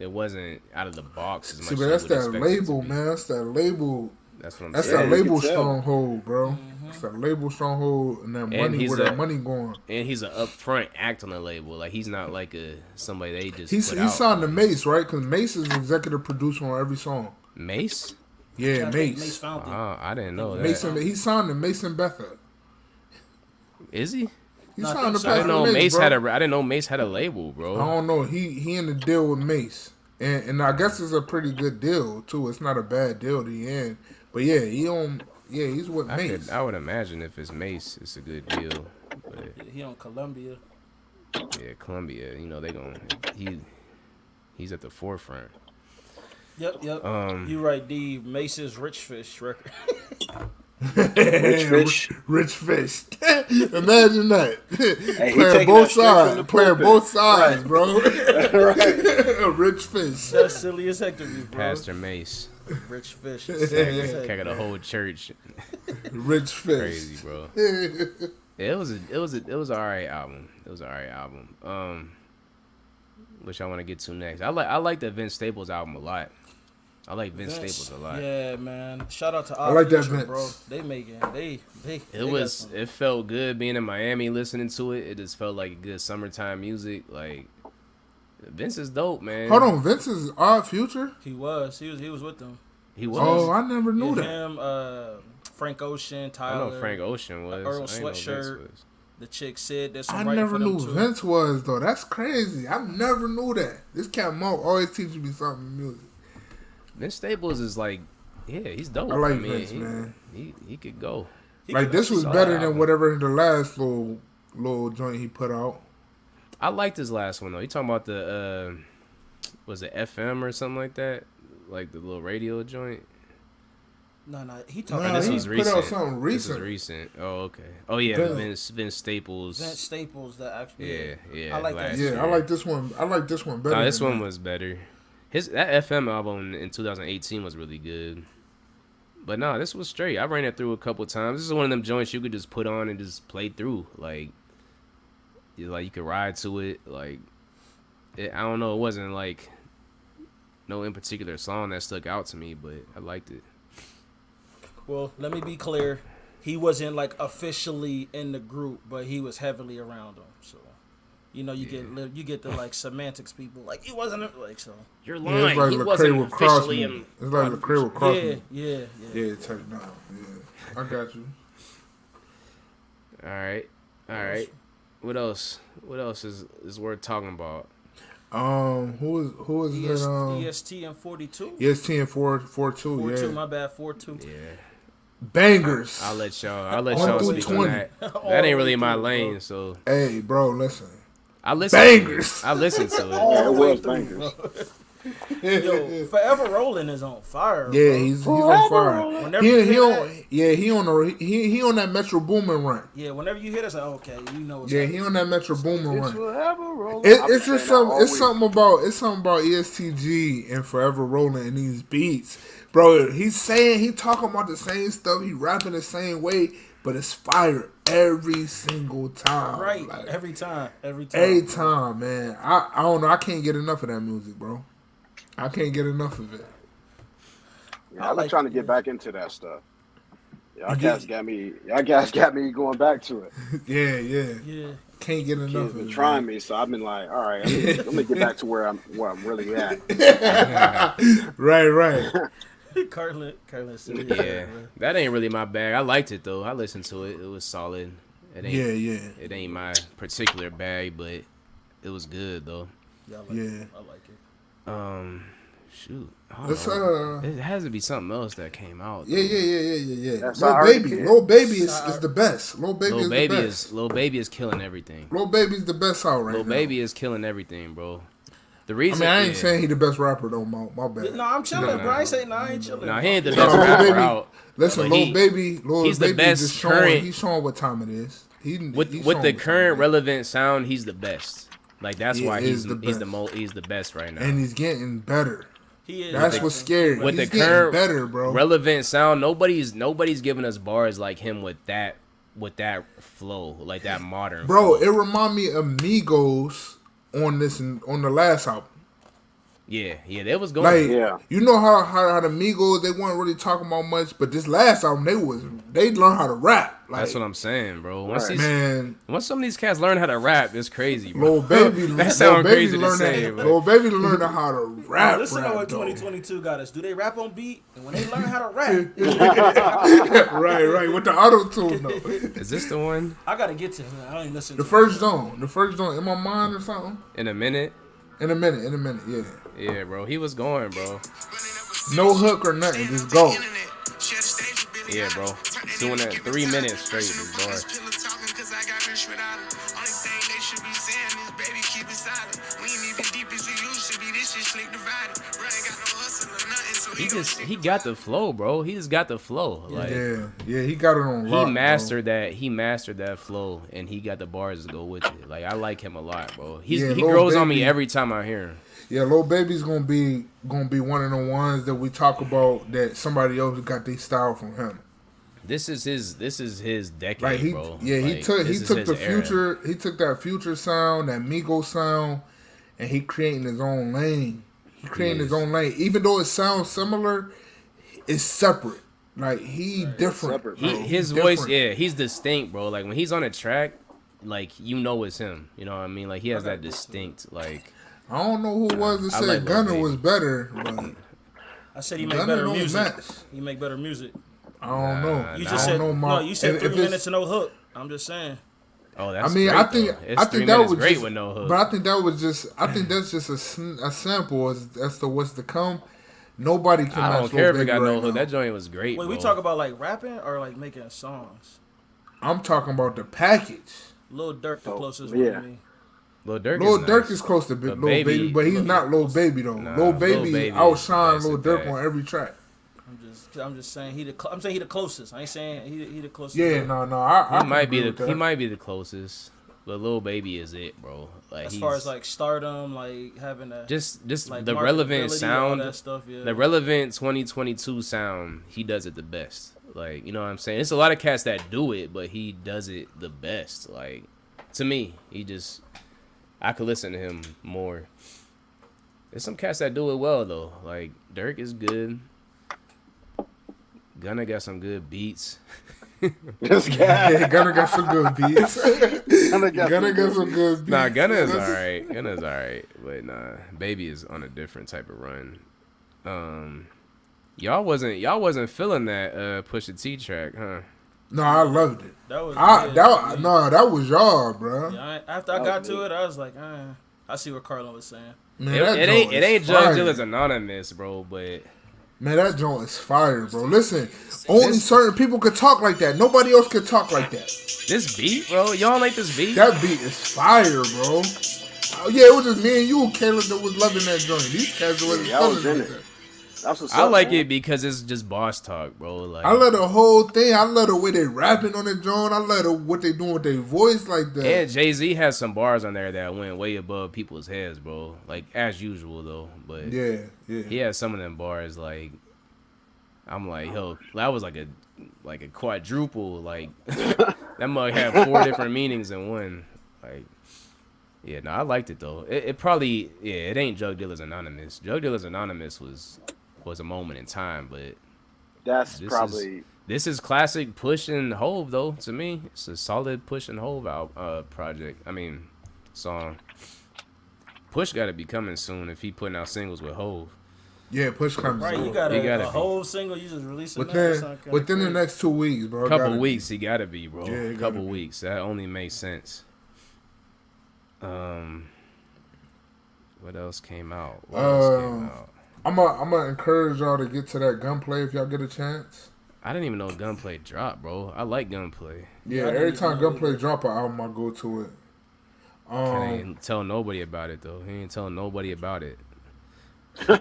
Speaker 2: it wasn't out of the box as much.
Speaker 1: See, but
Speaker 2: as
Speaker 1: that's
Speaker 2: you would
Speaker 1: that
Speaker 2: expect it to
Speaker 1: label,
Speaker 2: be.
Speaker 1: man. That's that label.
Speaker 2: That's what I'm
Speaker 1: That's
Speaker 2: saying.
Speaker 1: that
Speaker 3: you can
Speaker 1: label
Speaker 3: tell.
Speaker 1: stronghold, bro. That's that label stronghold and that money.
Speaker 2: Mm-hmm. he's
Speaker 1: where
Speaker 2: a-
Speaker 1: that money going?
Speaker 2: and he's an upfront act on the label. Like he's not like a somebody they just.
Speaker 1: He's
Speaker 2: put
Speaker 1: he
Speaker 2: out.
Speaker 1: signed to Mace, right? Because Mace is executive producer on every song.
Speaker 2: Mace.
Speaker 1: Yeah,
Speaker 4: I think Mace
Speaker 1: Mace.
Speaker 4: found it.
Speaker 2: Oh, I didn't know that. Is
Speaker 1: Mason. He signed to Mason Betha.
Speaker 2: he?
Speaker 1: He
Speaker 4: No, I
Speaker 1: signed
Speaker 4: think
Speaker 1: to
Speaker 4: so.
Speaker 2: I
Speaker 4: I
Speaker 1: Pastor
Speaker 2: didn't know Mace,
Speaker 1: Mace, bro.
Speaker 2: had a. I didn't know Mace had a label,
Speaker 1: I
Speaker 2: bro.
Speaker 1: don't know. He he in the deal with Mace, and and I guess it's a pretty good deal too. It's not a bad deal at the end, but yeah, he on. Yeah, he's with
Speaker 2: I,
Speaker 1: Mace.
Speaker 2: could, I would imagine if it's Mace, it's a good deal. But
Speaker 4: He on Columbia.
Speaker 2: yeah, Columbia, you know they gonna he he's at the forefront.
Speaker 4: Yep, yep.
Speaker 2: Um,
Speaker 4: you right, D. Mace's Rich Fish record.
Speaker 1: rich
Speaker 3: fish.
Speaker 1: Rich fish. Imagine that.
Speaker 3: he
Speaker 1: playing
Speaker 3: taking
Speaker 1: both
Speaker 3: that straight from
Speaker 1: sides.
Speaker 3: the
Speaker 1: Playing
Speaker 3: pulpit.
Speaker 1: both sides, bro.
Speaker 3: right.
Speaker 1: rich fish.
Speaker 4: That's silly as heck to me, bro.
Speaker 2: Pastor Mace,
Speaker 4: Rich Fish.
Speaker 2: kick the whole church,
Speaker 1: Rich
Speaker 2: crazy,
Speaker 1: fish.
Speaker 2: bro. It was a, it was a, it was an alright album. It was an alright album. Um, which I want to get to next. I like I like the Vince Staples album a lot. I like Vince, Staples a lot.
Speaker 4: Yeah, man. Shout out to I
Speaker 1: like that Vince.
Speaker 4: bro. They making they they. they
Speaker 2: It
Speaker 4: got
Speaker 2: was.
Speaker 4: some-
Speaker 2: It felt good being in Miami, listening to it. It just felt like good summertime music. Like Vince is dope, man.
Speaker 1: Hold on, Vince is odd future.
Speaker 4: He was. He was. He was with them.
Speaker 2: he was.
Speaker 1: Oh, I never
Speaker 4: Yeah,
Speaker 1: knew that.
Speaker 4: him, uh, Frank Ocean,
Speaker 2: I,
Speaker 4: Tyler.
Speaker 2: know Frank Ocean was.
Speaker 4: Earl
Speaker 2: I ain't know Vince
Speaker 4: Sweatshirt.
Speaker 2: was.
Speaker 4: The chick said there's some
Speaker 1: I
Speaker 4: writing
Speaker 1: never
Speaker 4: for them
Speaker 1: knew
Speaker 4: too.
Speaker 1: Vince was though. That's crazy. I never knew that. This cat Mo always teaches me something in music.
Speaker 2: Vince Staples is like, yeah, he's dope.
Speaker 1: I like
Speaker 2: mean,
Speaker 1: Vince,
Speaker 2: he,
Speaker 1: man.
Speaker 2: He he could go.
Speaker 4: He
Speaker 1: like
Speaker 4: could-
Speaker 1: this was
Speaker 2: solid
Speaker 1: better
Speaker 2: album.
Speaker 1: than whatever the last little little joint he put out.
Speaker 2: I liked his last one though. You talking about the uh, was it FM or something like that? Like the little radio joint.
Speaker 4: No, no. He
Speaker 1: No,
Speaker 4: talking
Speaker 2: Or
Speaker 4: about
Speaker 2: this
Speaker 1: he
Speaker 2: was
Speaker 1: put out
Speaker 2: recent.
Speaker 1: something
Speaker 2: This
Speaker 1: recent.
Speaker 2: is recent. Oh okay. Oh yeah,
Speaker 1: Yeah.
Speaker 2: Vince Vince Staples.
Speaker 4: Vince Staples. That actually.
Speaker 2: yeah, yeah.
Speaker 4: I like that
Speaker 2: last
Speaker 4: That's
Speaker 1: Yeah,
Speaker 2: year.
Speaker 1: I like this one. I like this one better.
Speaker 2: Nah, this
Speaker 1: than
Speaker 2: one
Speaker 1: that.
Speaker 2: was better. His that FM album in 2018 was really good. But nah, this was straight. I ran it through a couple times. This is one of them joints you could just put on and just play through. Like, you, like you could ride to it. Like, it, I don't know. It wasn't like no in particular song that stuck out to me, but I liked it.
Speaker 4: Well, let me be clear. He wasn't like officially in the group, but he was heavily around them. So, you know, you get li- you get the like semantics people like he wasn't a-" like so.
Speaker 2: You're
Speaker 1: Yeah, it's like Lecrae with Crossman. It's like Lecrae with
Speaker 4: yeah,
Speaker 1: Crossman.
Speaker 4: yeah, yeah,
Speaker 1: Yeah, type down. Yeah, I got you.
Speaker 2: All right, all right. What else? What else is is worth talking about?
Speaker 1: Um, who is who is
Speaker 4: ES,
Speaker 1: that? Um, E
Speaker 4: EST E and forty two.
Speaker 1: yes, ten four four two.
Speaker 4: Four two,
Speaker 1: Yeah,
Speaker 4: my bad. Four two.
Speaker 2: Yeah.
Speaker 1: bangers.
Speaker 2: I'll let y'all. I'll let
Speaker 1: One
Speaker 2: y'all
Speaker 1: through
Speaker 2: speak on
Speaker 1: 20.
Speaker 2: that. That ain't really my lane, so
Speaker 1: hey, bro, listen.
Speaker 2: I listen.
Speaker 1: Bangers.
Speaker 2: To it. I listen to it.
Speaker 3: Yeah, it was bangers.
Speaker 4: Yo, Forever Rolling is on fire.
Speaker 1: Yeah, he's he's on fire.
Speaker 4: Whenever you
Speaker 1: He, he
Speaker 4: hear
Speaker 1: on
Speaker 4: that,
Speaker 1: yeah he on a, he he on that Metro Boomin run.
Speaker 4: yeah, whenever you hear that, it's like, okay, you know what's
Speaker 1: Yeah,
Speaker 4: happening.
Speaker 1: he on that Metro Boomin
Speaker 3: It's
Speaker 1: run.
Speaker 3: forever rolling.
Speaker 1: It,
Speaker 3: I've been
Speaker 1: it's just
Speaker 3: saying that
Speaker 1: some.
Speaker 3: all
Speaker 1: It's
Speaker 3: week.
Speaker 1: something about. It's something about E ESTG and Forever Rolling and these beats, bro. He's saying he talking about the same stuff. He rapping the same way, but it's fire every single time.
Speaker 4: right
Speaker 1: like, every,
Speaker 4: every time, every time.
Speaker 1: time, man. I I don't know. I can't get enough of that music, bro. I can't get enough of it.
Speaker 3: Yeah, I've been
Speaker 4: like-
Speaker 3: trying to get back into that stuff. Y'all
Speaker 1: You
Speaker 3: guys got me. Y'all guys got me going back to it.
Speaker 1: Yeah, yeah.
Speaker 4: Yeah,
Speaker 1: Can't get enough
Speaker 3: Kids
Speaker 1: of
Speaker 3: been
Speaker 1: it.
Speaker 3: trying me, so I've been like, all right, I'm gonna, I'm gonna get back to where I'm where I'm really at.
Speaker 1: man. Right, right.
Speaker 4: Kirtland, Kirtland City.
Speaker 2: Yeah, that ain't really my bag. I liked it though. I listened to it. It was solid. It ain't.
Speaker 1: yeah, yeah,
Speaker 2: It ain't my particular bag, but it was good though.
Speaker 4: Yeah, I like,
Speaker 1: yeah.
Speaker 4: It. I like it.
Speaker 2: Um, shoot. I don't
Speaker 1: Let's,
Speaker 2: know.
Speaker 1: uh,
Speaker 2: It has to be something else that came out.
Speaker 1: Yeah, yeah, yeah, yeah, yeah, yeah.
Speaker 3: That's
Speaker 1: Lil
Speaker 3: all right,
Speaker 1: baby,
Speaker 3: kid.
Speaker 1: Lil baby is, is the best. Lil baby
Speaker 2: Little
Speaker 1: is
Speaker 2: baby
Speaker 1: the best.
Speaker 2: is little baby is killing everything.
Speaker 1: Lil baby's the best out right
Speaker 2: Little
Speaker 1: now.
Speaker 2: baby is killing everything, bro. The
Speaker 1: I
Speaker 2: reason
Speaker 1: mean, I ain't
Speaker 2: yeah.
Speaker 1: saying he the best rapper though. My, my bad.
Speaker 4: No, I'm chilling,
Speaker 2: no,
Speaker 4: bro. I
Speaker 2: no.
Speaker 4: ain't saying no. I ain't chilling.
Speaker 2: Nah, he ain't the
Speaker 1: No,
Speaker 2: best
Speaker 1: Lil
Speaker 2: rapper
Speaker 1: Baby-
Speaker 2: out.
Speaker 1: Listen,
Speaker 2: But
Speaker 1: Lil
Speaker 2: he-
Speaker 1: baby, Lil
Speaker 2: he's the
Speaker 1: baby
Speaker 2: best
Speaker 1: just showing.
Speaker 2: current-
Speaker 1: He's showing what time it is. He
Speaker 2: With
Speaker 1: he's
Speaker 2: with
Speaker 1: showing
Speaker 2: the
Speaker 1: what
Speaker 2: current
Speaker 1: time it is.
Speaker 2: relevant sound, he's the best. Like that's
Speaker 1: He
Speaker 2: why he's
Speaker 1: is the
Speaker 2: he's the
Speaker 1: best.
Speaker 2: mo he's the best right now.
Speaker 1: and he's getting better.
Speaker 4: He is.
Speaker 1: That's what's scary.
Speaker 2: with
Speaker 1: he's
Speaker 2: the
Speaker 1: getting
Speaker 2: current
Speaker 1: better, bro.
Speaker 2: relevant sound. Nobody's nobody's giving us bars like him with that with that flow, like that modern.
Speaker 1: bro,
Speaker 2: flow.
Speaker 1: it remind me of Migos on this on the last album.
Speaker 2: yeah, Oh, yeah, that was going.
Speaker 1: Like,
Speaker 3: Yeah.
Speaker 1: you know how, how how the Migos they weren't really talking about much, but this last album they was they learned how to rap. Like,
Speaker 2: that's what I'm saying, bro. Once
Speaker 3: Right.
Speaker 2: these
Speaker 1: man,
Speaker 2: once some of these cats learn how to rap, it's crazy, bro.
Speaker 1: little baby,
Speaker 2: That
Speaker 1: little
Speaker 2: sound
Speaker 1: baby
Speaker 2: crazy to
Speaker 1: learned
Speaker 2: say, but-
Speaker 1: little baby learned how to rap.
Speaker 4: Listen to
Speaker 1: rap
Speaker 4: what
Speaker 1: though.
Speaker 4: 2022 got us. Do they rap on beat? And when they learn how to rap,
Speaker 1: right, right. With the auto tune though.
Speaker 2: Is this the one
Speaker 4: I gotta get to it. I don't even listen.
Speaker 1: The
Speaker 4: to
Speaker 1: first zone. The first zone in my mind or something.
Speaker 2: in a minute?
Speaker 1: In a minute, in a minute, yeah.
Speaker 2: Yeah, bro. He was going, bro.
Speaker 1: No hook or nothing, just go.
Speaker 2: Yeah, bro. Doing that three minutes straight, this bar. He just he got the flow, bro. He just got the flow. Like
Speaker 1: Yeah, yeah, he got it on lock.
Speaker 2: he mastered that. He mastered that flow, and he got the bars to go with it. Like I like him a lot, bro. He's,
Speaker 1: Yeah,
Speaker 2: he
Speaker 1: Lil
Speaker 2: grows on me
Speaker 1: Baby.
Speaker 2: every time I hear him.
Speaker 1: Bro. Yeah, Lil Baby's gonna be gonna be one of the ones that we talk about that somebody else got their style from him.
Speaker 2: This is his. This is his decade,
Speaker 1: Like he,
Speaker 2: bro.
Speaker 1: yeah, he
Speaker 2: Like,
Speaker 1: took he
Speaker 2: this is
Speaker 1: took
Speaker 2: his
Speaker 1: the
Speaker 2: era.
Speaker 1: future, he took that future sound, that Migo sound, and he creating his own lane. He creating his
Speaker 2: is.
Speaker 1: own lane, even though it sounds similar, it's separate. Like he different.
Speaker 3: separate,
Speaker 2: He,
Speaker 1: bro. He
Speaker 2: his
Speaker 1: different.
Speaker 2: voice, yeah, he's distinct, bro. Like when he's on a track, like you know it's him. You know what I mean? Like he has that distinct, like
Speaker 1: I don't know who it was that
Speaker 2: I
Speaker 1: said
Speaker 2: like Lil
Speaker 1: Gunner
Speaker 2: Baby.
Speaker 1: was better, but
Speaker 4: I said he make
Speaker 1: Gunner
Speaker 4: better
Speaker 1: don't
Speaker 4: music.
Speaker 1: match.
Speaker 4: He make better music.
Speaker 1: I don't know.
Speaker 4: You
Speaker 2: Nah,
Speaker 4: just
Speaker 1: I
Speaker 4: said
Speaker 1: don't know,
Speaker 4: no.
Speaker 1: Mark.
Speaker 4: You said
Speaker 1: If-
Speaker 4: three
Speaker 1: if it's-
Speaker 4: minutes and no hook. I'm just saying.
Speaker 2: oh, that's.
Speaker 1: I mean, I think I think that was
Speaker 2: great
Speaker 1: just,
Speaker 2: with no hook.
Speaker 1: But I think that was just I think that's just a, sn- a sample as, as to what's to come. Nobody can.
Speaker 2: I don't
Speaker 1: match
Speaker 2: care
Speaker 1: Lil
Speaker 2: if it
Speaker 1: Baby
Speaker 2: got
Speaker 1: right
Speaker 2: no hook.
Speaker 1: now.
Speaker 2: That joint was great.
Speaker 4: Wait,
Speaker 2: bro.
Speaker 4: we talk about like rapping or like making songs.
Speaker 1: I'm talking about the package.
Speaker 4: Lil Durk, the
Speaker 3: Oh,
Speaker 4: closest one
Speaker 3: yeah.
Speaker 4: to me.
Speaker 2: Lil Durk.
Speaker 1: Lil
Speaker 2: is nice.
Speaker 1: Durk is close to Big
Speaker 2: But
Speaker 1: Lil
Speaker 2: Baby-
Speaker 1: baby, but he's
Speaker 2: Lil-
Speaker 1: not Lil Baby though.
Speaker 2: Nah,
Speaker 1: Lil
Speaker 2: Lil
Speaker 1: Baby,
Speaker 2: Baby is
Speaker 1: outshine
Speaker 2: the
Speaker 1: Lil
Speaker 2: best at
Speaker 1: Durk
Speaker 2: that.
Speaker 1: on every track.
Speaker 4: I'm just, I'm just saying he the, cl- I'm saying he the closest. I ain't saying he, the- he the closest.
Speaker 1: Yeah, no, no, I, I
Speaker 2: He
Speaker 1: can
Speaker 2: might be
Speaker 1: agree with
Speaker 2: the. He
Speaker 1: that.
Speaker 2: might be the closest. But Lil Baby is it, bro. Like
Speaker 4: As
Speaker 2: he's,
Speaker 4: far as like stardom, like having a
Speaker 2: just just
Speaker 4: like
Speaker 2: the relevant
Speaker 4: marketability, all
Speaker 2: sound.
Speaker 4: that stuff. Yeah.
Speaker 2: the relevant 2022 sound he does it the best like you know what i'm saying it's a lot of cats that do it but he does it the best like to me he just i could listen to him more there's some cats that do it well though like dirk is good gunna got some good beats
Speaker 3: This guy.
Speaker 1: Yeah, Gunna got some good beats.
Speaker 3: Gunna got
Speaker 1: Gunna got
Speaker 3: some good
Speaker 1: some good beats.
Speaker 2: nah gunna is all
Speaker 1: That's-
Speaker 2: right gunna is all right but nah baby is on a different type of run um y'all wasn't y'all wasn't feeling that uh push a t track huh
Speaker 1: No, I loved it.
Speaker 4: that was
Speaker 1: I
Speaker 4: yeah,
Speaker 1: that
Speaker 4: yeah.
Speaker 1: no, that was y'all, bro.
Speaker 4: Yeah, I- after I
Speaker 3: That
Speaker 4: got
Speaker 3: was
Speaker 4: to
Speaker 3: me.
Speaker 4: it, I was like, uh, I see what Carlin was saying.
Speaker 1: Man,
Speaker 2: It,
Speaker 1: that
Speaker 2: it ain't
Speaker 1: joint
Speaker 2: it
Speaker 1: is
Speaker 2: ain't Judge
Speaker 1: fire.
Speaker 2: Dill is anonymous, bro. But
Speaker 1: Man, that joint is fire, bro. Listen, only certain people could talk like that. Nobody else could talk like that.
Speaker 2: This beat, bro. Y'all like this beat?
Speaker 1: That beat is fire, bro. Oh, yeah, it was just me and you, Caleb, that was loving that joint. These cats was
Speaker 3: Yeah, I was
Speaker 1: feeling
Speaker 3: in
Speaker 1: it.
Speaker 3: it. That's what's
Speaker 2: I
Speaker 3: up,
Speaker 2: like
Speaker 3: man.
Speaker 2: it because it's just boss talk, bro. Like
Speaker 1: I love the whole thing. I love the way they rapping on the joint. I love the, what they doing with their voice like that.
Speaker 2: And Jay Z has some bars on there that went way above people's heads, bro. Like as usual though, but
Speaker 1: yeah, yeah.
Speaker 2: he has some of them bars like I'm like, yo, that was like a like a quadruple. Like that mug had four different meanings in one. Like, yeah, no, I liked it though. It, it probably, yeah, it ain't Drug Dealers Anonymous. Drug Dealers Anonymous was was a moment in time, but
Speaker 3: That's
Speaker 2: This
Speaker 3: probably
Speaker 2: is this is classic push and hove though to me. It's a solid push and hove out uh project. I mean song. Push gotta be coming soon if he putting out singles with Hove.
Speaker 1: Yeah, push comes.
Speaker 4: Right, you
Speaker 1: bro.
Speaker 4: got
Speaker 2: You
Speaker 4: a,
Speaker 2: gotta
Speaker 4: a
Speaker 2: be.
Speaker 4: whole single. You just releasing that.
Speaker 1: within within the next two weeks, bro.
Speaker 2: Couple
Speaker 1: Gotta-
Speaker 2: weeks he gotta be, bro.
Speaker 1: Yeah, it gotta
Speaker 2: Couple
Speaker 1: be.
Speaker 2: weeks. That only makes sense. Um what else came out? What else came
Speaker 1: Um,
Speaker 2: out?
Speaker 1: I'm gonna I'm gonna encourage y'all to get to that gunplay if y'all get a chance.
Speaker 2: I didn't even know Gunplay dropped, bro. I like Gunplay.
Speaker 1: Yeah,
Speaker 4: I didn't
Speaker 1: every
Speaker 4: even
Speaker 1: time
Speaker 4: know
Speaker 1: gunplay drop an album, I go to it.
Speaker 2: I
Speaker 1: Um,
Speaker 2: ain't tell nobody about it though. He ain't tell nobody about it.
Speaker 1: who?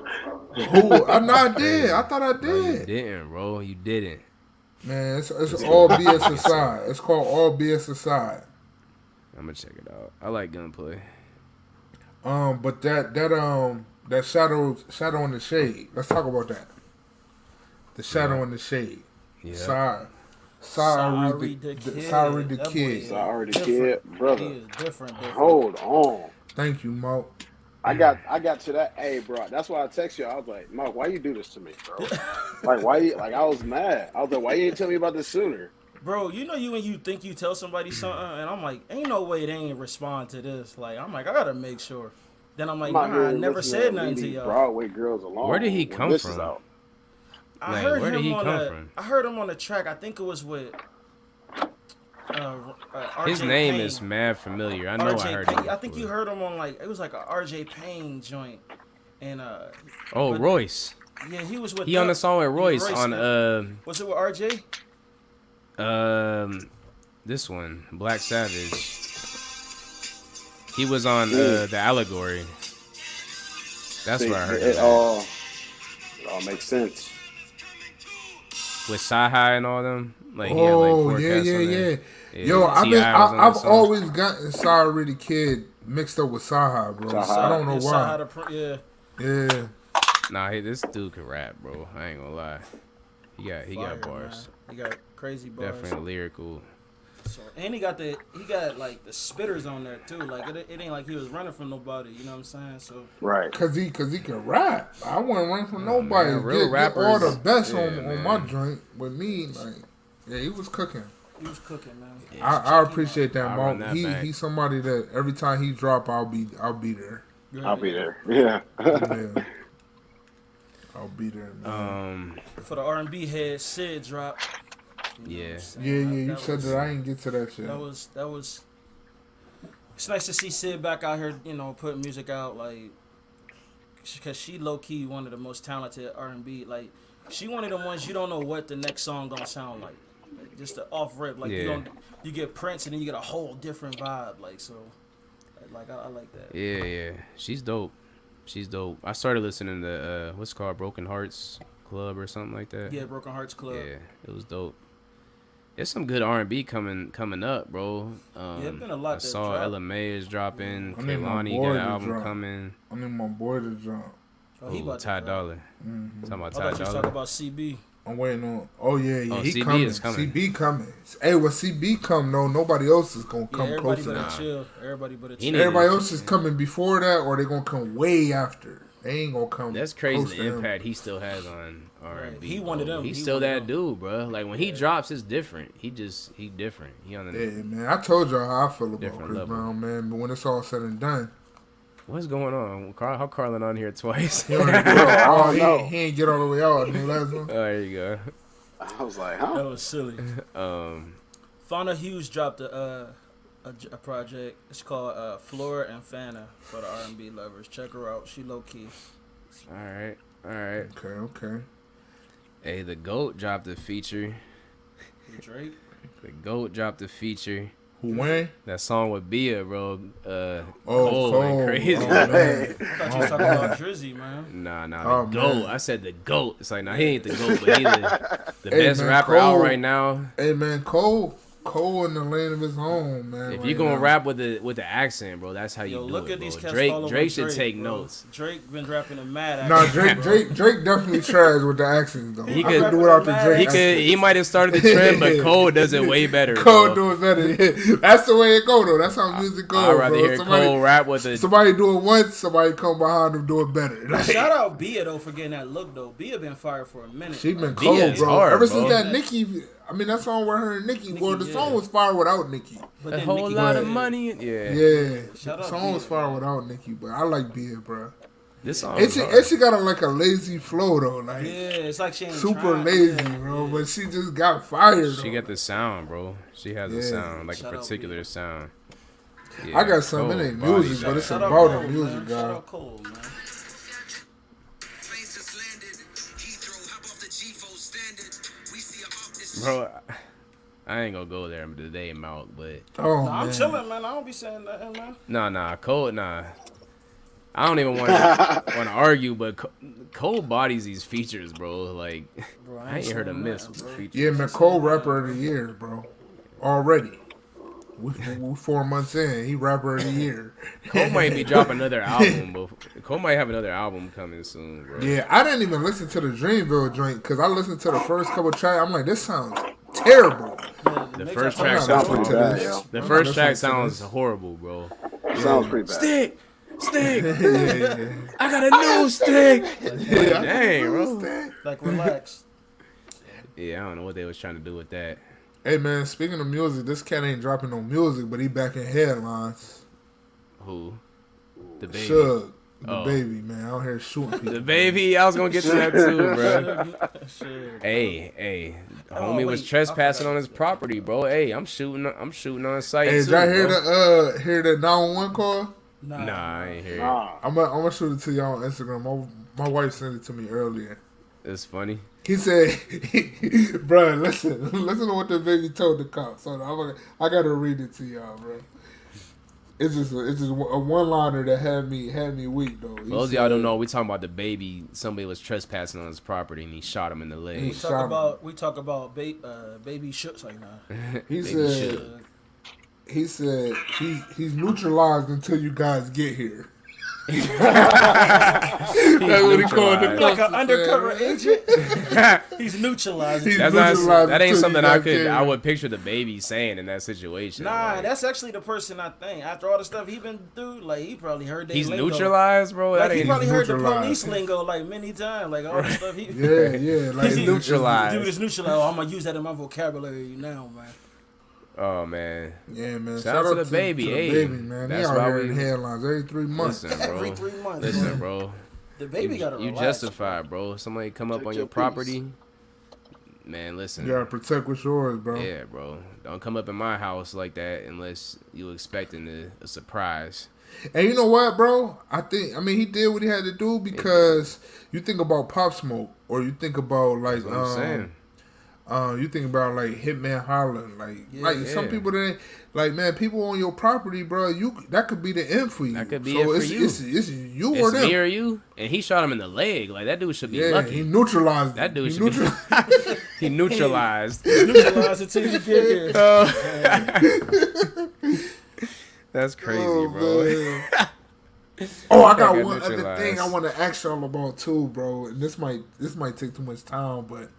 Speaker 1: I, no, I did. I thought I
Speaker 2: No, you
Speaker 1: did.
Speaker 2: didn't, bro. You didn't.
Speaker 1: Man, it's, it's all BS aside. It's called all BS aside.
Speaker 2: I'm gonna check it out. I like gunplay.
Speaker 1: Um, but that that um that shadow shadow in the shade. Let's talk about that. The shadow in the shade.
Speaker 2: Yeah.
Speaker 1: Sorry, sorry, the, the, sorry the kid.
Speaker 3: boy- Sorry the kid, brother.
Speaker 4: He is different. different.
Speaker 3: hold on.
Speaker 1: Thank you, Mo.
Speaker 3: I got I got to that. Hey, bro, that's why I text you. I was like, Mike, why you do this to me, bro? like, why? You, like, I was mad. I was like, why you didn't tell me about this sooner?
Speaker 4: Bro, you know you when you think you tell somebody something, and I'm like, ain't no way they ain't respond to this. Like, I'm like, I gotta make sure. Then I'm like,
Speaker 3: I'm
Speaker 4: nah,
Speaker 3: out here
Speaker 4: I never
Speaker 3: listening
Speaker 4: said nothing
Speaker 3: leave
Speaker 4: to
Speaker 3: these
Speaker 4: y'all.
Speaker 3: Broadway girls alone.
Speaker 2: Where did he
Speaker 3: when
Speaker 2: come
Speaker 3: this
Speaker 2: from?
Speaker 3: Is out.
Speaker 4: I
Speaker 2: Like,
Speaker 4: heard
Speaker 2: where
Speaker 4: him
Speaker 2: did he
Speaker 4: on
Speaker 2: come
Speaker 4: a,
Speaker 2: from?
Speaker 4: I heard him on a track. I think it was with. Uh, uh,
Speaker 2: His
Speaker 4: RJ
Speaker 2: name
Speaker 4: Payne.
Speaker 2: is mad familiar. I know
Speaker 4: RJ
Speaker 2: I heard
Speaker 4: Payne.
Speaker 2: it.
Speaker 4: I think you
Speaker 2: before.
Speaker 4: heard him on like it was like a RJ Payne joint, and uh,
Speaker 2: Oh,
Speaker 4: but-
Speaker 2: Royce.
Speaker 4: yeah, he was with.
Speaker 2: He on
Speaker 4: the
Speaker 2: the song with Royce,
Speaker 4: Royce,
Speaker 2: on um
Speaker 4: Was it with RJ?
Speaker 2: um this one, Black Savage. He was on uh, the allegory. That's
Speaker 3: See,
Speaker 2: where I heard
Speaker 3: it
Speaker 2: it.
Speaker 3: all. It all makes sense.
Speaker 2: With Sahai and all them. Like, he had, like,
Speaker 1: Oh
Speaker 2: four
Speaker 1: yeah,
Speaker 2: cats
Speaker 1: yeah,
Speaker 2: on there.
Speaker 1: yeah,
Speaker 2: Yeah,
Speaker 1: Yo, I've been,
Speaker 2: T.I. was on
Speaker 1: I,
Speaker 2: that
Speaker 1: I've
Speaker 2: song.
Speaker 1: always gotten Sorry the Kid mixed up with Saha, bro.
Speaker 3: Saha.
Speaker 1: I don't know
Speaker 4: Yeah, saw how
Speaker 1: why.
Speaker 4: to pr- yeah,
Speaker 1: Yeah,
Speaker 2: Nah, hey, this dude can rap, bro. I ain't gonna lie. He got he
Speaker 4: fire,
Speaker 2: got bars.
Speaker 4: Man. He got crazy bars.
Speaker 2: Definitely lyrical.
Speaker 4: So, and he got the he got like the spitters on there too. Like it, it ain't like he was running from nobody. You know what I'm saying? So
Speaker 3: Right.
Speaker 1: cause he, cause he can rap. I wouldn't run from nobody.
Speaker 2: man, real
Speaker 1: Get- get all
Speaker 2: rappers-
Speaker 1: the best
Speaker 2: yeah,
Speaker 1: on, on my
Speaker 2: man.
Speaker 1: joint with me. Like, yeah, he was cooking.
Speaker 4: he was cooking, man.
Speaker 1: I, I appreciate that,
Speaker 2: I'll
Speaker 1: Mo.
Speaker 2: run that
Speaker 1: He,
Speaker 2: back.
Speaker 1: he's somebady that every time he drop, I'll be, I'll be there.
Speaker 3: I'll be there. Yeah.
Speaker 1: Yeah. I'll be there, man.
Speaker 2: Um,
Speaker 4: for the R&B head. Sid drop.
Speaker 2: yeah.
Speaker 1: yeah, yeah, you said
Speaker 4: was,
Speaker 1: that. I didn't get to that shit.
Speaker 4: That was that was. It's nice to see Sid back out here, you know, putting music out like, because she low key one of the most talented R and B. Like, she one of the ones you don't know what the next song gonna sound like. Like, just the off rip, like you
Speaker 2: Yeah.
Speaker 4: don't you get Prince and then you get a whole different vibe. Like so, like I, I like that.
Speaker 2: Yeah, yeah. She's dope. She's dope. I started listening to uh, what's it called Broken Hearts Club or something like that.
Speaker 4: Yeah, Broken Hearts Club.
Speaker 2: Yeah, it was dope. There's some good R&B coming coming up, bro. Um,
Speaker 4: Yeah, been a lot
Speaker 2: I
Speaker 4: that
Speaker 2: saw
Speaker 4: dropped.
Speaker 2: LMA is dropping.
Speaker 1: I need my
Speaker 2: Kehlani
Speaker 1: boy
Speaker 2: got an
Speaker 1: to
Speaker 2: album
Speaker 1: drop.
Speaker 2: coming.
Speaker 1: I need my boy to jump.
Speaker 4: Oh, he
Speaker 2: Ooh,
Speaker 4: about to
Speaker 2: Ty
Speaker 4: drop.
Speaker 2: Dolla.
Speaker 1: Mm-hmm.
Speaker 2: Talking about
Speaker 4: I thought
Speaker 2: Ty
Speaker 4: you was talking
Speaker 2: Dolla.
Speaker 4: about CB.
Speaker 1: I'm waiting on. Oh yeah, yeah.
Speaker 2: Oh,
Speaker 1: he
Speaker 2: CB
Speaker 1: coming.
Speaker 2: is coming.
Speaker 1: CB coming. Hey, when CB come, no, nobody else is gonna
Speaker 4: Yeah,
Speaker 1: come
Speaker 4: everybody
Speaker 1: close to
Speaker 4: better
Speaker 1: that.
Speaker 4: chill. Everybody better
Speaker 2: He
Speaker 4: chill.
Speaker 2: need-
Speaker 1: Everybody else is coming before that, or they gonna come way after. They ain't gonna come.
Speaker 2: That's crazy
Speaker 1: close to
Speaker 2: the
Speaker 1: him.
Speaker 2: impact he still has on R and B.
Speaker 4: He one of them.
Speaker 2: He's
Speaker 4: He
Speaker 2: still
Speaker 4: one of
Speaker 2: that
Speaker 4: them.
Speaker 2: dude, bro. Like when he drops, it's different. He just he different. He on the
Speaker 1: Yeah, man. I told y'all how I feel about
Speaker 2: Different
Speaker 1: Chris
Speaker 2: level.
Speaker 1: Brown, man. But when it's all said and done,
Speaker 2: what's going on? Carl, how Carlin on here twice?
Speaker 1: he, don't
Speaker 2: oh,
Speaker 1: even get all-
Speaker 3: I don't
Speaker 1: he-
Speaker 3: know.
Speaker 1: he ain't get all the way out. in the last one.
Speaker 2: there you
Speaker 3: I was like,
Speaker 4: That
Speaker 3: huh?
Speaker 4: was silly.
Speaker 2: go. Um,
Speaker 4: Fauna Hughes dropped a, uh, a j- a project. It's called uh, Flora and Fana for the R and B lovers. Check her out. She low key.
Speaker 2: all right, all right.
Speaker 1: Okay, okay.
Speaker 2: Hey, the goat dropped a feature.
Speaker 4: With Drake.
Speaker 2: The goat dropped a feature.
Speaker 1: Who Wayne?
Speaker 2: That song with Bia, bro. Uh,
Speaker 1: Oh,
Speaker 2: Cole
Speaker 1: Cole.
Speaker 2: went crazy.
Speaker 1: Oh, man.
Speaker 4: I thought you was talking about Drizzy, man.
Speaker 2: Nah, nah,
Speaker 1: Oh,
Speaker 2: the goat.
Speaker 1: man.
Speaker 2: I said the goat. It's like, nah, he ain't the goat, but he the, the
Speaker 1: Hey,
Speaker 2: best
Speaker 1: man,
Speaker 2: rapper out
Speaker 1: Cole.
Speaker 2: right now.
Speaker 1: Hey man, Cole, Cole in the land of his home, man.
Speaker 2: If
Speaker 1: right
Speaker 2: you gonna
Speaker 1: now.
Speaker 2: rap with the with the accent, bro, that's how you
Speaker 4: Yo,
Speaker 2: do
Speaker 4: look
Speaker 2: it,
Speaker 4: at these
Speaker 2: bro.
Speaker 4: cats
Speaker 2: Drake,
Speaker 4: following
Speaker 2: Drake should take
Speaker 4: bro.
Speaker 2: notes.
Speaker 4: Drake been rapping a mad.
Speaker 1: Nah, Drake,
Speaker 4: accent, bro.
Speaker 1: Drake, Drake definitely tries with the accents though.
Speaker 2: He
Speaker 1: I
Speaker 2: could-
Speaker 1: could do without the Drake.
Speaker 2: He could,
Speaker 1: accent.
Speaker 2: he might have started the trend, but Cole does it way better.
Speaker 1: Cole
Speaker 2: bro.
Speaker 1: doing better. That's the way it go though. That's how music goes.
Speaker 2: I'd rather
Speaker 1: bro.
Speaker 2: hear
Speaker 1: somebody,
Speaker 2: Cole rap with a
Speaker 1: somebody do it once, somebody come behind him do it better. Like,
Speaker 4: Shout out Bia though for getting that look though. Bia been fired for a minute.
Speaker 1: she been
Speaker 4: like,
Speaker 1: cold,
Speaker 2: Dia's
Speaker 1: bro.
Speaker 2: hard, bro.
Speaker 1: Ever since that Nicki, I mean that song where her and Nicki. well, the
Speaker 4: yeah.
Speaker 1: song was fire without Nicki.
Speaker 4: but
Speaker 2: a
Speaker 4: then
Speaker 2: whole
Speaker 4: Nicki
Speaker 2: lot of
Speaker 4: Minaj-
Speaker 2: money. Yeah,
Speaker 1: Yeah,
Speaker 4: Shout
Speaker 1: the
Speaker 4: out
Speaker 1: song was
Speaker 4: Bia,
Speaker 1: fire without Nicki, but I like Bia, bro.
Speaker 2: this song.
Speaker 1: And
Speaker 2: is
Speaker 1: she,
Speaker 2: hard.
Speaker 1: and she got a, like a lazy flow though, like.
Speaker 4: Yeah, it's like she ain't
Speaker 1: super
Speaker 4: trying.
Speaker 1: lazy,
Speaker 4: Yeah,
Speaker 1: bro.
Speaker 4: yeah.
Speaker 1: But she just got fired.
Speaker 2: She got the sound, bro. She has
Speaker 1: Yeah.
Speaker 2: a sound, like
Speaker 4: Shout
Speaker 2: a
Speaker 4: out
Speaker 2: particular sound.
Speaker 1: I
Speaker 2: so
Speaker 1: got some in
Speaker 2: many
Speaker 1: it music, but it's
Speaker 4: Shout out
Speaker 1: about the
Speaker 4: Cole,
Speaker 1: music,
Speaker 4: man. Shout
Speaker 1: God.
Speaker 4: out Cole, man.
Speaker 6: Planes just landed. Heathrow, hop off the G4 standard. We see a up this
Speaker 2: bro. I ain't gonna go there today, Mount. But
Speaker 1: Oh
Speaker 4: Nah, I'm
Speaker 1: man.
Speaker 4: chilling, man. I don't be saying nothing, man.
Speaker 2: nah, nah, Cole, nah. I don't even want to want to argue, but Co- Cole bodies these features, bro. Like
Speaker 4: Bro,
Speaker 2: I ain't heard a
Speaker 4: saying
Speaker 2: miss
Speaker 4: nothing,
Speaker 2: with the
Speaker 4: bro.
Speaker 2: features.
Speaker 1: Yeah, man, Cole rapper of the year, bro. Already, we, we four months in. He rapper of the year.
Speaker 2: Cole might be dropping another album, but Cole might have another album coming soon, bro.
Speaker 1: Yeah, I didn't even listen to the Dreamville joint because I listened to the first couple tracks. I'm like, this sounds terrible.
Speaker 4: Yeah,
Speaker 2: The
Speaker 4: mix
Speaker 2: first
Speaker 4: up-
Speaker 2: track
Speaker 1: I'm not
Speaker 2: sounds
Speaker 3: sounds
Speaker 1: listening
Speaker 3: pretty
Speaker 1: to
Speaker 2: horrible.
Speaker 3: bad,
Speaker 1: this.
Speaker 3: yo.
Speaker 2: The
Speaker 1: I'm
Speaker 2: first
Speaker 1: not
Speaker 2: track
Speaker 1: listening to
Speaker 2: sounds horrible, bro.
Speaker 3: Sounds pretty bad.
Speaker 2: Stick, stick.
Speaker 1: this. Yeah, yeah,
Speaker 2: I got a new stick.
Speaker 1: yeah.
Speaker 2: Dang,
Speaker 1: I
Speaker 2: bro.
Speaker 1: understand.
Speaker 4: Like relax.
Speaker 2: Yeah, I don't know what they was trying to do with that.
Speaker 1: Hey man, speaking of music, this cat ain't dropping no music, but he back in headlines.
Speaker 2: Who? The baby.
Speaker 1: Shug, the
Speaker 2: Oh.
Speaker 1: baby, man, out here shooting people.
Speaker 2: The baby. I was gonna get to that too, bro.
Speaker 4: Shit.
Speaker 2: hey, hey,
Speaker 4: Oh,
Speaker 2: homie was
Speaker 4: wait, I
Speaker 2: trespassing
Speaker 4: forgot.
Speaker 2: on his property, bro. Hey, I'm shooting. I'm shooting on site
Speaker 1: Hey,
Speaker 2: too.
Speaker 1: did y'all hear
Speaker 2: bro.
Speaker 1: the uh hear the nine one call?
Speaker 4: Nah.
Speaker 2: Nah, I ain't hear it.
Speaker 3: Nah.
Speaker 1: I'm gonna I'm gonna shoot it to y'all on Instagram. My, my wife sent it to me earlier.
Speaker 2: It's funny.
Speaker 1: He said, "Bruh, listen, listen to what the baby told the cops." So I'm gonna, I gotta read it to y'all, bro. It's just a, it's just a one liner that had me had me weak though. He
Speaker 2: For those of
Speaker 1: said-
Speaker 2: y'all don't know, we talking about the baby. Somebody was trespassing on his property and he shot him in the
Speaker 1: He
Speaker 2: leg.
Speaker 4: We
Speaker 1: shot
Speaker 4: talk
Speaker 1: him.
Speaker 4: about we talk about ba- uh, baby shoots like nah.
Speaker 1: He
Speaker 2: Baby
Speaker 1: said
Speaker 2: Shug.
Speaker 1: he said he's he's neutralized until you guys get here. That's what he called the
Speaker 2: neutralized.
Speaker 1: cops.
Speaker 4: Like an undercover agent. He's
Speaker 1: He's
Speaker 4: neutralizing.
Speaker 2: That's not,
Speaker 1: neutralized
Speaker 2: that ain't
Speaker 1: until
Speaker 2: something
Speaker 1: you
Speaker 2: I
Speaker 1: guys get
Speaker 2: could.
Speaker 1: here.
Speaker 2: I would picture the baby saying in that situation.
Speaker 4: Nah,
Speaker 2: like,
Speaker 4: that's actually the person I think. After all the stuff he been through, like he probably heard that.
Speaker 2: he's
Speaker 4: lingo.
Speaker 2: neutralized, bro. That
Speaker 4: Like he
Speaker 2: ain't
Speaker 4: probably heard the
Speaker 1: neutralized.
Speaker 4: police lingo like many times, like all the stuff he.
Speaker 1: Yeah, yeah, like
Speaker 4: He's
Speaker 1: it's-
Speaker 2: neutralized.
Speaker 4: Dude, it's neutralized. I'm gonna use that in my vocabulary now, man.
Speaker 2: Oh man,
Speaker 1: Yeah, man.
Speaker 2: Shout out to the baby, hey.
Speaker 1: baby, man. That's
Speaker 2: That's
Speaker 1: they out
Speaker 2: why
Speaker 1: here
Speaker 2: we-
Speaker 1: in headlines every three months.
Speaker 2: listen, bro.
Speaker 4: Every three months,
Speaker 2: Listen,
Speaker 4: man.
Speaker 2: bro.
Speaker 4: the baby
Speaker 2: you,
Speaker 4: gotta
Speaker 2: you
Speaker 4: relax.
Speaker 2: justified, bro. Somebody come up
Speaker 3: Protect
Speaker 2: on
Speaker 3: your
Speaker 2: your
Speaker 3: peace.
Speaker 2: property, man. Listen,
Speaker 1: You gotta protect what's yours, bro.
Speaker 2: yeah, bro. Don't come up in my house like that unless you expecting a, a surprise.
Speaker 1: And you know what, bro? I think I mean he did what he had to do because you think about Pop Smoke or you think about like
Speaker 2: That's what I'm
Speaker 1: um,
Speaker 2: saying.
Speaker 1: uh, you think about like Hitman Holland, like like some
Speaker 2: yeah.
Speaker 1: people that ain't- like man, people on your property, bro. You that could be the end for you.
Speaker 2: That could be
Speaker 1: so
Speaker 2: it for
Speaker 1: it's,
Speaker 2: you.
Speaker 1: It's, it's you or
Speaker 2: It's
Speaker 1: them.
Speaker 2: me or you, and he shot him in the leg. Like that dude should be
Speaker 1: yeah, he
Speaker 2: lucky.
Speaker 1: neutralized
Speaker 2: That
Speaker 1: them.
Speaker 2: dude
Speaker 1: He
Speaker 2: should be-
Speaker 1: neutralized-
Speaker 2: He neutralized.
Speaker 4: Neutralize until you get here.
Speaker 2: That's crazy,
Speaker 1: Oh,
Speaker 2: bro.
Speaker 1: man. oh, I got
Speaker 2: Fucking
Speaker 1: one other
Speaker 2: neutralized.
Speaker 1: thing I want to ask y'all about too, bro. And this might this might take too much time, but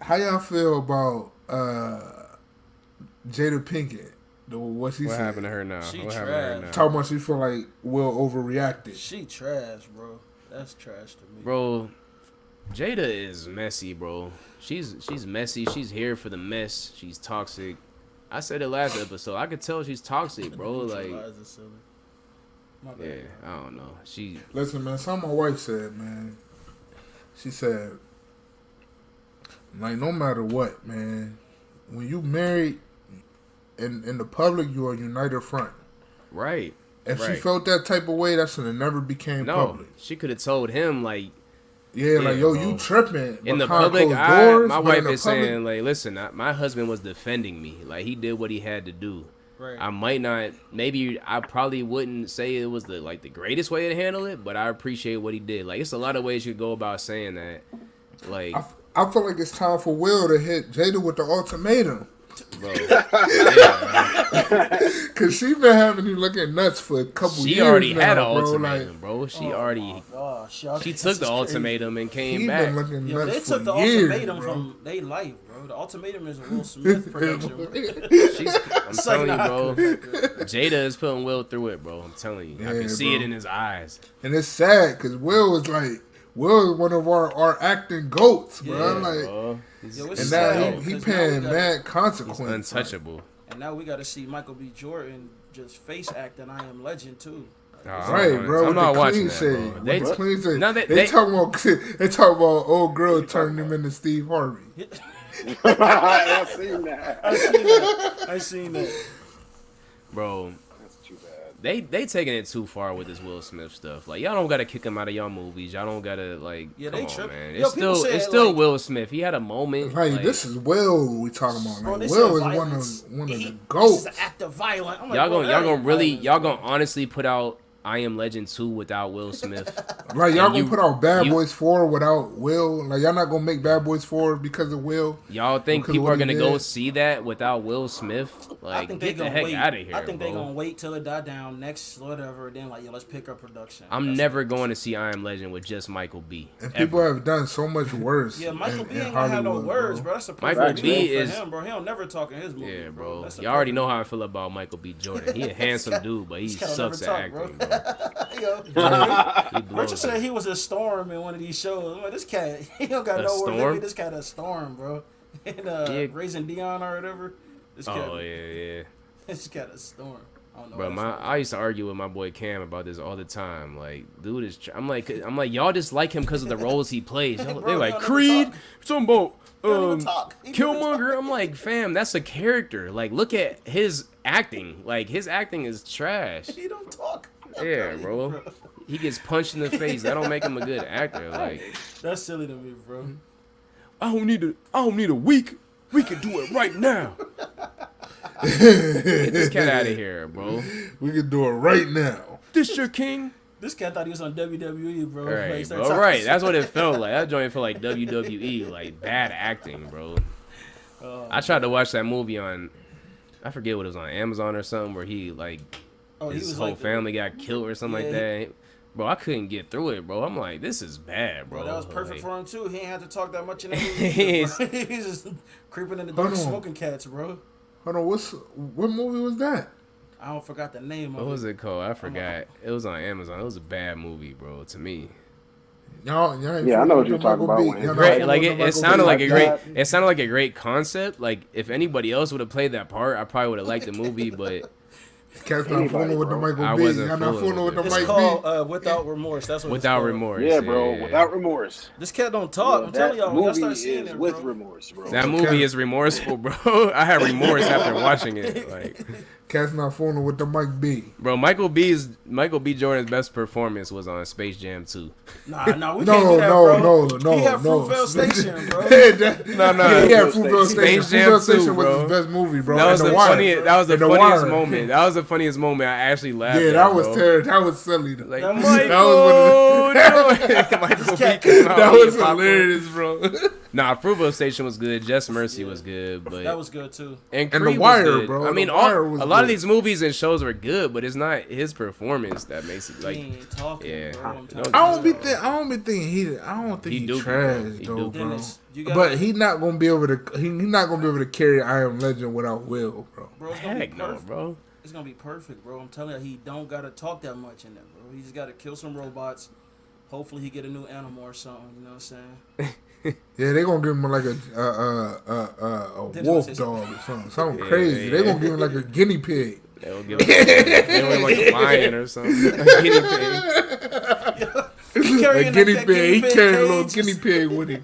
Speaker 1: how y'all feel about uh Jada Pinkett? The, what she
Speaker 2: What
Speaker 1: said?
Speaker 2: happened to her now?
Speaker 4: She
Speaker 2: what happened to her
Speaker 4: trash.
Speaker 2: now?
Speaker 1: How much you feel like Will overreacted?
Speaker 4: She trash, bro. That's trash to me.
Speaker 2: Bro, Jada is messy, bro. She's she's messy. She's here for the mess. She's toxic. I said it last episode. I could tell she's toxic, bro. Like,
Speaker 4: Neutralize is silly. My bad.
Speaker 2: yeah, I don't know. She
Speaker 1: Listen, man, something my wife said, man. She said, like, no matter what, man, when you married in in the public, you are a united front.
Speaker 2: right.
Speaker 1: If she
Speaker 2: Right.
Speaker 1: felt that type of way, that should have never became
Speaker 2: No,
Speaker 1: public.
Speaker 2: she could have told him like,
Speaker 1: Yeah, like
Speaker 2: Yeah,
Speaker 1: yo,
Speaker 2: bro.
Speaker 1: you tripping
Speaker 2: in the
Speaker 1: behind
Speaker 2: public
Speaker 1: closed
Speaker 2: eye, my
Speaker 1: but in
Speaker 2: wife
Speaker 1: the
Speaker 2: is
Speaker 1: public-
Speaker 2: saying like, listen, I, my husband was defending me. Like he did what he had to do.
Speaker 4: Right.
Speaker 2: I might not, maybe I probably wouldn't say it was the like the greatest way to handle it, but I appreciate what he did. Like it's a lot of ways you could go about saying that. Like,
Speaker 1: I, f- I feel like it's time for Will to hit Jada with the ultimatum.
Speaker 2: bro,
Speaker 1: Cause she been having you looking nuts for a couple years.
Speaker 2: she already
Speaker 1: now,
Speaker 2: had an
Speaker 1: bro.
Speaker 2: ultimatum,
Speaker 1: Like, oh,
Speaker 2: bro. She already
Speaker 4: Gosh, y'all-
Speaker 2: she
Speaker 4: this
Speaker 2: took
Speaker 4: is
Speaker 2: the
Speaker 4: crazy.
Speaker 2: ultimatum and
Speaker 1: he
Speaker 2: came
Speaker 1: been
Speaker 2: back.
Speaker 1: looking
Speaker 4: Yo,
Speaker 1: nuts
Speaker 4: they took
Speaker 1: for
Speaker 4: the
Speaker 1: years,
Speaker 4: ultimatum
Speaker 1: bro.
Speaker 4: from they life, bro. The ultimatum is a Will Smith production. bro.
Speaker 2: She's, I'm
Speaker 4: It's
Speaker 2: telling you,
Speaker 4: like,
Speaker 2: bro.
Speaker 4: nah.
Speaker 2: Jada is putting Will through it, bro. I'm telling you. I
Speaker 1: Yeah,
Speaker 2: can see it
Speaker 1: bro.
Speaker 2: in his eyes.
Speaker 1: and it's sad because Will was like, Will is one of our, our acting goats, bro.
Speaker 4: Yeah,
Speaker 1: like,
Speaker 2: bro. He's-
Speaker 4: Yo, it's
Speaker 1: and
Speaker 2: he's
Speaker 1: now
Speaker 2: so-
Speaker 4: sad.
Speaker 1: he, he
Speaker 4: Because now we
Speaker 1: paying
Speaker 4: gotta-
Speaker 1: mad
Speaker 2: he's
Speaker 1: consequences.
Speaker 2: untouchable.
Speaker 4: And now we got to see Michael B. Jordan just face act in I Am Legend too.
Speaker 1: Right, bro.
Speaker 2: I'm not watching that,
Speaker 1: shit.
Speaker 2: bro.
Speaker 1: With
Speaker 2: They,
Speaker 1: the clean shit.
Speaker 2: No,
Speaker 1: they,
Speaker 2: they- they-
Speaker 1: talk about they talk about old girl turning him into Steve Harvey.
Speaker 3: I seen that.
Speaker 4: I seen that.
Speaker 2: bro,
Speaker 3: That's too bad.
Speaker 2: they they taking it too far with this Will Smith stuff. Like y'all don't gotta kick him out of y'all movies. Y'all don't gotta like.
Speaker 4: Yeah,
Speaker 2: come
Speaker 4: they
Speaker 2: on,
Speaker 4: tripping.
Speaker 2: man.
Speaker 4: Yo,
Speaker 2: It's
Speaker 4: people
Speaker 2: still
Speaker 4: said,
Speaker 2: it's still
Speaker 4: like-
Speaker 2: Will Smith. He had a moment.
Speaker 1: Like, this is Will we talking about.
Speaker 4: Bro,
Speaker 1: Like,
Speaker 4: they
Speaker 1: Will is
Speaker 4: said
Speaker 1: one
Speaker 4: violence.
Speaker 1: of one of
Speaker 4: He-
Speaker 1: the
Speaker 4: This is
Speaker 1: goats.
Speaker 4: an act of violence. I'm like,
Speaker 2: y'all
Speaker 4: bro,
Speaker 2: gonna
Speaker 4: that
Speaker 2: y'all
Speaker 4: ain't
Speaker 2: gonna really
Speaker 4: violence,
Speaker 2: y'all
Speaker 4: bro.
Speaker 2: gonna honestly put out I Am Legend two without Will Smith.
Speaker 1: Like y'all
Speaker 2: And
Speaker 1: gonna
Speaker 2: you-
Speaker 1: put out Bad
Speaker 2: you-
Speaker 1: Boys Four without Will? Like y'all not gonna make Bad Boys Four because of Will?
Speaker 2: Y'all think
Speaker 1: Because
Speaker 2: people
Speaker 1: what
Speaker 2: are
Speaker 1: he
Speaker 2: gonna go
Speaker 1: did-
Speaker 2: see that without Will Smith?
Speaker 4: I
Speaker 2: Like,
Speaker 4: think they
Speaker 2: get the
Speaker 4: gonna
Speaker 2: heck
Speaker 4: wait.
Speaker 2: out of here,
Speaker 4: I think they
Speaker 2: bro.
Speaker 4: gonna wait till it die down next whatever. Then like, yo, let's pick up production.
Speaker 2: I'm
Speaker 4: That's-
Speaker 2: never going to see I Am Legend with just Michael B.
Speaker 1: And
Speaker 2: Ever.
Speaker 1: people have done so much worse.
Speaker 4: Yeah, Michael
Speaker 1: in-
Speaker 4: B
Speaker 1: in
Speaker 4: ain't gonna have no
Speaker 1: Hollywood,
Speaker 4: words, bro. That's a perfect
Speaker 2: Michael
Speaker 4: role
Speaker 2: B
Speaker 4: for
Speaker 2: is-
Speaker 4: him, bro. He don't never talk in his movie.
Speaker 2: Yeah, bro.
Speaker 4: That's a
Speaker 2: Y'all already
Speaker 4: perfect-
Speaker 2: know how I feel about Michael B. Jordan. He a handsome dude, but he
Speaker 4: this guy
Speaker 2: sucks at
Speaker 4: never talk,
Speaker 2: acting,
Speaker 4: bro.
Speaker 2: bro. He blows
Speaker 4: Richard
Speaker 2: it.
Speaker 4: said he was a storm in one of these shows. I'm like, this cat, he don't got
Speaker 2: A
Speaker 4: no words. Look
Speaker 2: storm?
Speaker 4: at This cat a storm, bro. And uh,
Speaker 2: Yeah.
Speaker 4: raising Dion or whatever. This cat,
Speaker 2: Oh yeah, yeah.
Speaker 4: this cat a storm. I don't know.
Speaker 2: Bro,
Speaker 4: what
Speaker 2: my I used to argue with my boy Cam about this all the time. Like, dude is. Tr- I'm like, I'm like, y'all just like him because of the roles he plays. Y'all-
Speaker 4: Bro,
Speaker 2: they're
Speaker 4: he
Speaker 2: like
Speaker 4: don't even
Speaker 2: Creed,
Speaker 4: talk.
Speaker 2: something about
Speaker 4: don't even
Speaker 2: um,
Speaker 4: talk. He don't even
Speaker 2: Killmonger. I'm like, fam, that's a character. Like, look at his acting. Like, his acting is trash.
Speaker 4: he don't talk.
Speaker 2: Yeah, bro. He gets punched in the face. That don't make him a good actor. Like,
Speaker 4: That's silly to me, bro.
Speaker 1: Mm-hmm.
Speaker 2: I don't need a, I don't need a week. We can do it right now. Get this cat out of here, bro.
Speaker 1: We can do it right now.
Speaker 2: This your king?
Speaker 4: This cat thought he was on WWE, bro.
Speaker 2: All
Speaker 4: Like,
Speaker 2: right,
Speaker 4: start
Speaker 2: bro.
Speaker 4: talking
Speaker 2: Right,
Speaker 4: shit.
Speaker 2: that's what it felt like. That joint felt like WWE, like bad acting, bro.
Speaker 4: Oh,
Speaker 2: I tried to watch that movie on, I forget what it was on Amazon or something, where he like
Speaker 4: Oh, he
Speaker 2: his
Speaker 4: was
Speaker 2: whole
Speaker 4: like the-
Speaker 2: family got killed or something like
Speaker 4: Yeah,
Speaker 2: that. Bro, I couldn't get through it, bro. I'm like, this is bad, bro.
Speaker 4: Bro, that was perfect
Speaker 2: Like,
Speaker 4: for him too. He ain't had to talk that much in the
Speaker 2: He's-
Speaker 4: movie. He's just creeping in the dark,
Speaker 1: Hold on.
Speaker 4: smoking cats, bro.
Speaker 1: Hold on, what's what movie was that?
Speaker 4: I don't forgot the name
Speaker 2: What
Speaker 4: of
Speaker 2: was
Speaker 4: it.
Speaker 2: it called? I forgot. It was on Amazon. It was a bad movie, bro. To me,
Speaker 1: Y'all, y'all ain't
Speaker 3: Yeah, I know what
Speaker 1: fucking
Speaker 3: you're
Speaker 1: with
Speaker 3: talking
Speaker 1: Michael
Speaker 3: about
Speaker 1: B.
Speaker 3: when
Speaker 1: Y'all
Speaker 3: it's
Speaker 1: not
Speaker 3: great.
Speaker 1: fucking
Speaker 2: Right, like
Speaker 1: with
Speaker 2: it,
Speaker 1: Michael
Speaker 2: it sounded
Speaker 1: B.
Speaker 2: like a great
Speaker 1: that.
Speaker 2: it sounded like a great concept. Like if anybody else would have played that part, I probably would have liked the movie, but
Speaker 1: Cat's not fooling
Speaker 3: Anybody,
Speaker 1: with the
Speaker 3: bro.
Speaker 1: Michael
Speaker 2: I
Speaker 1: B.
Speaker 2: wasn't
Speaker 1: Y'all not
Speaker 2: fooling
Speaker 1: fooling with
Speaker 2: with
Speaker 1: the
Speaker 2: it.
Speaker 4: It's
Speaker 1: Mike
Speaker 4: called
Speaker 1: B.
Speaker 4: uh, Without Remorse. That's what it's
Speaker 2: without
Speaker 4: called.
Speaker 2: remorse.
Speaker 3: Yeah, bro. Without remorse.
Speaker 4: This cat don't talk. Oh, I'm telling y'all, when y'all
Speaker 3: movie
Speaker 4: start seeing
Speaker 3: is
Speaker 4: it,
Speaker 3: with
Speaker 4: bro.
Speaker 3: remorse, bro.
Speaker 2: that movie is remorseful, bro. I had remorse after watching it. Like,
Speaker 1: Cat's not fooling with the Mike B.
Speaker 2: bro, Michael B's Michael B. Jordan's best performance was on Space Jam 2.
Speaker 4: Nah, nah, we can't
Speaker 1: No,
Speaker 4: do that,
Speaker 1: no,
Speaker 4: bro.
Speaker 1: no, no,
Speaker 4: He had
Speaker 1: no.
Speaker 4: Fruitvale Station, bro.
Speaker 1: no,
Speaker 2: no.
Speaker 1: Yeah, Fruitvale Station.
Speaker 2: Space Jam
Speaker 1: Fruitvale Station
Speaker 2: 2,
Speaker 1: was his
Speaker 2: bro.
Speaker 1: best movie, bro.
Speaker 2: That
Speaker 1: And
Speaker 2: was the,
Speaker 1: Wire.
Speaker 2: funniest. That was the
Speaker 1: And The
Speaker 2: funniest
Speaker 1: Wire.
Speaker 2: moment. That was the funniest moment. I actually laughed.
Speaker 1: Yeah,
Speaker 2: at,
Speaker 1: that was
Speaker 2: bro.
Speaker 1: terrible. That was silly. though.
Speaker 2: Like,
Speaker 4: That
Speaker 2: Michael, no. Michael B. came out.
Speaker 1: that
Speaker 2: eating
Speaker 1: was
Speaker 2: popcorn.
Speaker 1: hilarious, bro.
Speaker 2: Nah, Fruitvale Station was good. Just Mercy was good, but
Speaker 4: That was good too.
Speaker 2: And,
Speaker 1: And
Speaker 2: Creed
Speaker 1: The
Speaker 2: was
Speaker 1: Wire,
Speaker 2: good.
Speaker 1: bro.
Speaker 2: I
Speaker 1: The
Speaker 2: mean,
Speaker 1: Wire
Speaker 2: all,
Speaker 1: was
Speaker 2: a lot
Speaker 1: good.
Speaker 2: of these movies and shows were good, but it's not his performance that makes it like.
Speaker 4: he ain't talking,
Speaker 2: yeah.
Speaker 4: bro. I'm
Speaker 2: No,
Speaker 4: telling
Speaker 1: I don't be
Speaker 4: you.
Speaker 1: think I don't be thinking he. I don't think
Speaker 2: He
Speaker 1: he,
Speaker 2: do be, bro.
Speaker 1: trash
Speaker 2: He do.
Speaker 1: though, bro.
Speaker 4: Dennis, you gotta-
Speaker 1: But he not gonna be able to. He, he not gonna be able to carry I Am Legend without Will, bro.
Speaker 4: Bro, it's gonna be
Speaker 2: Heck no,
Speaker 4: perfect.
Speaker 2: bro.
Speaker 4: It's gonna be perfect, bro. I'm telling you, he don't gotta talk that much in that, bro. He just gotta kill some robots. Hopefully, he get a new animal or something. You know what I'm saying?
Speaker 1: Yeah, they gonna give him like a a a a, a, a
Speaker 4: Dennis
Speaker 1: wolf
Speaker 4: says-
Speaker 1: dog or something, something
Speaker 2: Yeah,
Speaker 1: crazy. They
Speaker 2: yeah.
Speaker 1: gonna give him like a guinea pig.
Speaker 2: They'll give him they'll give him, like a lion or something. A guinea pig.
Speaker 1: A
Speaker 4: Carrying that-
Speaker 1: guinea
Speaker 4: that
Speaker 1: pig. He
Speaker 4: guinea
Speaker 1: carrying a little
Speaker 4: cage.
Speaker 1: guinea pig with him.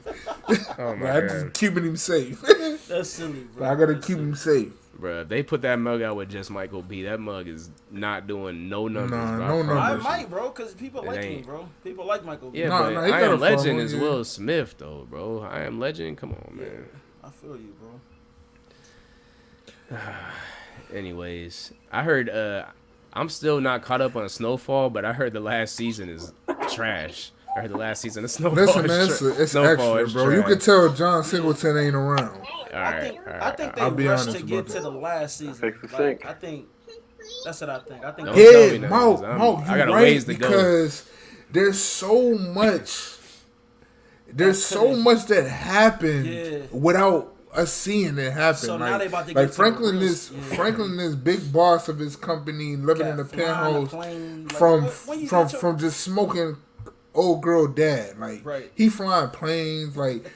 Speaker 2: Oh my
Speaker 1: I
Speaker 2: god,
Speaker 1: just keeping him safe.
Speaker 4: That's silly, bro.
Speaker 1: I gotta
Speaker 4: That's
Speaker 1: keep
Speaker 4: silly.
Speaker 1: him safe.
Speaker 2: Bruh, if they put that mug out with just Michael B, that mug is not doing no numbers.
Speaker 1: Nah,
Speaker 2: by far.
Speaker 1: no numbers.
Speaker 4: I
Speaker 1: Listen.
Speaker 4: might, bro, because people
Speaker 2: It
Speaker 4: like me,
Speaker 2: ain't.
Speaker 4: bro. People like Michael. B.
Speaker 2: Yeah,
Speaker 1: Nah,
Speaker 2: but
Speaker 1: nah, he
Speaker 2: I
Speaker 1: got a
Speaker 2: am Legend
Speaker 1: follow,
Speaker 2: is
Speaker 1: yeah.
Speaker 2: Will Smith, though, bro. I am Legend. Come on, man.
Speaker 4: I feel you, bro.
Speaker 2: Anyways, I heard. uh I'm still not caught up on Snowfall, but I heard the last season is trash. I heard the last season of Snowfall.
Speaker 1: Listen,
Speaker 2: is
Speaker 1: man, it's,
Speaker 2: Oh, tra-
Speaker 1: it's
Speaker 2: Snowfall
Speaker 1: extra,
Speaker 2: is
Speaker 1: bro. You
Speaker 2: trash.
Speaker 1: could tell John Singleton ain't around.
Speaker 2: All
Speaker 4: I
Speaker 2: right,
Speaker 4: think
Speaker 2: all
Speaker 4: I
Speaker 2: right,
Speaker 4: think they
Speaker 1: I'll be
Speaker 4: rushed
Speaker 1: honest
Speaker 4: to get
Speaker 1: about
Speaker 4: to
Speaker 1: that.
Speaker 4: the last season.
Speaker 3: Fix the
Speaker 4: Like,
Speaker 3: sink.
Speaker 4: I think that's what I think. I think
Speaker 2: Don't
Speaker 4: they-
Speaker 2: tell
Speaker 1: Yeah,
Speaker 2: me nothing,
Speaker 1: Mo,
Speaker 2: 'cause I'm-
Speaker 1: Mo,
Speaker 2: I
Speaker 1: you
Speaker 2: got a
Speaker 1: right
Speaker 2: ways to go.
Speaker 1: because there's so much, there's so much that happened
Speaker 4: Yeah.
Speaker 1: without us seeing it happen.
Speaker 4: So
Speaker 1: like,
Speaker 4: now they about to
Speaker 1: like
Speaker 4: get to
Speaker 1: Franklin
Speaker 4: the real-
Speaker 1: is
Speaker 4: yeah.
Speaker 1: Franklin is big boss of his company, living in a
Speaker 4: got flying
Speaker 1: penthouse
Speaker 4: plane, like,
Speaker 1: from
Speaker 4: what- when you
Speaker 1: from
Speaker 4: got your-
Speaker 1: from just smoking old girl dad. Like
Speaker 4: Right.
Speaker 1: he flying planes, like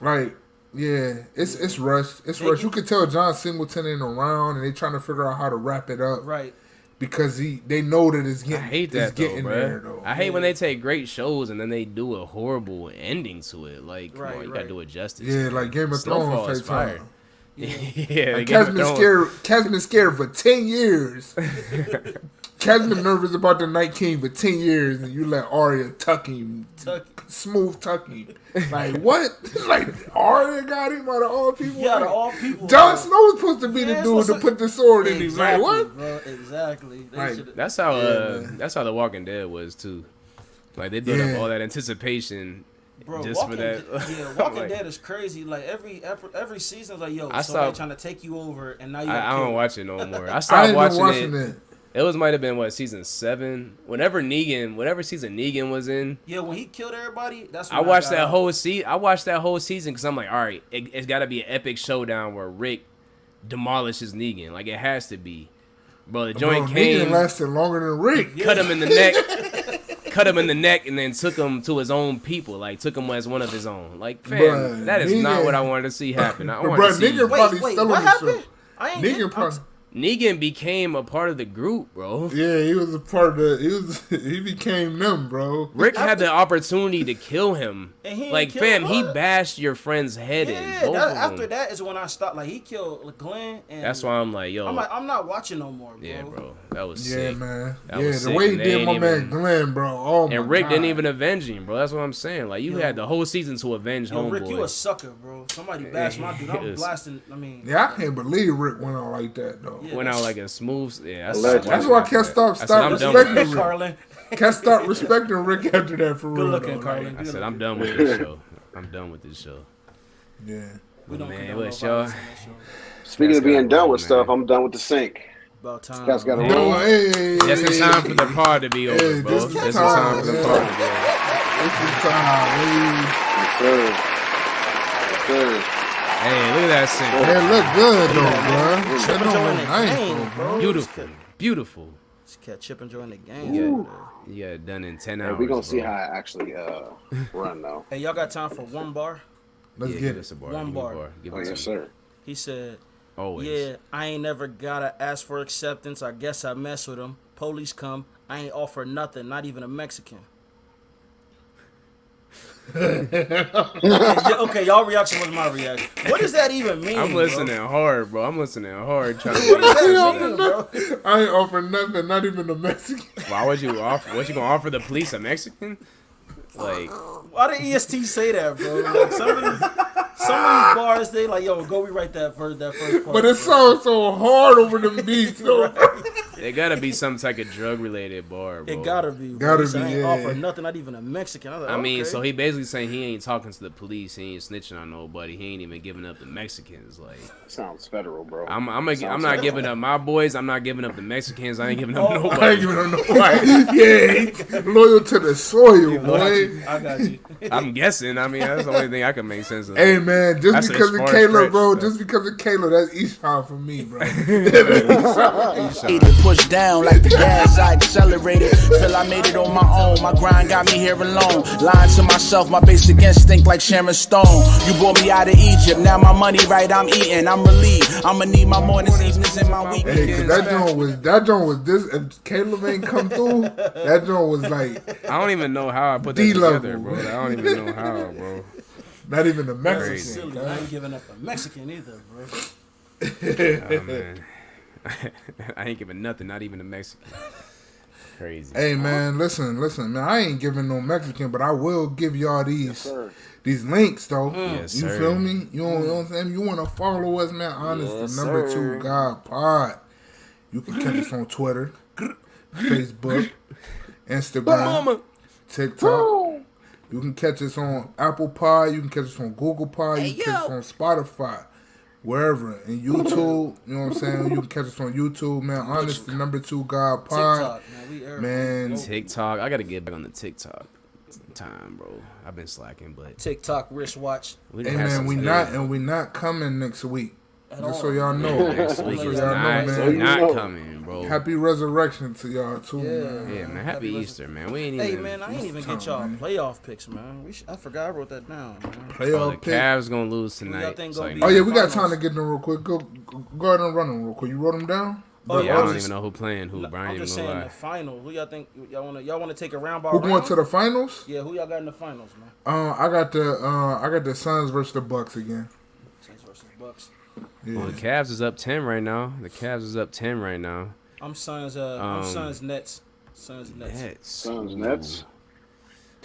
Speaker 1: like. Yeah, it's it's rushed. It's
Speaker 4: They
Speaker 1: rushed.
Speaker 4: get-
Speaker 1: you could tell John Singleton ain't around, and they trying to figure out how to wrap it up
Speaker 4: right.
Speaker 1: because he they know that it's
Speaker 2: I
Speaker 1: getting
Speaker 2: hate
Speaker 1: it's
Speaker 2: that though,
Speaker 1: getting there
Speaker 2: bro.
Speaker 1: though.
Speaker 2: I hate when they take great shows and then they do a horrible ending to it. Like, come
Speaker 4: Right,
Speaker 2: on, you
Speaker 4: right.
Speaker 2: gotta do it justice.
Speaker 1: yeah, like Game of
Speaker 2: Snowfall
Speaker 1: Thrones
Speaker 2: is
Speaker 1: type
Speaker 2: fire.
Speaker 1: time.
Speaker 2: yeah, they
Speaker 1: Cat's
Speaker 2: got
Speaker 1: been scared. Cat's been scared for ten years. Cat's been nervous about the Night King for ten years, and you let Arya tuck him,
Speaker 4: Tuck.
Speaker 1: smooth tuck him. Like what? like Arya got him out of all people.
Speaker 4: Yeah, to
Speaker 1: Like,
Speaker 4: all people.
Speaker 1: Jon
Speaker 4: bro.
Speaker 1: Snow's supposed to be
Speaker 4: Yeah,
Speaker 1: the
Speaker 4: it's
Speaker 1: dude to
Speaker 4: supposed to-
Speaker 1: put the sword in him. Like
Speaker 4: Exactly,
Speaker 1: what?
Speaker 4: bro. Exactly. They
Speaker 1: Like,
Speaker 4: shoulda-
Speaker 2: That's how. uh,
Speaker 1: man.
Speaker 2: that's how The Walking Dead was too. Like they built
Speaker 1: Yeah.
Speaker 2: up all that anticipation
Speaker 4: Bro,
Speaker 2: just
Speaker 4: Walking
Speaker 2: for that.
Speaker 4: Dead, yeah, Walking
Speaker 2: Like,
Speaker 4: Dead is crazy. Like every ep- every season, like yo,
Speaker 2: I
Speaker 4: somebody
Speaker 2: saw-
Speaker 4: trying to take you over, and now you.
Speaker 2: I,
Speaker 4: gotta
Speaker 2: I
Speaker 4: kill
Speaker 2: don't
Speaker 4: them.
Speaker 2: watch it no more. I
Speaker 1: I
Speaker 2: stopped
Speaker 1: ain't
Speaker 2: watching,
Speaker 1: been watching
Speaker 2: it.
Speaker 1: it.
Speaker 2: It was might have been what season seven. Whenever Negan, whenever season Negan was in,
Speaker 4: Yeah, when he killed everybody, that's when
Speaker 2: I watched
Speaker 4: got
Speaker 2: that
Speaker 4: out.
Speaker 2: whole season. I watched that whole season because I'm like, all right, it, it's got to be an epic showdown where Rick demolishes Negan. Like it has to be, bro. The joint
Speaker 1: Bro,
Speaker 2: came,
Speaker 1: Negan lasted longer than Rick.
Speaker 2: cut him in the neck, cut him in the neck, and then took him to his own people. Like took him as one of his own. Like fam,
Speaker 1: Bruh,
Speaker 2: that is not
Speaker 1: Negan-
Speaker 2: what I wanted to see happen. I
Speaker 1: But
Speaker 2: wanted to
Speaker 1: bruh,
Speaker 2: see
Speaker 1: Negan
Speaker 4: Wait,
Speaker 1: probably
Speaker 4: wait,
Speaker 1: still
Speaker 4: what
Speaker 1: on the show.
Speaker 4: happened? I ain't
Speaker 1: Negan
Speaker 4: get-
Speaker 1: probably.
Speaker 2: Negan became a part of the group, bro.
Speaker 1: Yeah, he was a part of. The, he was. He became them, bro.
Speaker 2: Rick had the opportunity to kill him.
Speaker 4: And he
Speaker 2: like,
Speaker 4: didn't kill
Speaker 2: fam,
Speaker 4: him,
Speaker 2: he
Speaker 4: huh?
Speaker 2: bashed your friend's head in.
Speaker 4: Yeah,
Speaker 2: Both
Speaker 4: that,
Speaker 2: of
Speaker 4: after
Speaker 2: them.
Speaker 4: that is when I stopped. Like he killed Glenn, and
Speaker 2: That's why I'm like, yo,
Speaker 4: I'm like, I'm not watching no more, bro.
Speaker 2: yeah, bro, that was
Speaker 1: Yeah,
Speaker 2: sick.
Speaker 1: man.
Speaker 2: That
Speaker 1: yeah,
Speaker 2: was
Speaker 1: the
Speaker 2: sick,
Speaker 1: way he
Speaker 2: and they
Speaker 1: did
Speaker 2: ain't
Speaker 1: my man
Speaker 2: even-
Speaker 1: Glenn, bro. Oh my
Speaker 2: And Rick
Speaker 1: God.
Speaker 2: didn't even avenge him, bro. That's what I'm saying. Like, you
Speaker 4: Yeah.
Speaker 2: had the whole season to avenge
Speaker 4: Yo,
Speaker 2: homeboy.
Speaker 4: Rick, you a sucker, bro. Somebody bashed my dude. I'm
Speaker 2: Yes.
Speaker 4: blasting. I mean,
Speaker 1: Yeah, I can't believe Rick went out like that, though.
Speaker 4: Yeah.
Speaker 2: Went out like a smooth. Yeah, that's,
Speaker 3: Allegedly.
Speaker 1: That's why I can't stop,
Speaker 2: said,
Speaker 1: stop
Speaker 2: I'm done with
Speaker 1: respecting
Speaker 4: Hey,
Speaker 2: this.
Speaker 1: Rick.
Speaker 4: Carlin.
Speaker 1: Can't stop respecting Rick after that for real.
Speaker 4: looking,
Speaker 1: though,
Speaker 4: Carlin.
Speaker 1: like,
Speaker 2: I said, I'm done with this show. I'm done with this show.
Speaker 1: yeah.
Speaker 4: We don't
Speaker 2: Man,
Speaker 4: condone
Speaker 2: what's
Speaker 4: no violence
Speaker 2: your-
Speaker 4: on this show.
Speaker 3: Speaking
Speaker 2: That's
Speaker 3: of being
Speaker 2: gotta
Speaker 3: done
Speaker 2: roll,
Speaker 3: with
Speaker 2: man. Uh-huh.
Speaker 3: stuff, I'm done with the sink.
Speaker 4: About time.
Speaker 3: That's gotta
Speaker 4: man.
Speaker 1: No,
Speaker 3: roll.
Speaker 1: hey,
Speaker 2: Just in time for the pod to be over,
Speaker 1: Hey,
Speaker 2: bro.
Speaker 1: this is
Speaker 2: Just in
Speaker 1: time,
Speaker 2: time for the
Speaker 1: yeah.
Speaker 2: pod to be over.
Speaker 1: It's the time. Hey.
Speaker 3: Yes, sir. Yes, sir.
Speaker 2: Hey, look at that scene.
Speaker 1: That look good, though, bro. Shit
Speaker 4: Chip and
Speaker 1: on
Speaker 4: Joanna
Speaker 1: look nice,
Speaker 4: Gaines,
Speaker 1: though, bro.
Speaker 4: bro.
Speaker 2: Beautiful, beautiful.
Speaker 4: Just kept Chip and Joanna the game.
Speaker 2: You got, you got done in ten hours.
Speaker 3: We're gonna see
Speaker 2: bro.
Speaker 3: how it actually uh, run though.
Speaker 4: Hey, y'all got time for one bar?
Speaker 1: Let's
Speaker 2: yeah,
Speaker 1: get
Speaker 2: give
Speaker 1: it.
Speaker 2: us a bar.
Speaker 4: One
Speaker 2: give me a
Speaker 4: bar.
Speaker 2: Give
Speaker 3: Oh
Speaker 2: us
Speaker 3: yes,
Speaker 2: a-
Speaker 3: sir.
Speaker 4: He said,
Speaker 2: Always.
Speaker 4: Yeah, I ain't never gotta ask for acceptance. I guess I mess with them. Police come. I ain't offer nothing, not even a Mexican. okay, y- okay, y'all reaction was my reaction. What does that even mean?
Speaker 2: I'm
Speaker 4: bro?
Speaker 2: listening hard, bro. I'm listening hard. Trying
Speaker 4: What does
Speaker 2: to
Speaker 4: that mean, bro?
Speaker 1: I ain't offer nothing, not even a Mexican.
Speaker 2: Why would you offer? What you gonna offer the police a Mexican? Like,
Speaker 4: Why did EST say that, bro? Like, some, of these, some of these bars, they like, yo, go rewrite that first, that first part.
Speaker 1: But it
Speaker 4: bro.
Speaker 1: sounds so hard over the beats, though.
Speaker 2: it gotta be some type of drug related bar, bro.
Speaker 4: It gotta be.
Speaker 1: Gotta
Speaker 4: Gotta be.
Speaker 1: be,
Speaker 4: I ain't
Speaker 1: yeah.
Speaker 4: offer nothing, not even a Mexican. I, was like,
Speaker 2: I mean, so
Speaker 4: okay.
Speaker 2: he basically saying he ain't talking to the police. He ain't snitching on nobody. He ain't even giving up the Mexicans. Like,
Speaker 3: Sounds federal, bro.
Speaker 2: I'm, I'm, a, I'm not giving up my boys. I'm not giving up the Mexicans. I ain't giving up
Speaker 4: Oh,
Speaker 1: I
Speaker 2: nobody.
Speaker 1: ain't giving him no fight. Yeah, he loyal to the soil, boy.
Speaker 4: I got you.
Speaker 2: I'm guessing. I mean, that's the only thing I can make sense of.
Speaker 1: Hey man, just
Speaker 2: That's a
Speaker 1: because of
Speaker 2: smart
Speaker 1: Caleb,
Speaker 2: stretch,
Speaker 1: bro.
Speaker 2: though.
Speaker 1: Just because of Caleb, that's Esau for me, bro.
Speaker 7: Eat it pushed down like the gas I accelerated. Feel I made it on my own. My grind got me here alone. Lying to myself, my basic instinct like Sharon Stone. You bought me out of Egypt. Now my money right, I'm eating. I'm relieved. I'ma need my mornings, evenings, and my weekends.
Speaker 1: Hey, 'cause that joint was that joint was this. If Caleb ain't come through, that joint was like
Speaker 2: I don't even know how I put that
Speaker 1: D-level,
Speaker 2: together, bro.
Speaker 1: bro.
Speaker 2: I don't even know how, bro.
Speaker 1: not even a
Speaker 4: That's
Speaker 1: Mexican.
Speaker 4: silly. I ain't giving up a Mexican either, bro.
Speaker 2: Oh, man. I ain't giving nothing, not even a Mexican. Crazy.
Speaker 1: Hey man, listen, listen, man. I ain't giving no Mexican, but I will give y'all these
Speaker 3: sir.
Speaker 1: these links though.
Speaker 2: Hmm. Yes,
Speaker 1: you
Speaker 2: sir.
Speaker 1: feel me? You know, you know what I'm saying? You want to follow us, man? Honest,
Speaker 2: Yes,
Speaker 1: the number
Speaker 2: sir.
Speaker 1: two God Pod. You can catch us on Twitter, Facebook, Instagram, TikTok. You can catch us on Apple Pod. You can catch us on Google Pod. You can catch us on Spotify, wherever, and YouTube. You know what I'm saying? You can catch us on YouTube, man. Honest, the number two God Pod.
Speaker 4: TikTok, man. We everywhere.
Speaker 1: Man,
Speaker 2: TikTok. I gotta get back on the TikTok time, bro. I've been slacking, but
Speaker 4: TikTok wristwatch.
Speaker 2: we
Speaker 1: Hey
Speaker 2: done had
Speaker 1: man,
Speaker 2: some
Speaker 1: we
Speaker 2: good-
Speaker 1: not and we not coming next week.
Speaker 4: At
Speaker 1: Just
Speaker 4: all.
Speaker 1: so y'all know.
Speaker 2: Next week
Speaker 4: So
Speaker 2: is
Speaker 4: y'all know,
Speaker 2: not,
Speaker 1: man.
Speaker 2: so not
Speaker 3: You know.
Speaker 2: coming, bro.
Speaker 1: Happy resurrection to y'all too,
Speaker 4: Yeah.
Speaker 1: man.
Speaker 2: yeah, man. Happy Easter, man. We ain't even.
Speaker 4: Hey man, I ain't even get y'all playoff picks, man. We should, I forgot I wrote that down. Man.
Speaker 2: oh, the
Speaker 1: Playoff pick.
Speaker 2: Cavs gonna lose
Speaker 4: y'all
Speaker 2: tonight.
Speaker 4: think
Speaker 2: so,
Speaker 4: gonna
Speaker 2: you
Speaker 4: be-
Speaker 2: know,
Speaker 1: Oh yeah, we got
Speaker 4: Finals.
Speaker 1: time to get them real quick. Go go go ahead and run them real quick. You wrote them down?
Speaker 4: Oh,
Speaker 2: yeah, I
Speaker 4: I'm
Speaker 2: don't
Speaker 4: just-
Speaker 2: even know who playing who. Brian,
Speaker 4: I'm
Speaker 2: even
Speaker 4: just
Speaker 2: gonna
Speaker 4: saying
Speaker 2: lie.
Speaker 4: the final. Who y'all think y'all wanna y'all wanna take a round by
Speaker 1: Who
Speaker 4: round?
Speaker 1: going to the finals?
Speaker 4: yeah, who y'all got in the finals, man?
Speaker 1: Uh, I got the uh, I got the Suns versus the Bucks again.
Speaker 4: Saints versus Bucks.
Speaker 2: Well, the Cavs is up ten right now. The Cavs is up ten right now.
Speaker 4: I'm Suns. Uh, I'm
Speaker 2: Um,
Speaker 4: Suns Nets. Suns Nets.
Speaker 2: Nets.
Speaker 3: Suns, Nets.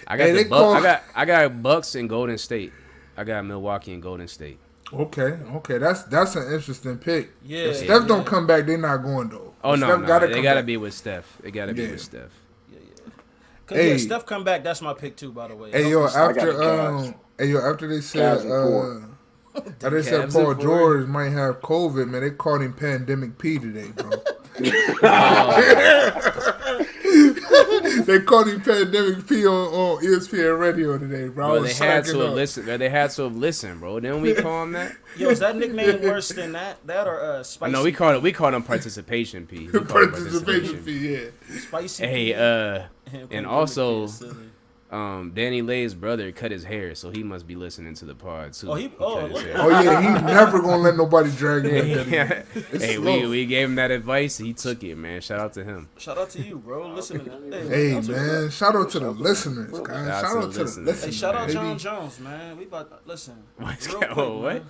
Speaker 2: I got
Speaker 1: Hey,
Speaker 2: the Buc-
Speaker 1: they call-
Speaker 2: I got I got Bucks and Golden State. I got Milwaukee and Golden State.
Speaker 1: Okay, okay, that's that's an interesting pick.
Speaker 4: Yeah,
Speaker 1: if Steph
Speaker 4: yeah.
Speaker 1: don't come back, they not going though.
Speaker 2: Oh
Speaker 1: If
Speaker 2: no,
Speaker 1: Steph
Speaker 2: no,
Speaker 1: gotta
Speaker 2: they
Speaker 1: come
Speaker 2: gotta
Speaker 1: back.
Speaker 2: be with Steph. They gotta be
Speaker 1: Yeah.
Speaker 2: with Steph.
Speaker 4: Cause
Speaker 1: Hey.
Speaker 4: yeah, Steph come back. That's my pick too, by the way.
Speaker 1: Hey yo,
Speaker 3: I got
Speaker 1: after
Speaker 3: the Cavs.
Speaker 1: um, hey yo, after they said
Speaker 3: Cavs at
Speaker 1: uh,
Speaker 3: four.
Speaker 1: after they
Speaker 2: Cavs
Speaker 1: said
Speaker 2: at
Speaker 1: Paul
Speaker 2: four.
Speaker 1: George might have COVID, man, they called him Pandemic P today, bro. they called him Pandemic P on, on ESPN Radio today, bro. I
Speaker 4: Oh,
Speaker 2: Bro, they
Speaker 1: was
Speaker 2: had
Speaker 1: cracking
Speaker 2: to have
Speaker 1: up.
Speaker 2: listened. They had to have listened, bro. Didn't we call him that?
Speaker 4: Yo, is that nickname worse than that? That or uh,
Speaker 2: I
Speaker 4: spicy?
Speaker 2: know we called it. We called him participation P. We called him
Speaker 1: Participation fee, yeah.
Speaker 4: spicy.
Speaker 2: Hey,
Speaker 4: pea
Speaker 2: uh,
Speaker 4: pandemic
Speaker 2: also-
Speaker 4: pea is silly.
Speaker 2: um, Danny Lay's brother cut his hair, so he must be listening to the pod too.
Speaker 4: Oh, he- oh,
Speaker 2: cut his
Speaker 4: look
Speaker 2: hair.
Speaker 1: Oh yeah, he's never gonna let nobody drag him.
Speaker 2: Yeah. hey, we,
Speaker 1: slow.
Speaker 2: we gave him that advice. He took it, man. Shout out to him.
Speaker 4: shout out to you, bro. Listen, to hey,
Speaker 1: Hey man, shout out to the listeners, guys. Shout
Speaker 2: to the
Speaker 1: out to the
Speaker 2: listeners.
Speaker 1: listeners.
Speaker 4: hey, shout out
Speaker 1: baby.
Speaker 4: John Jones, man. We about to, listen. Real quick,
Speaker 2: oh,
Speaker 4: man.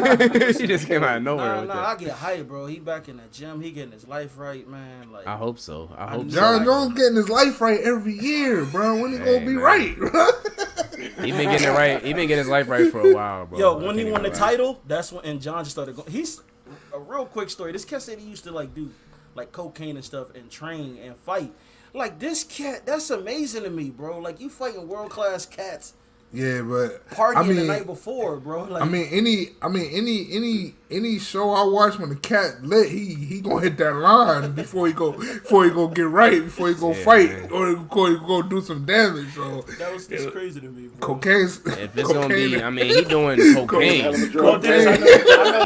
Speaker 2: what? she just came out of nowhere
Speaker 4: Nah,
Speaker 2: with
Speaker 4: nah, I
Speaker 2: that.
Speaker 4: get hype, bro. He back in the gym. He getting his life right, man. Like,
Speaker 2: I, hope so. I hope so.
Speaker 1: John
Speaker 2: Like,
Speaker 1: Jones getting his life right every year, bro. When he
Speaker 2: Hey,
Speaker 1: gonna be
Speaker 2: man.
Speaker 1: right? bro?
Speaker 2: He been getting it right. He been getting his life right for a while, bro.
Speaker 4: Yo,
Speaker 2: I
Speaker 4: when
Speaker 2: can't
Speaker 4: he
Speaker 2: even
Speaker 4: won the
Speaker 2: lie.
Speaker 4: title, that's when and John just started going. He's a real quick story. This cat said he used to like do like cocaine and stuff and train and fight. Like this cat, that's amazing to me, bro. Like you fighting world class cats,
Speaker 1: Yeah, but
Speaker 4: partying
Speaker 1: I mean,
Speaker 4: the night before, bro. Like
Speaker 1: I mean, any, I mean, any, any, any show I watch when the cat lit, he he gonna hit that line before he go, before he go get right, before he go
Speaker 2: Yeah,
Speaker 1: fight,
Speaker 2: man.
Speaker 1: or before he go do some damage. So
Speaker 4: that was just crazy to me, bro.
Speaker 1: cocaine's
Speaker 2: If it's gonna be, I mean, he doing
Speaker 3: Hell of a
Speaker 2: cocaine.
Speaker 3: drug.
Speaker 2: he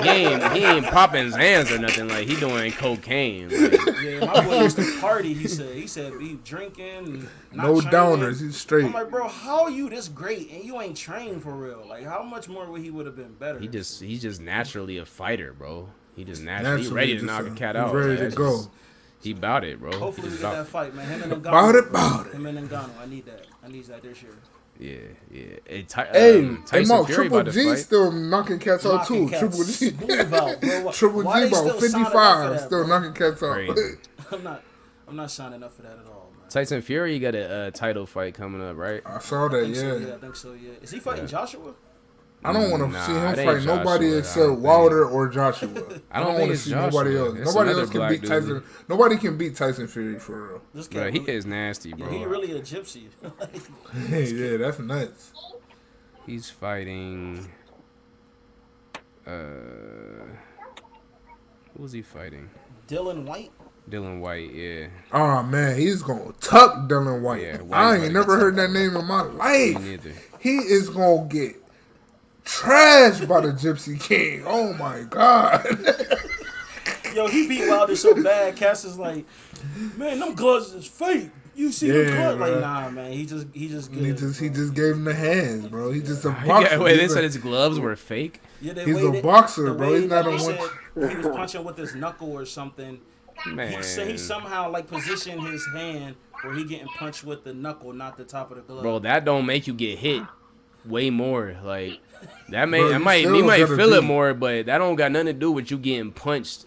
Speaker 2: ain't he ain't popping his hands or nothing. Like he doing cocaine. Like,
Speaker 4: Yeah, my boy used to party. He said he said he drinking, and not
Speaker 1: no
Speaker 4: training.
Speaker 1: downers, he's straight.
Speaker 4: I'm like, bro, how are you this great and you ain't trained for real? Like, how much more would he would have been better?
Speaker 2: he just he's just naturally a fighter, bro. He just naturally,
Speaker 1: Naturally,
Speaker 2: he ready to
Speaker 1: just,
Speaker 2: knock
Speaker 1: uh,
Speaker 2: a cat
Speaker 1: he's
Speaker 2: out.
Speaker 1: ready
Speaker 2: Like,
Speaker 1: to
Speaker 2: that's
Speaker 1: go.
Speaker 2: just- he bout it, bro. He
Speaker 4: Hopefully we
Speaker 2: just
Speaker 4: get
Speaker 2: bout-
Speaker 4: that fight, man. Him and Ngannou.
Speaker 1: Bout it, bout it.
Speaker 4: Him and Ngannou. I need that. I need that this year.
Speaker 2: Yeah, yeah. Hey, Ty-
Speaker 1: Hey,
Speaker 2: um,
Speaker 1: hey,
Speaker 2: Tyson
Speaker 1: Mark,
Speaker 2: Fury
Speaker 1: Triple
Speaker 2: about to
Speaker 1: G
Speaker 2: fight.
Speaker 1: still knocking cats out too.
Speaker 4: Knocking cats.
Speaker 1: Triple G,
Speaker 4: Move out, bro. Why-
Speaker 1: Triple G
Speaker 4: why they
Speaker 1: about
Speaker 4: still signing
Speaker 1: fifty
Speaker 4: up for
Speaker 1: five,
Speaker 4: that,
Speaker 1: still
Speaker 4: bro?
Speaker 1: knocking cats out.
Speaker 2: Crazy.
Speaker 4: I'm not. I'm not signing up for that at all, man.
Speaker 2: Tyson Fury got a uh, title fight coming up, right?
Speaker 1: I saw that,
Speaker 4: I think so,
Speaker 1: yeah.
Speaker 4: yeah, I think so. Yeah. Is he fighting Joshua?
Speaker 1: I don't want to
Speaker 2: Nah,
Speaker 1: see
Speaker 2: it
Speaker 1: him
Speaker 2: ain't
Speaker 1: fight nobody
Speaker 2: Joshua, I
Speaker 1: except
Speaker 2: don't
Speaker 1: Wilder or Joshua. I
Speaker 2: don't
Speaker 1: don't,
Speaker 2: think
Speaker 1: want to
Speaker 2: it's
Speaker 1: see nobody
Speaker 2: Joshua.
Speaker 1: else.
Speaker 2: It's
Speaker 1: nobody
Speaker 2: another
Speaker 1: else can
Speaker 2: black
Speaker 1: beat
Speaker 2: dude.
Speaker 1: Tyson. Nobody can beat Tyson Fury for real.
Speaker 4: This guy.
Speaker 2: Bro, he
Speaker 4: really-
Speaker 2: is nasty, bro.
Speaker 4: He really a gypsy. Like,
Speaker 1: yeah, that's nuts.
Speaker 2: He's fighting. Uh, who was he fighting?
Speaker 4: Dylan White.
Speaker 2: Dylan White, yeah.
Speaker 1: Oh man, he's gonna tuck Dylan White.
Speaker 2: Yeah, White
Speaker 1: I ain't
Speaker 2: gotta
Speaker 1: never
Speaker 2: get
Speaker 1: heard that
Speaker 2: tucked.
Speaker 1: name in my
Speaker 2: Me
Speaker 1: life.
Speaker 2: neither.
Speaker 1: He is gonna get trashed by the Gypsy King. Oh my god.
Speaker 4: Yo, he beat Wilder so bad. Cass is like, man, them gloves is fake. You see them
Speaker 1: Yeah,
Speaker 4: gloves? Like,
Speaker 1: bro.
Speaker 4: nah, man. He just, he just good.
Speaker 1: he just he
Speaker 4: bro.
Speaker 1: just gave him the hands, bro. He just a boxer.
Speaker 2: Yeah, wait, they
Speaker 1: He's a-
Speaker 2: said his gloves were fake.
Speaker 4: Yeah, they
Speaker 1: he's a
Speaker 4: waited-
Speaker 1: boxer,
Speaker 4: the
Speaker 1: bro.
Speaker 4: way
Speaker 1: He's not
Speaker 4: that
Speaker 1: a
Speaker 4: he
Speaker 1: one-
Speaker 4: said He was punching with his knuckle or something.
Speaker 2: Man,
Speaker 4: He said he somehow like positioned his hand where he getting punched with the knuckle, not the top of the glove.
Speaker 2: bro, that don't make you get hit. way more. Like that may
Speaker 1: Bro,
Speaker 2: that
Speaker 1: you
Speaker 2: might
Speaker 1: still
Speaker 2: he might
Speaker 1: gotta
Speaker 2: feel it
Speaker 1: be-
Speaker 2: more, but that don't got nothing to do with you getting punched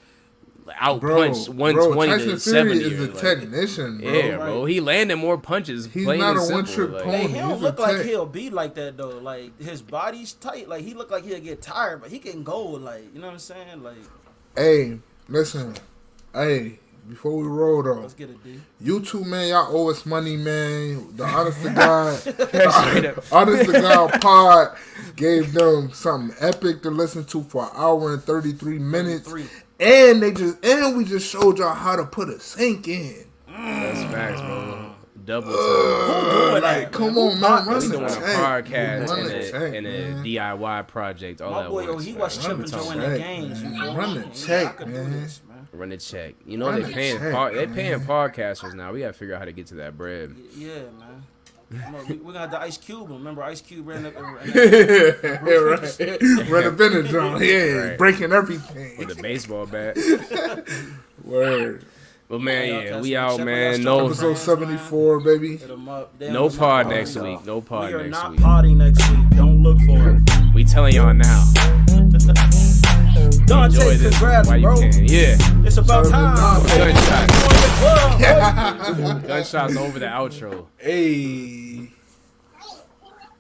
Speaker 2: out
Speaker 1: Bro,
Speaker 2: punched one
Speaker 1: bro,
Speaker 2: twenty
Speaker 1: Tyson
Speaker 2: to
Speaker 1: Fury
Speaker 2: seventy.
Speaker 1: is
Speaker 2: or,
Speaker 1: a
Speaker 2: like-
Speaker 1: technician, bro.
Speaker 2: yeah, bro. He landed more punches.
Speaker 1: He's
Speaker 2: plain
Speaker 1: not
Speaker 2: and
Speaker 1: a
Speaker 2: simple,
Speaker 1: one-trick
Speaker 2: like-
Speaker 1: pony.
Speaker 4: Hey, he don't
Speaker 1: he's a
Speaker 4: look like
Speaker 1: tech.
Speaker 4: he'll be like that though. Like his body's tight. Like he look like he'll get tired, but he can go. Like you know what I'm saying? Like
Speaker 1: Hey, listen. Hey, before we roll though,
Speaker 4: let's get a D.
Speaker 1: you two man, y'all owe us money, man. The honest to God, the honest to God pod gave them something epic to listen to for an hour and thirty three minutes,
Speaker 4: 33.
Speaker 1: and they just and we just showed y'all how to put a sink in.
Speaker 2: That's facts, bro. Double time.
Speaker 4: Doing
Speaker 1: Like,
Speaker 4: that,
Speaker 1: come
Speaker 4: man.
Speaker 1: on, man, run
Speaker 2: We doing
Speaker 1: the
Speaker 2: a
Speaker 1: tank.
Speaker 2: podcast
Speaker 1: Run
Speaker 2: and
Speaker 1: the
Speaker 2: a,
Speaker 1: tank,
Speaker 2: and
Speaker 1: man.
Speaker 2: a DIY project. All
Speaker 4: My
Speaker 2: that
Speaker 4: boy, yo,
Speaker 2: works.
Speaker 4: he
Speaker 2: man.
Speaker 4: was chipping
Speaker 1: the
Speaker 4: to win
Speaker 1: check,
Speaker 4: the games. You
Speaker 1: man.
Speaker 4: feel
Speaker 1: Run the
Speaker 4: me?
Speaker 1: check,
Speaker 4: I could do
Speaker 1: man.
Speaker 4: this, man.
Speaker 2: Run the check. You know
Speaker 1: Run
Speaker 2: they
Speaker 1: the
Speaker 2: paying
Speaker 1: check,
Speaker 2: par- they paying
Speaker 1: man.
Speaker 2: podcasters now. We gotta figure out how to get to that bread.
Speaker 4: Yeah, man. Come on, we- We're gonna have the Ice Cube. him. Remember, Ice Cube ran up. ran up-
Speaker 1: yeah, right. Run a Benadryl. Yeah,
Speaker 2: Right.
Speaker 1: breaking everything.
Speaker 2: With the baseball bat.
Speaker 1: Word.
Speaker 2: But man,
Speaker 4: Y'all
Speaker 2: yeah,
Speaker 4: got
Speaker 2: we
Speaker 4: some
Speaker 2: out,
Speaker 4: check on
Speaker 2: man.
Speaker 4: y'all
Speaker 2: No,
Speaker 4: stuff.
Speaker 1: Episode 74, baby.
Speaker 4: Hit 'em up. Damn,
Speaker 2: no
Speaker 4: we're not
Speaker 2: pod
Speaker 4: podding,
Speaker 2: next
Speaker 4: though.
Speaker 2: week. No pod
Speaker 4: We are
Speaker 2: next
Speaker 4: not
Speaker 2: week.
Speaker 4: potting next week. Don't look for it.
Speaker 2: We telling y'all now. Enjoy
Speaker 4: Dante,
Speaker 2: this
Speaker 4: congrats,
Speaker 2: while you
Speaker 4: bro.
Speaker 2: can. Yeah.
Speaker 4: It's about time.
Speaker 2: Gunshots.
Speaker 4: Well,
Speaker 2: Gunshots over the outro.
Speaker 1: Hey.